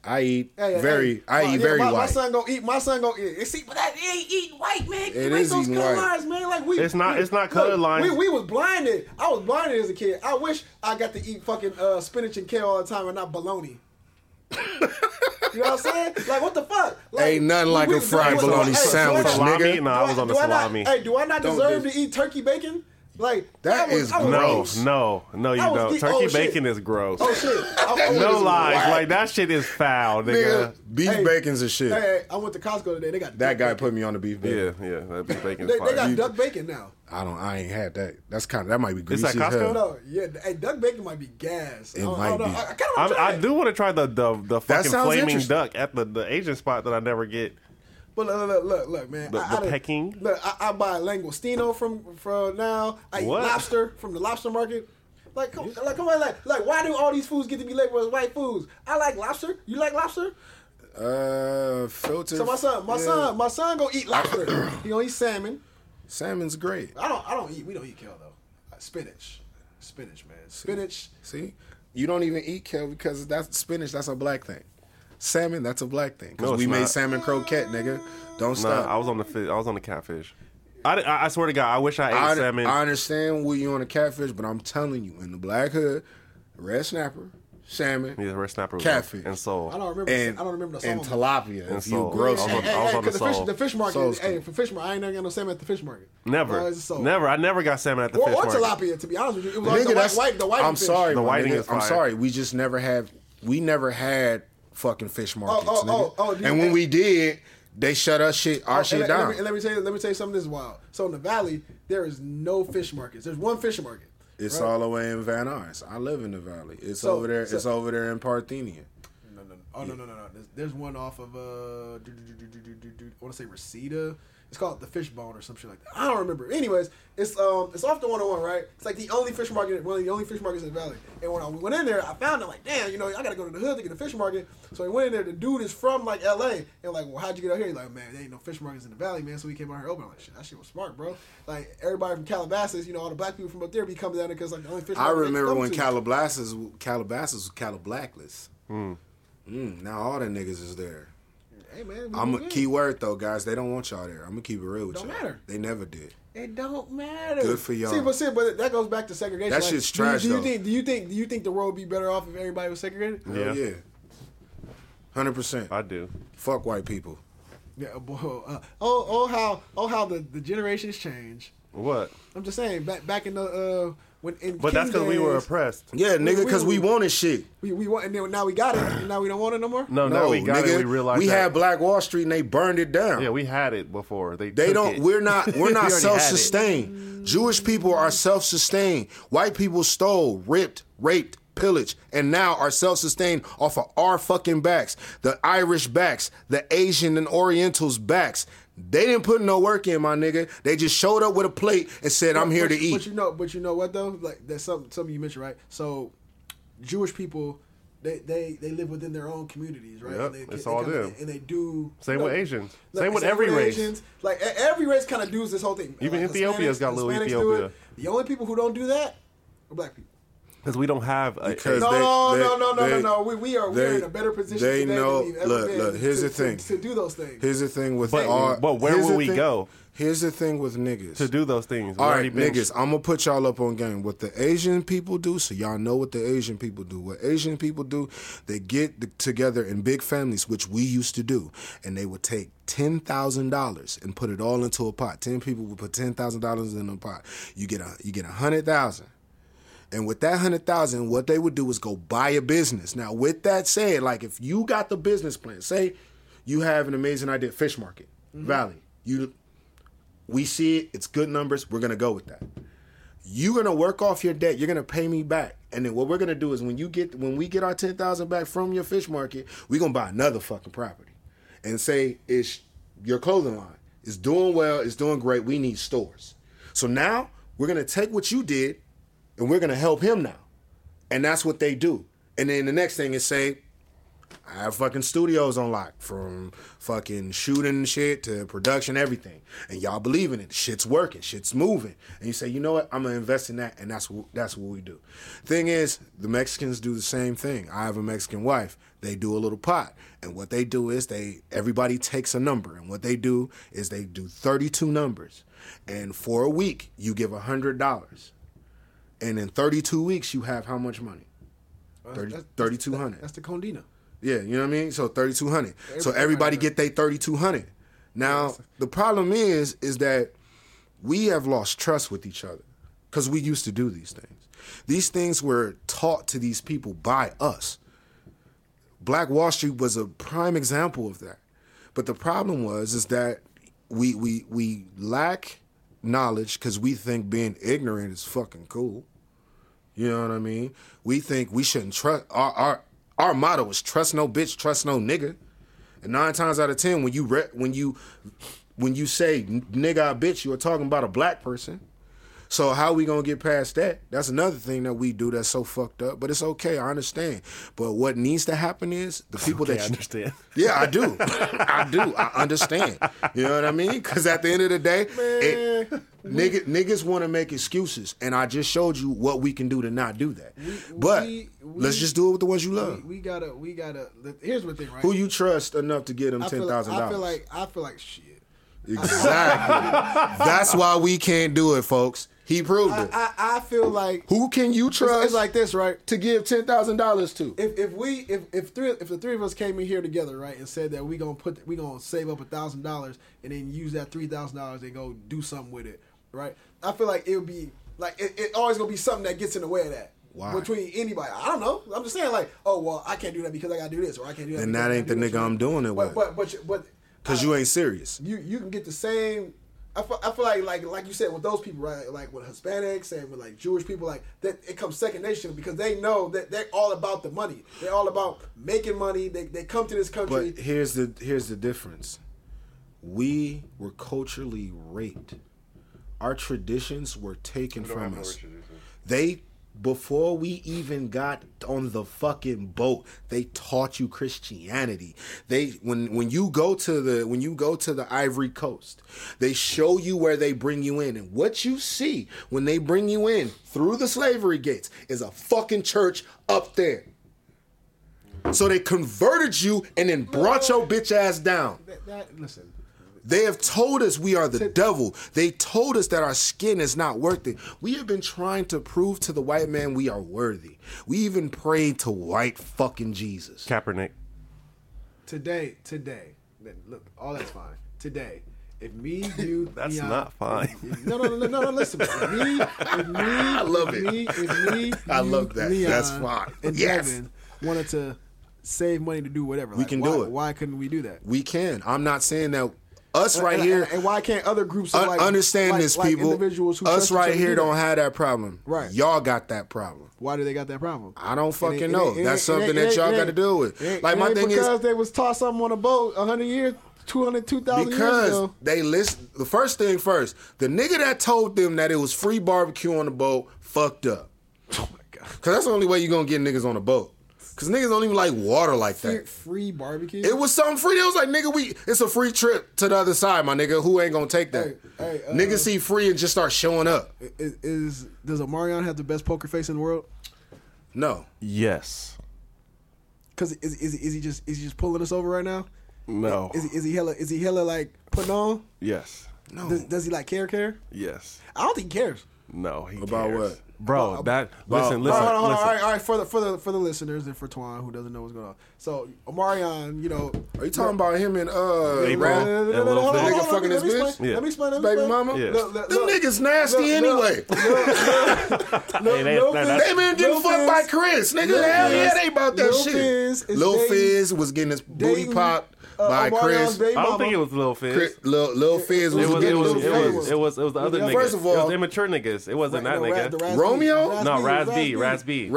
Speaker 5: I eat
Speaker 3: Hey, hey,
Speaker 5: very.
Speaker 3: hey.
Speaker 5: I
Speaker 3: My-
Speaker 5: eat
Speaker 3: yeah,
Speaker 5: very
Speaker 3: my, My
Speaker 5: white.
Speaker 3: son gonna eat. My son gonna eat. See, but that they ain't eating white, man.
Speaker 5: It
Speaker 3: It is
Speaker 5: is
Speaker 3: those
Speaker 5: eating
Speaker 3: color
Speaker 5: white.
Speaker 3: lines, man. Like we,
Speaker 4: It's not-
Speaker 3: we-
Speaker 4: it's not
Speaker 3: look,
Speaker 4: color lines.
Speaker 3: We, we was blinded. I was blinded as a kid. I wish I got to eat fucking uh, spinach and kale all the time and not bologna. you know what I'm saying? Like what the fuck? Like,
Speaker 5: Ain't nothing like a
Speaker 3: do
Speaker 5: fried
Speaker 3: I-
Speaker 5: bologna
Speaker 3: hey, do I
Speaker 5: sandwich,
Speaker 3: not-
Speaker 4: salami?
Speaker 5: nigga.
Speaker 4: Nah, I was on the
Speaker 3: do I not-
Speaker 4: salami.
Speaker 3: hey, do I not
Speaker 5: Don't
Speaker 3: deserve
Speaker 5: do-
Speaker 3: to eat turkey bacon? Like
Speaker 5: That
Speaker 3: I was,
Speaker 5: is
Speaker 3: I was
Speaker 4: No,
Speaker 5: gross.
Speaker 4: no, no, you
Speaker 3: I was
Speaker 4: don't.
Speaker 3: deep-
Speaker 4: Turkey
Speaker 3: oh, shit.
Speaker 4: bacon is gross.
Speaker 3: Oh shit! I, I was-
Speaker 4: no lies,
Speaker 5: whack.
Speaker 4: like that shit is foul, nigga.
Speaker 5: Nigga, beef
Speaker 3: Hey.
Speaker 5: bacon's a shit.
Speaker 3: Hey, hey, I went to Costco today. They got
Speaker 5: That
Speaker 3: duck
Speaker 5: guy
Speaker 3: bacon.
Speaker 5: put me on the beef
Speaker 4: Yeah,
Speaker 5: bacon.
Speaker 4: yeah, that beef bacon
Speaker 3: They,
Speaker 4: is
Speaker 3: they
Speaker 4: fire.
Speaker 3: got duck bacon now.
Speaker 5: I don't. I ain't had that. That's kind of that might be
Speaker 4: It's
Speaker 5: greasy.
Speaker 4: at
Speaker 5: as
Speaker 4: Costco?
Speaker 5: hell.
Speaker 3: No, yeah, hey, duck bacon might be gas. I
Speaker 5: It
Speaker 3: don't,
Speaker 5: might
Speaker 3: I don't know.
Speaker 5: be.
Speaker 3: I, I kind of
Speaker 4: I'm,
Speaker 3: try
Speaker 4: I
Speaker 3: it.
Speaker 4: do want to try the the, the fucking
Speaker 5: sounds
Speaker 4: flaming
Speaker 5: interesting.
Speaker 4: duck at the, the Asian spot that I never get.
Speaker 3: But look, look, look, look man.
Speaker 4: The-
Speaker 3: I,
Speaker 4: the
Speaker 3: I done-
Speaker 4: pecking?
Speaker 3: Look, I, I buy langostino from from now. I
Speaker 4: What?
Speaker 3: eat lobster from the lobster market. Like, come, like, come on, like, like, why do all these foods get to be labeled as white foods? I like lobster. You like lobster?
Speaker 5: Uh, filter.
Speaker 3: So my son, my
Speaker 5: yeah.
Speaker 3: son, my son gonna eat lobster. he gonna eat salmon.
Speaker 5: Salmon's great.
Speaker 3: I don't, I don't eat. We don't eat kale though. Uh, Spinach, spinach, man. Spinach.
Speaker 5: See, you don't even eat kale because that's spinach. That's a black thing. Salmon, that's a black thing. Cause
Speaker 4: No, it's
Speaker 5: we made
Speaker 4: not.
Speaker 5: salmon croquette, nigga. Don't
Speaker 4: Nah,
Speaker 5: stop.
Speaker 4: I was on the fi- I was on the catfish. I, di- I, I swear to God, I wish I ate
Speaker 5: I,
Speaker 4: salmon.
Speaker 5: I understand where you on a catfish, but I'm telling you, in the black hood, red snapper, salmon,
Speaker 4: yeah, red snapper, was-
Speaker 5: Catfish.
Speaker 4: and soul.
Speaker 3: I don't remember.
Speaker 5: and
Speaker 3: I don't remember the
Speaker 5: and
Speaker 3: salmon.
Speaker 5: tilapia. if you
Speaker 4: salt.
Speaker 5: gross,
Speaker 4: I was
Speaker 3: Hey,
Speaker 4: on-
Speaker 3: hey,
Speaker 4: I was
Speaker 3: hey,
Speaker 4: on the
Speaker 3: 'cause the fish,
Speaker 4: sole.
Speaker 3: the fish market.
Speaker 5: Sole's
Speaker 3: hey,
Speaker 5: good.
Speaker 3: for fish market, I ain't never got no salmon at the fish market.
Speaker 4: Never,
Speaker 3: No, it's a sole.
Speaker 4: never. I never got salmon at the
Speaker 3: Or,
Speaker 4: fish
Speaker 3: or
Speaker 4: market.
Speaker 3: tilapia, to be honest with you. It was
Speaker 5: Nigga,
Speaker 3: always the white,
Speaker 5: that's-
Speaker 3: white, the white
Speaker 5: I'm
Speaker 3: fish.
Speaker 5: sorry,
Speaker 4: The
Speaker 5: my
Speaker 4: whiting
Speaker 5: nigga.
Speaker 4: is
Speaker 5: I'm
Speaker 4: fire.
Speaker 5: sorry. We just never have. We never had fucking fish markets,
Speaker 3: oh,
Speaker 5: nigga.
Speaker 3: oh, oh, do you-
Speaker 5: and when we did, they shut us shit, our
Speaker 3: And
Speaker 5: shit
Speaker 3: let-
Speaker 5: down.
Speaker 3: and let, me, and let me tell you, let me tell you something. This is wild. So in the valley, there is no fish markets. There's one fish market.
Speaker 5: it's
Speaker 3: right?
Speaker 5: all the way in Van Nuys. I live in the valley. It's
Speaker 3: So-
Speaker 5: over there.
Speaker 3: so-
Speaker 5: it's over there in Parthenia.
Speaker 3: No, no, no. Oh no, no, no, no. There's, there's one off of uh, do, do, do, do, do, do, do, do. I want to say Reseda. It's called the Fishbone or some shit like that. I don't remember. Anyways, it's um, it's off the 101, right? It's like the only fish market, one of the only fish markets in the valley. And when I went in there, I found it like, damn, you know, I gotta go to the hood to get a fish market. So I went in there. The dude is from like LA, and like, well, how'd you get out here? He's like, man, there ain't no fish markets in the valley, man. So we came out here open. I'm like, shit, that shit was smart, bro. Like everybody from Calabasas, you know, all the black people from up there be coming down there because like the only fish.
Speaker 5: I
Speaker 3: market they can
Speaker 5: remember
Speaker 3: come
Speaker 5: when
Speaker 3: to.
Speaker 5: Calabasas, Calabasas was Calabackless. Mm, now all the niggas is there.
Speaker 3: Hey man, we
Speaker 5: I'm a
Speaker 3: win.
Speaker 5: keyword though, guys. They don't want y'all there. I'm gonna keep it real with
Speaker 3: Mm-hmm. Don't
Speaker 5: y'all.
Speaker 3: matter.
Speaker 5: They never did.
Speaker 3: It don't matter.
Speaker 5: Good for y'all.
Speaker 3: See, but see, but that goes back to segregation.
Speaker 5: That
Speaker 3: Like,
Speaker 5: shit's
Speaker 3: do you-
Speaker 5: trash,
Speaker 3: Do you,
Speaker 5: though.
Speaker 3: think? Do you think? Do you think the world would be better off if everybody was segregated?
Speaker 5: Hell
Speaker 4: Yeah.
Speaker 5: yeah. Hundred percent.
Speaker 4: I do.
Speaker 5: Fuck white people.
Speaker 3: Yeah. Boy, uh, oh, oh, how, oh, how the, the generations change.
Speaker 4: What?
Speaker 3: I'm just saying, back back in the uh, when in
Speaker 4: But that's
Speaker 3: King
Speaker 4: because we were
Speaker 3: days,
Speaker 4: oppressed.
Speaker 5: Yeah, nigga,
Speaker 3: we-
Speaker 5: because we,
Speaker 3: we-
Speaker 5: wanted shit.
Speaker 3: We, we want, and then now we got it, and now we don't want it no more.
Speaker 4: No, now we got
Speaker 5: nigga,
Speaker 4: it. We realized that.
Speaker 5: had Black Wall Street and they burned it down.
Speaker 4: Yeah, we had it before. They
Speaker 5: They
Speaker 4: took
Speaker 5: don't.
Speaker 4: it.
Speaker 5: We're not.
Speaker 4: We
Speaker 5: We're not
Speaker 4: already had it.
Speaker 5: self-sustained. Jewish people are self-sustained. White people stole, ripped, raped, pillaged, and now are self-sustained off of our fucking backs. The Irish backs, the Asian and Orientals backs. They didn't put no work in, my nigga. They just showed up with a plate and said, "I'm here
Speaker 3: but,
Speaker 5: to
Speaker 3: But
Speaker 5: eat."
Speaker 3: you know, but you know what though? Like that's something something you mentioned, right? So, Jewish people, they they, they live within their own communities, right?
Speaker 4: Yep,
Speaker 3: and they,
Speaker 4: it's
Speaker 3: they
Speaker 4: all
Speaker 3: kinda-
Speaker 4: them.
Speaker 3: and they do.
Speaker 4: Same
Speaker 3: you
Speaker 4: with
Speaker 3: know,
Speaker 4: Asians.
Speaker 3: like,
Speaker 4: same with every race.
Speaker 3: Asians. Like e- every race kind of does this whole thing.
Speaker 4: Even
Speaker 3: Like,
Speaker 4: Ethiopia's got little
Speaker 3: Hispanics do it.
Speaker 4: Ethiopia.
Speaker 3: The only people who don't do that are black people.
Speaker 4: Because we don't have a.
Speaker 5: Because
Speaker 3: No,
Speaker 5: they-
Speaker 3: no,
Speaker 5: they-
Speaker 3: no, no, no, no,
Speaker 5: they-
Speaker 3: no. We, we are we are
Speaker 5: they-
Speaker 3: in a better position
Speaker 5: they
Speaker 3: today
Speaker 5: know-
Speaker 3: than we've ever
Speaker 5: look,
Speaker 3: been.
Speaker 5: look,
Speaker 3: to,
Speaker 5: here's the thing.
Speaker 3: to, to do those things.
Speaker 5: Here's the thing with
Speaker 4: But-
Speaker 5: all.
Speaker 4: but where
Speaker 5: here's
Speaker 4: will
Speaker 5: the
Speaker 4: we
Speaker 5: thing-
Speaker 4: go?
Speaker 5: Here's the thing with niggas.
Speaker 4: to do those things. We've
Speaker 5: All
Speaker 4: already been-
Speaker 5: right, niggas, I'm gonna put y'all up on game. What the Asian people do, so y'all know what the Asian people do. What Asian people do, they get th- together in big families, which we used to do, and they would take ten thousand dollars and put it all into a pot. Ten people would put ten thousand dollars in a pot. You get a you get a hundred thousand. And with that hundred thousand, what they would do is go buy a business. Now, with that said, like if you got the business plan, say you have an amazing idea, fish market, Valley. You we see it, it's good numbers, we're gonna go with that. You're gonna work off your debt, you're gonna pay me back. And then what we're gonna do is when you get when we get our ten thousand back from your fish market, we're gonna buy another fucking property. And say it's your clothing line. It's doing well, it's doing great, we need stores. So now we're gonna take what you did and we're gonna help him now. And that's what they do. And then the next thing is say, I have fucking studios on lock from fucking shooting shit to production, everything. And y'all believe in it. Shit's working. Shit's moving. And you say, you know what? I'm gonna invest in that, and that's wh- that's what we do. Thing is, the Mexicans do the same thing. I have a Mexican wife. They do a little pot, and what they do is they everybody takes a number, and what they do is they do 32 numbers, and for a week you give a hundred dollars, and in 32 weeks you have how much money? Thirty-
Speaker 3: That's-
Speaker 5: 3200.
Speaker 3: That's the Condina.
Speaker 5: Yeah, you know what I mean. So thirty two hundred. So everybody get they thirty two hundred. Now the problem is, is that we have lost trust with each other because we used to do these things. These things were taught to these people by us. Black Wall Street was a prime example of that. But the problem was is that we we we lack knowledge because we think being ignorant is fucking cool. You know what I mean? We think we shouldn't trust our our our motto is trust no bitch, trust no nigga. And nine times out of ten, when you re- when you when you say nigga or bitch, you are talking about a black person. So how we gonna get past that? That's another thing that we do that's so fucked up. But it's okay, I understand. But what needs to happen is the people
Speaker 4: Okay,
Speaker 5: that
Speaker 4: I
Speaker 5: you-
Speaker 4: understand.
Speaker 5: yeah, I do. I do. I understand. You know what I mean? Because at the end of the day, it, nigga, niggas want to make excuses, and I just showed you what we can do to not do that. but
Speaker 3: we- we-
Speaker 5: let's just do it with the ones you love.
Speaker 3: We, we gotta, we gotta. the- Here's the thing, right?
Speaker 5: Who you trust enough to get them
Speaker 3: I
Speaker 5: ten
Speaker 3: feel, like,
Speaker 5: thousand
Speaker 3: I feel
Speaker 5: dollars?
Speaker 3: like, I feel like shit.
Speaker 5: Exactly. That's why we can't do it, folks. He proved it.
Speaker 3: I, I feel like
Speaker 5: Who can you
Speaker 3: it's,
Speaker 5: trust
Speaker 3: it's like this, right?
Speaker 5: to give ten thousand dollars to?
Speaker 3: If if we if if three if the three of us came in here together, right, and said that we gonna put we gonna save up a thousand dollars and then use that three thousand dollars and go do something with it, right? I feel like it would be like it, it always gonna be something that gets in the way of that.
Speaker 5: Why?
Speaker 3: Between anybody, I don't know. I'm just saying, like, oh well, I can't do that because I gotta do this, or I can't do that.
Speaker 5: And
Speaker 3: because
Speaker 5: that
Speaker 3: I
Speaker 5: ain't
Speaker 3: gotta
Speaker 5: the
Speaker 3: do this,
Speaker 5: nigga
Speaker 3: or-
Speaker 5: I'm doing it
Speaker 3: But
Speaker 5: with.
Speaker 3: but but but
Speaker 5: Cause you ain't serious.
Speaker 3: you you can get the same. I feel, I feel like like like you said with those people right like with Hispanics and with like Jewish people like that it comes second nation because they know that they're all about the money they're all about making money they, they come to this country
Speaker 5: But here's the here's the difference. We were culturally raped. Our traditions were taken from us. They before we even got on the fucking boat, they taught you Christianity. They when when you go to the when you go to the Ivory Coast, they show you where they bring you in and what you see when they bring you in through the slavery gates is a fucking church up there. So they converted you and then brought your bitch ass down.
Speaker 6: That, that, listen,
Speaker 5: They have told us we are the devil. They told us that our skin is not worth it. We have been trying to prove to the white man we are worthy. We even prayed to white fucking Jesus.
Speaker 4: Kaepernick.
Speaker 10: Today, today, then look, all that's fine. Today, if me, you,
Speaker 4: That's
Speaker 10: Neon-
Speaker 4: not fine.
Speaker 10: if- No, no, no, no, no. Listen, if me, if me, I
Speaker 5: love
Speaker 10: if
Speaker 5: it.
Speaker 10: Me, if me,
Speaker 5: I
Speaker 10: you,
Speaker 5: love that.
Speaker 10: Neon,
Speaker 5: That's fine.
Speaker 10: And
Speaker 5: Yes.
Speaker 10: Devin wanted to save money to do whatever. We
Speaker 5: can
Speaker 10: why,
Speaker 5: do it.
Speaker 10: Why couldn't we do that?
Speaker 5: We can. I'm not saying that us right
Speaker 3: and,
Speaker 5: here
Speaker 3: and, and why can't other groups of,
Speaker 5: Un-
Speaker 3: like,
Speaker 5: understand
Speaker 3: like-
Speaker 5: this,
Speaker 3: like
Speaker 5: people.
Speaker 3: individuals who trust
Speaker 5: Us
Speaker 3: each
Speaker 5: right
Speaker 3: other
Speaker 5: here
Speaker 3: do that?
Speaker 5: don't have that problem.
Speaker 3: Right.
Speaker 5: Y'all got that problem.
Speaker 10: Why do they got that problem?
Speaker 5: I don't fucking
Speaker 3: it-
Speaker 5: know.
Speaker 3: it- it-
Speaker 5: That's
Speaker 3: it-
Speaker 5: something
Speaker 3: it-
Speaker 5: that
Speaker 3: it-
Speaker 5: y'all
Speaker 3: it-
Speaker 5: got to deal with.
Speaker 3: it-
Speaker 5: like
Speaker 3: it
Speaker 5: my
Speaker 3: ain't
Speaker 5: thing
Speaker 3: because
Speaker 5: is
Speaker 3: they was taught something on a boat hundred years, 200, 2,000 years
Speaker 5: because
Speaker 3: ago.
Speaker 5: they list the first thing first. The nigga that told them that it was free barbecue on the boat fucked up.
Speaker 3: Oh my god,
Speaker 5: Cause that's the only way you gonna get niggas on the boat. Cause niggas don't even like water like
Speaker 3: free,
Speaker 5: that.
Speaker 3: free barbecue.
Speaker 5: It was something free. It was like nigga, we it's a free trip to the other side, my nigga. Who ain't gonna take that?
Speaker 3: Hey, hey, uh,
Speaker 5: niggas see free and just start showing up.
Speaker 10: Is, is does Omarion have the best poker face in the world?
Speaker 5: No,
Speaker 4: Yes.
Speaker 10: Because is, is is he just is he just pulling us over right now?
Speaker 5: Oh.
Speaker 4: No.
Speaker 10: Is he, is he hella is he hella like putting on?
Speaker 4: Yes.
Speaker 5: no.
Speaker 10: Does, does he like care care?
Speaker 4: Yes.
Speaker 10: I don't think he cares.
Speaker 4: No. He
Speaker 5: About
Speaker 4: cares.
Speaker 5: what?
Speaker 4: Bro, that listen,
Speaker 10: All
Speaker 4: listen,
Speaker 10: right, hold on, hold on.
Speaker 4: listen.
Speaker 10: All right, all right. For the for the for the listeners and for Twan who doesn't know what's going on. So Omarion, you know,
Speaker 5: Are you talking about him and uh?
Speaker 4: April. That
Speaker 5: Brad?
Speaker 10: Hold on,
Speaker 4: little
Speaker 10: hold on, hold
Speaker 4: thing.
Speaker 10: on,
Speaker 5: Nigga fucking
Speaker 10: let me
Speaker 5: his
Speaker 10: explain.
Speaker 5: bitch?
Speaker 10: Let
Speaker 4: Yeah.
Speaker 10: me explain. Let me
Speaker 5: baby
Speaker 10: explain.
Speaker 5: mama.
Speaker 4: Yeah.
Speaker 10: Look, look,
Speaker 5: Them
Speaker 10: look.
Speaker 5: niggas nasty anyway.
Speaker 4: Hey, that-
Speaker 10: Lil
Speaker 4: that-
Speaker 10: Fizz-
Speaker 5: they been getting
Speaker 10: Lil
Speaker 5: fucked
Speaker 10: Fizz-
Speaker 5: by Chris. Nigga, hell yeah,
Speaker 10: Fizz-
Speaker 5: they about that
Speaker 10: Lil
Speaker 5: shit.
Speaker 10: Fizz is
Speaker 5: Lil
Speaker 10: dating-
Speaker 5: Fizz was getting his booty
Speaker 10: dating,
Speaker 5: popped
Speaker 10: uh,
Speaker 5: by
Speaker 10: Omarion's
Speaker 5: Chris.
Speaker 10: baby
Speaker 4: I don't
Speaker 10: mama.
Speaker 4: think it was Lil Fizz.
Speaker 5: Chris- Lil, Lil Fizz was,
Speaker 4: it was, it
Speaker 5: getting
Speaker 4: was,
Speaker 5: Lil
Speaker 4: it
Speaker 5: Fizz.
Speaker 4: was, it was, it was the other nigga.
Speaker 5: First of
Speaker 4: it
Speaker 5: all-
Speaker 4: was immature niggas. It wasn't that
Speaker 10: No, Raz- the
Speaker 4: nigga.
Speaker 10: Raz-
Speaker 5: Romeo?
Speaker 10: Raz-
Speaker 4: No,
Speaker 10: Raz-
Speaker 4: Raz B,
Speaker 10: Raz-
Speaker 4: Raz B.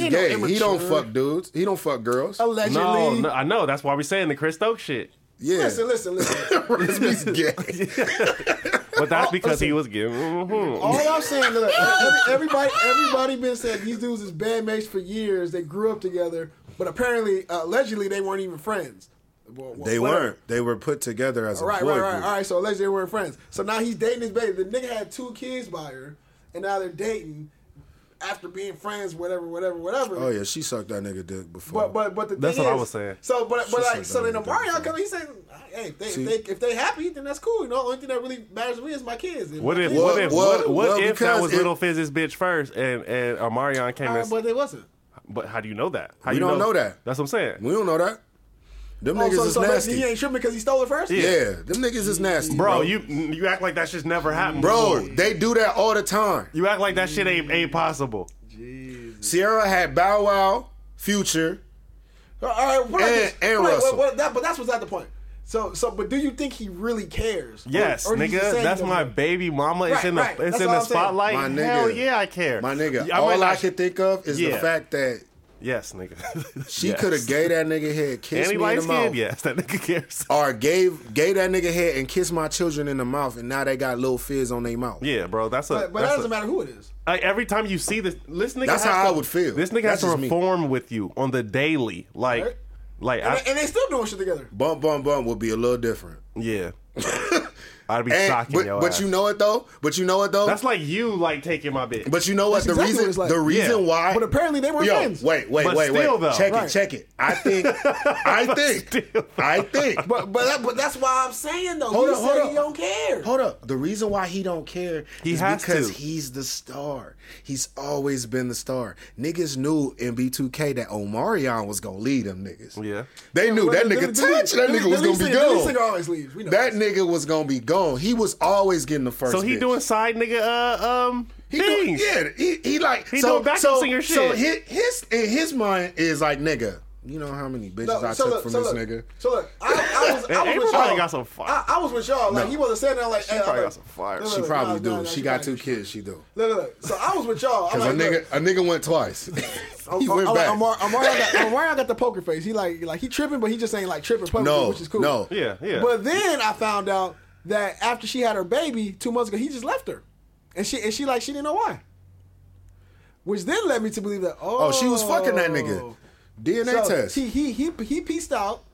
Speaker 5: Raspy's gay. he don't fuck dudes. He don't fuck girls.
Speaker 3: allegedly.
Speaker 4: No, no, I know. That's why we're saying the Chris Stokes shit.
Speaker 5: Yeah.
Speaker 3: Listen, listen, listen.
Speaker 5: Raspy's gay.
Speaker 4: But
Speaker 5: Oh,
Speaker 4: that's because he was giving. mhm.
Speaker 3: All I'm saying, look, every- everybody, everybody been saying these dudes is bandmates for years. They grew up together, but apparently, uh, allegedly, they weren't even friends. Well, well,
Speaker 5: They
Speaker 3: whatever.
Speaker 5: weren't. They were put together as a
Speaker 3: Right,
Speaker 5: boy
Speaker 3: right, right.
Speaker 5: group.
Speaker 3: All right, so allegedly they weren't friends. So now he's dating his baby. The nigga had two kids by her, and now they're dating after being friends, whatever, whatever, whatever.
Speaker 5: Oh yeah, she sucked that nigga dick before.
Speaker 3: But but but the
Speaker 4: That's
Speaker 3: thing
Speaker 4: what I
Speaker 3: is-
Speaker 4: was saying.
Speaker 3: So but but like so
Speaker 5: something
Speaker 3: then
Speaker 5: like that.
Speaker 3: Omarion comes. He said, "Hey, if they, if
Speaker 5: See?
Speaker 3: they if they happy, then that's cool. You know, only thing that really matters to me is my kids. And
Speaker 4: What
Speaker 3: my
Speaker 4: if
Speaker 3: kids-
Speaker 5: Well,
Speaker 4: what if
Speaker 5: well,
Speaker 4: what, what
Speaker 5: well,
Speaker 4: if that
Speaker 5: because
Speaker 4: was
Speaker 5: it- Ah,
Speaker 4: Little Fizz's bitch first and and Omarion came
Speaker 3: All
Speaker 4: in?
Speaker 3: right,
Speaker 4: But,
Speaker 3: Uh, but they wasn't.
Speaker 4: how do you know that? How
Speaker 5: We
Speaker 4: you
Speaker 5: don't know that.
Speaker 4: That's what I'm saying,
Speaker 5: we don't know that. Them
Speaker 3: Oh,
Speaker 5: niggas
Speaker 3: so,
Speaker 5: is
Speaker 3: so
Speaker 5: nasty.
Speaker 3: basically he ain't tripping because he stole it first.
Speaker 5: yeah. them niggas is nasty,
Speaker 4: bro. You you act like that shit's never happened,
Speaker 5: Bro,
Speaker 4: before.
Speaker 5: they do that all the time.
Speaker 4: You act like that shit ain't ain't possible.
Speaker 5: Sierra had Bow Wow, Future.
Speaker 3: All right, what I
Speaker 5: And-
Speaker 3: just-
Speaker 5: and
Speaker 3: what I-
Speaker 5: Russell.
Speaker 3: What, what, that, but that's what's not the point. So so but do you think he really cares? Or-
Speaker 4: Yes,
Speaker 3: or he's just
Speaker 4: nigga,
Speaker 3: saying
Speaker 4: that's
Speaker 3: he
Speaker 4: my
Speaker 3: don't care?
Speaker 4: baby mama. It's
Speaker 3: Right,
Speaker 4: in the
Speaker 3: right.
Speaker 4: it's
Speaker 3: That's
Speaker 4: in
Speaker 3: all
Speaker 4: the
Speaker 3: I'm saying.
Speaker 4: spotlight.
Speaker 5: My nigga.
Speaker 4: Hell yeah, I care.
Speaker 5: My nigga,
Speaker 4: Yeah, I
Speaker 5: all
Speaker 4: might
Speaker 5: I
Speaker 4: not-
Speaker 5: can think of is the
Speaker 4: Yeah.
Speaker 5: fact that
Speaker 4: Yes, nigga.
Speaker 5: she
Speaker 4: Yes.
Speaker 5: could have gay that nigga head, kissed
Speaker 4: And he
Speaker 5: me in
Speaker 4: light
Speaker 5: the
Speaker 4: skinned.
Speaker 5: mouth,
Speaker 4: Yes, that nigga cares.
Speaker 5: or gave gay that nigga head and kissed my children in the mouth, and now they got little fizz on their mouth.
Speaker 4: Yeah, bro. That's a.
Speaker 3: But, but
Speaker 4: that's
Speaker 3: that
Speaker 4: a-
Speaker 3: doesn't matter who it is.
Speaker 4: Like every time you see this, this nigga.
Speaker 5: That's
Speaker 4: has
Speaker 5: how
Speaker 4: to-
Speaker 5: I would feel.
Speaker 4: This nigga
Speaker 5: That's
Speaker 4: has
Speaker 5: just
Speaker 4: to
Speaker 5: me.
Speaker 4: reform with you on the daily, like,
Speaker 3: Right.
Speaker 4: like,
Speaker 3: And,
Speaker 4: I,
Speaker 3: they, and they still doing shit together.
Speaker 5: Bump, bump, bump would be a little different.
Speaker 4: yeah. I'd be
Speaker 5: And-
Speaker 4: shocking
Speaker 5: but
Speaker 4: your
Speaker 5: but
Speaker 4: ass.
Speaker 5: you know it though. But you know it though.
Speaker 4: that's like you like taking my bitch.
Speaker 5: but you know what? The
Speaker 3: exactly what
Speaker 5: reason,
Speaker 3: it's like.
Speaker 5: the reason
Speaker 4: Yeah.
Speaker 5: why.
Speaker 3: But apparently they were
Speaker 5: Yo,
Speaker 3: friends.
Speaker 5: wait, wait,
Speaker 4: But
Speaker 5: wait, wait.
Speaker 4: still, though.
Speaker 5: check
Speaker 3: Right.
Speaker 5: it, check it. I think, I think,
Speaker 4: still,
Speaker 5: I think.
Speaker 3: But but that, but that's why I'm saying though.
Speaker 5: Hold
Speaker 3: he
Speaker 5: up,
Speaker 3: said
Speaker 5: hold
Speaker 3: he
Speaker 5: up.
Speaker 3: don't care.
Speaker 5: Hold up. The reason why he don't care
Speaker 4: He
Speaker 5: is
Speaker 4: has
Speaker 5: because
Speaker 4: to.
Speaker 5: he's the star. He's always been the star. Niggas knew in B2K that Omarion was gonna lead them niggas.
Speaker 4: Yeah.
Speaker 5: They knew that
Speaker 3: Well,
Speaker 5: nigga
Speaker 3: the- the-
Speaker 5: touch.
Speaker 3: the-
Speaker 5: That
Speaker 3: the-
Speaker 5: nigga
Speaker 3: the
Speaker 5: was
Speaker 3: lead
Speaker 5: gonna be
Speaker 3: singer- The lead singer
Speaker 5: gone.
Speaker 3: always leaves. We know
Speaker 5: That nigga was gonna be gone. He was always getting the first.
Speaker 4: so he
Speaker 5: bitch.
Speaker 4: doing side nigga uh um
Speaker 5: He doing,
Speaker 4: things.
Speaker 5: yeah, he, he like
Speaker 4: He
Speaker 5: so,
Speaker 4: doing backup
Speaker 5: so,
Speaker 4: singer
Speaker 5: So
Speaker 4: shit.
Speaker 5: his, his in his mind is like nigga. You know how many bitches
Speaker 3: No,
Speaker 5: I
Speaker 3: so
Speaker 5: took
Speaker 3: look,
Speaker 5: from
Speaker 3: so
Speaker 5: this
Speaker 3: look,
Speaker 5: nigga.
Speaker 3: So look, I, I was, I
Speaker 4: April
Speaker 3: was with
Speaker 4: probably
Speaker 3: y'all.
Speaker 4: got some fire.
Speaker 3: I, I was with y'all. Like he wasn't saying that. Like she
Speaker 4: probably got some fire.
Speaker 5: She probably do. she got two kids. She do.
Speaker 3: Look, look, look. So I was with y'all. I'm
Speaker 5: Cause
Speaker 3: like,
Speaker 5: a
Speaker 3: look,
Speaker 5: nigga, a nigga went twice. he
Speaker 3: I'm-
Speaker 5: went
Speaker 3: I'm
Speaker 5: back.
Speaker 3: Like, Omar, Omar, got, Omar got the poker face. He like, like he tripping, but he just ain't like tripping publicly,
Speaker 5: No,
Speaker 3: which is cool.
Speaker 5: no.
Speaker 4: Yeah, yeah.
Speaker 3: But then I found out that after she had her baby two months ago, he just left her, and she and she like she didn't know why. Which then led me to believe that oh,
Speaker 5: Oh, she was fucking that nigga. DNA
Speaker 3: So
Speaker 5: test.
Speaker 3: He, he he he pieced out.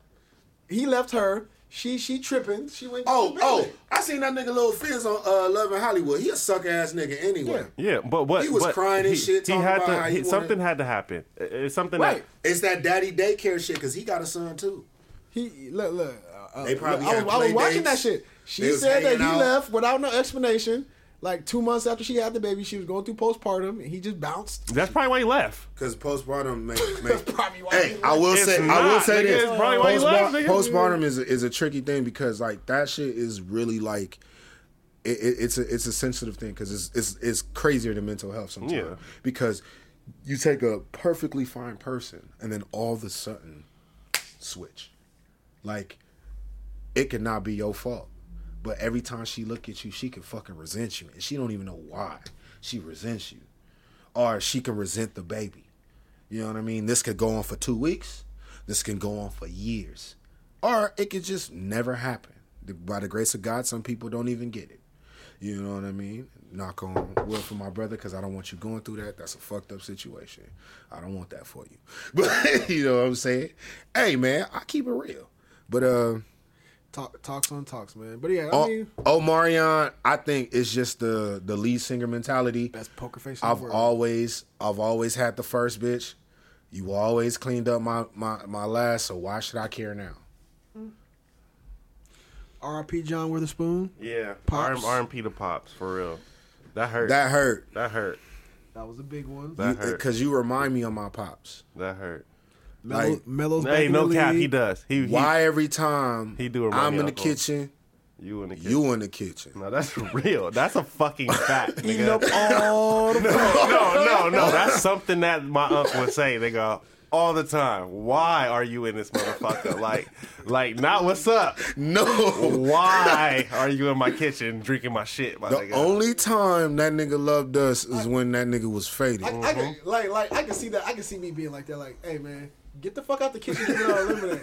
Speaker 3: He left her. She she tripping. She went.
Speaker 11: Oh, oh, I seen that nigga Lil Fizz on uh, Love and Hollywood. He a sucker ass nigga anyway.
Speaker 4: Yeah, but what
Speaker 11: He was
Speaker 4: but
Speaker 11: crying and shit, talking
Speaker 4: had
Speaker 11: about
Speaker 4: to.
Speaker 11: how he wanted-
Speaker 4: something had to happen. It- It's something
Speaker 3: Right.
Speaker 11: It's that daddy daycare shit because he got a son too.
Speaker 3: He look look. uh, uh,
Speaker 11: They probably
Speaker 3: I
Speaker 11: had
Speaker 3: was, I was
Speaker 11: play
Speaker 3: watching
Speaker 11: dates.
Speaker 3: that shit. She
Speaker 11: They was
Speaker 3: said that
Speaker 11: hanging
Speaker 3: he
Speaker 11: out.
Speaker 3: left without no explanation. Like two months after she had the baby, she was going through postpartum, and he just bounced.
Speaker 4: that that's probably why he left.
Speaker 11: Because postpartum make, make
Speaker 3: Probably why
Speaker 11: Hey,
Speaker 3: he
Speaker 11: I will
Speaker 4: It's
Speaker 11: say, I
Speaker 4: not,
Speaker 11: will say
Speaker 4: nigga.
Speaker 11: this.
Speaker 4: It's probably why he left,
Speaker 11: Postpar-
Speaker 4: nigga.
Speaker 11: Postpartum.
Speaker 5: postpartum is a, is a tricky thing because like that shit is really like it, it, it's a it's a sensitive thing because it's, it's it's crazier than mental health sometimes
Speaker 4: Yeah.
Speaker 5: because you take a perfectly fine person and then all of a sudden switch like it could not be your fault but every time she look at you she can fucking resent you and she don't even know why she resents you or she can resent the baby you know what I mean? This could go on for two weeks. This can go on for years. Or it could just never happen. By the grace of God, some people don't even get it. You know what I mean? Knock on wood for my brother because I don't want you going through that. That's a fucked up situation. I don't want that for you. But you know what I'm saying? Hey, man, I keep it real. But, uh,
Speaker 12: Talk, talks on talks, man. But
Speaker 11: Uh,
Speaker 12: yeah, I
Speaker 5: O-
Speaker 12: mean,
Speaker 5: Omarion, Oh, I think it's just the the lead singer mentality. Best
Speaker 12: poker face in the
Speaker 5: I've
Speaker 12: world.
Speaker 5: always I've always had the first bitch. You always cleaned up my my my last, so why should I care now?
Speaker 12: R.I.P. John Witherspoon.
Speaker 4: Yeah,
Speaker 12: Pops.
Speaker 4: R and P to pops for real. That hurt. That,
Speaker 5: That hurt
Speaker 4: hurt.
Speaker 12: That was a big one.
Speaker 4: That hurt.
Speaker 5: because you remind me of my pops.
Speaker 4: that hurt.
Speaker 12: Mello,
Speaker 5: like-
Speaker 12: Mello's back
Speaker 4: Hey,
Speaker 12: in
Speaker 4: no
Speaker 12: the
Speaker 4: cap.
Speaker 12: league.
Speaker 4: He does. He, he
Speaker 5: Why every time
Speaker 4: he do remind
Speaker 5: I'm
Speaker 4: me
Speaker 5: in the
Speaker 4: of Uncle.
Speaker 5: kitchen,
Speaker 4: You in the kitchen.
Speaker 5: you in the kitchen.
Speaker 4: No, that's real. That's a fucking fact,
Speaker 12: Eating
Speaker 4: nigga.
Speaker 12: up all the
Speaker 4: no, no, no. That's something that my uncle would say, nigga, all the time. Why are you in this motherfucker? Like, like, not what's up.
Speaker 5: No.
Speaker 4: Why are you in my kitchen drinking my shit, my
Speaker 5: The
Speaker 4: nigga?
Speaker 5: only time that nigga loved us is when that nigga was faded.
Speaker 3: I can,
Speaker 4: Mm-hmm.
Speaker 3: like, like I can see that. I can see me being like that. Like, hey man, get the fuck out the kitchen. Get out lemonade.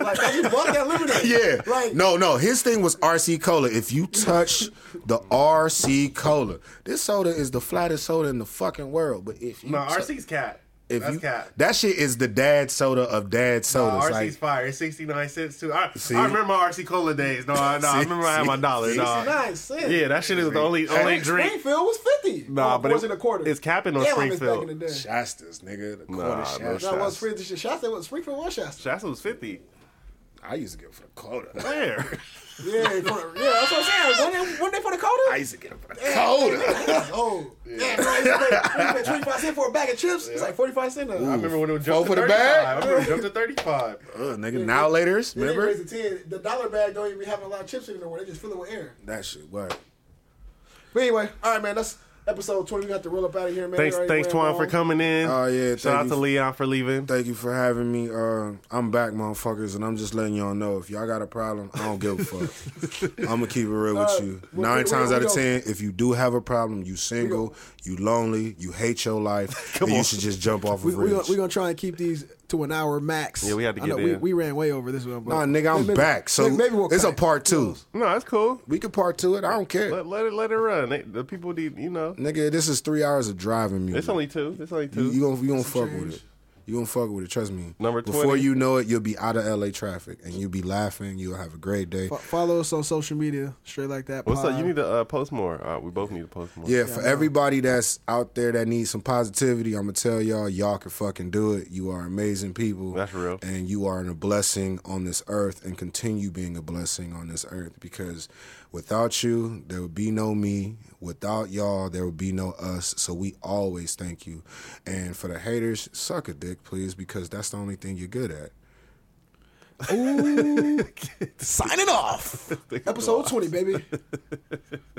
Speaker 3: Like, I just bought that lemonade.
Speaker 5: Yeah.
Speaker 3: Like,
Speaker 5: no, no. His thing was RC Cola. If you touch the RC Cola, this soda is the flattest soda in the fucking world. But if you
Speaker 4: no,
Speaker 5: tou-
Speaker 4: RC's cat.
Speaker 5: if
Speaker 4: that's
Speaker 5: you
Speaker 4: cat.
Speaker 5: that shit is the dad soda of dad
Speaker 4: No,
Speaker 5: sodas.
Speaker 4: RC's
Speaker 5: like
Speaker 4: fire. It's 69 cents, too. I,
Speaker 5: See?
Speaker 4: I remember my RC Cola days. No, I, no, I
Speaker 5: See?
Speaker 4: remember I had my dollar. No.
Speaker 3: nine cents.
Speaker 4: uh, Yeah, that shit is the only, only drink.
Speaker 3: Springfield was fifty.
Speaker 4: Nah,
Speaker 3: Oh,
Speaker 4: but
Speaker 3: was
Speaker 4: it-
Speaker 3: a quarter.
Speaker 4: it's capping on
Speaker 3: Damn, I miss back
Speaker 4: Springfield.
Speaker 3: in the day.
Speaker 5: Shastas, nigga. The quarter
Speaker 4: Nah, no
Speaker 5: Shasta.
Speaker 4: Shasta.
Speaker 3: That was Springfield. Shasta was Springfield was Shasta.
Speaker 4: Shasta was 50.
Speaker 5: I used to get it for the quota.
Speaker 4: Where?
Speaker 3: Yeah, for, yeah, that's what I'm saying. One day, one day for the quarter.
Speaker 5: I used to get it for the quota.
Speaker 3: Oh, yeah, bro, I used to pay- we pay 25 cents for a bag of chips. It's like 45 cents. now.
Speaker 4: I
Speaker 3: I
Speaker 4: remember when it would jump
Speaker 5: Four
Speaker 4: to
Speaker 5: for the
Speaker 4: 35.
Speaker 5: bag?
Speaker 4: I remember it jumped to 35.
Speaker 5: Ugh, nigga. Now later's.
Speaker 3: They didn't
Speaker 5: Remember
Speaker 3: raise the 10. The dollar bag don't even be having a lot of chips in it anymore. They just fill it with air.
Speaker 5: that shit? What?
Speaker 3: But anyway, all right, man, that's episode 20. We got to roll up out of here, man.
Speaker 4: Thanks,
Speaker 3: Already
Speaker 4: thanks,
Speaker 3: ran
Speaker 4: Twan, for
Speaker 3: long.
Speaker 4: coming in.
Speaker 5: Oh, yeah,
Speaker 4: Shout
Speaker 5: thank
Speaker 4: out
Speaker 5: you.
Speaker 4: to Leon for leaving.
Speaker 5: Thank you for having me. Uh, I'm back, motherfuckers, and I'm just letting y'all know if y'all got a problem, I don't give a fuck. I'm gonna keep it real
Speaker 12: Uh,
Speaker 5: with you.
Speaker 3: well,
Speaker 5: Nine
Speaker 3: we-
Speaker 5: times
Speaker 3: we-
Speaker 5: out of
Speaker 3: we
Speaker 5: ten, if you do have a problem, you single, you lonely, you hate your life, then you should just jump off a
Speaker 12: We're gonna,
Speaker 5: bridge.
Speaker 12: we gonna try and keep these to an hour max.
Speaker 4: Yeah, we had to
Speaker 12: I
Speaker 4: get
Speaker 12: know, we,
Speaker 4: in.
Speaker 12: we ran way over this one. but-
Speaker 5: Nah, nigga, I'm
Speaker 12: Maybe-
Speaker 5: back. So
Speaker 12: maybe- maybe we'll
Speaker 5: it's
Speaker 12: cut
Speaker 5: a
Speaker 12: it.
Speaker 5: part two.
Speaker 4: No, that's cool.
Speaker 5: We can part two it. I don't care,
Speaker 4: Let, let it let it run. They- the people need, you know.
Speaker 5: nigga. This is three hours of driving music.
Speaker 4: It's only two. It's only
Speaker 5: you,
Speaker 4: two.
Speaker 5: you gonna you gonna fuck with it. You gonna fuck with it. Trust me.
Speaker 4: Number
Speaker 5: Before
Speaker 4: 20.
Speaker 5: you know it, you'll be out of LA traffic and you'll be laughing. You'll have a great day.
Speaker 12: Fo- Follow us on social media, straight like that.
Speaker 4: What's up?
Speaker 12: pod.
Speaker 4: You need to uh, post more. Uh, we both need to post more.
Speaker 5: Yeah, for everybody that's out there that needs some positivity, I'm gonna tell y'all, y'all can fucking do it. You are amazing people.
Speaker 4: That's real.
Speaker 5: And you are a blessing on this earth, and continue being a blessing on this earth because without you, there would be no me. Without y'all, there would be no us. So we always thank you. And for the haters, suck a dick, please, because that's the only thing you're good at.
Speaker 3: Episode 20, baby.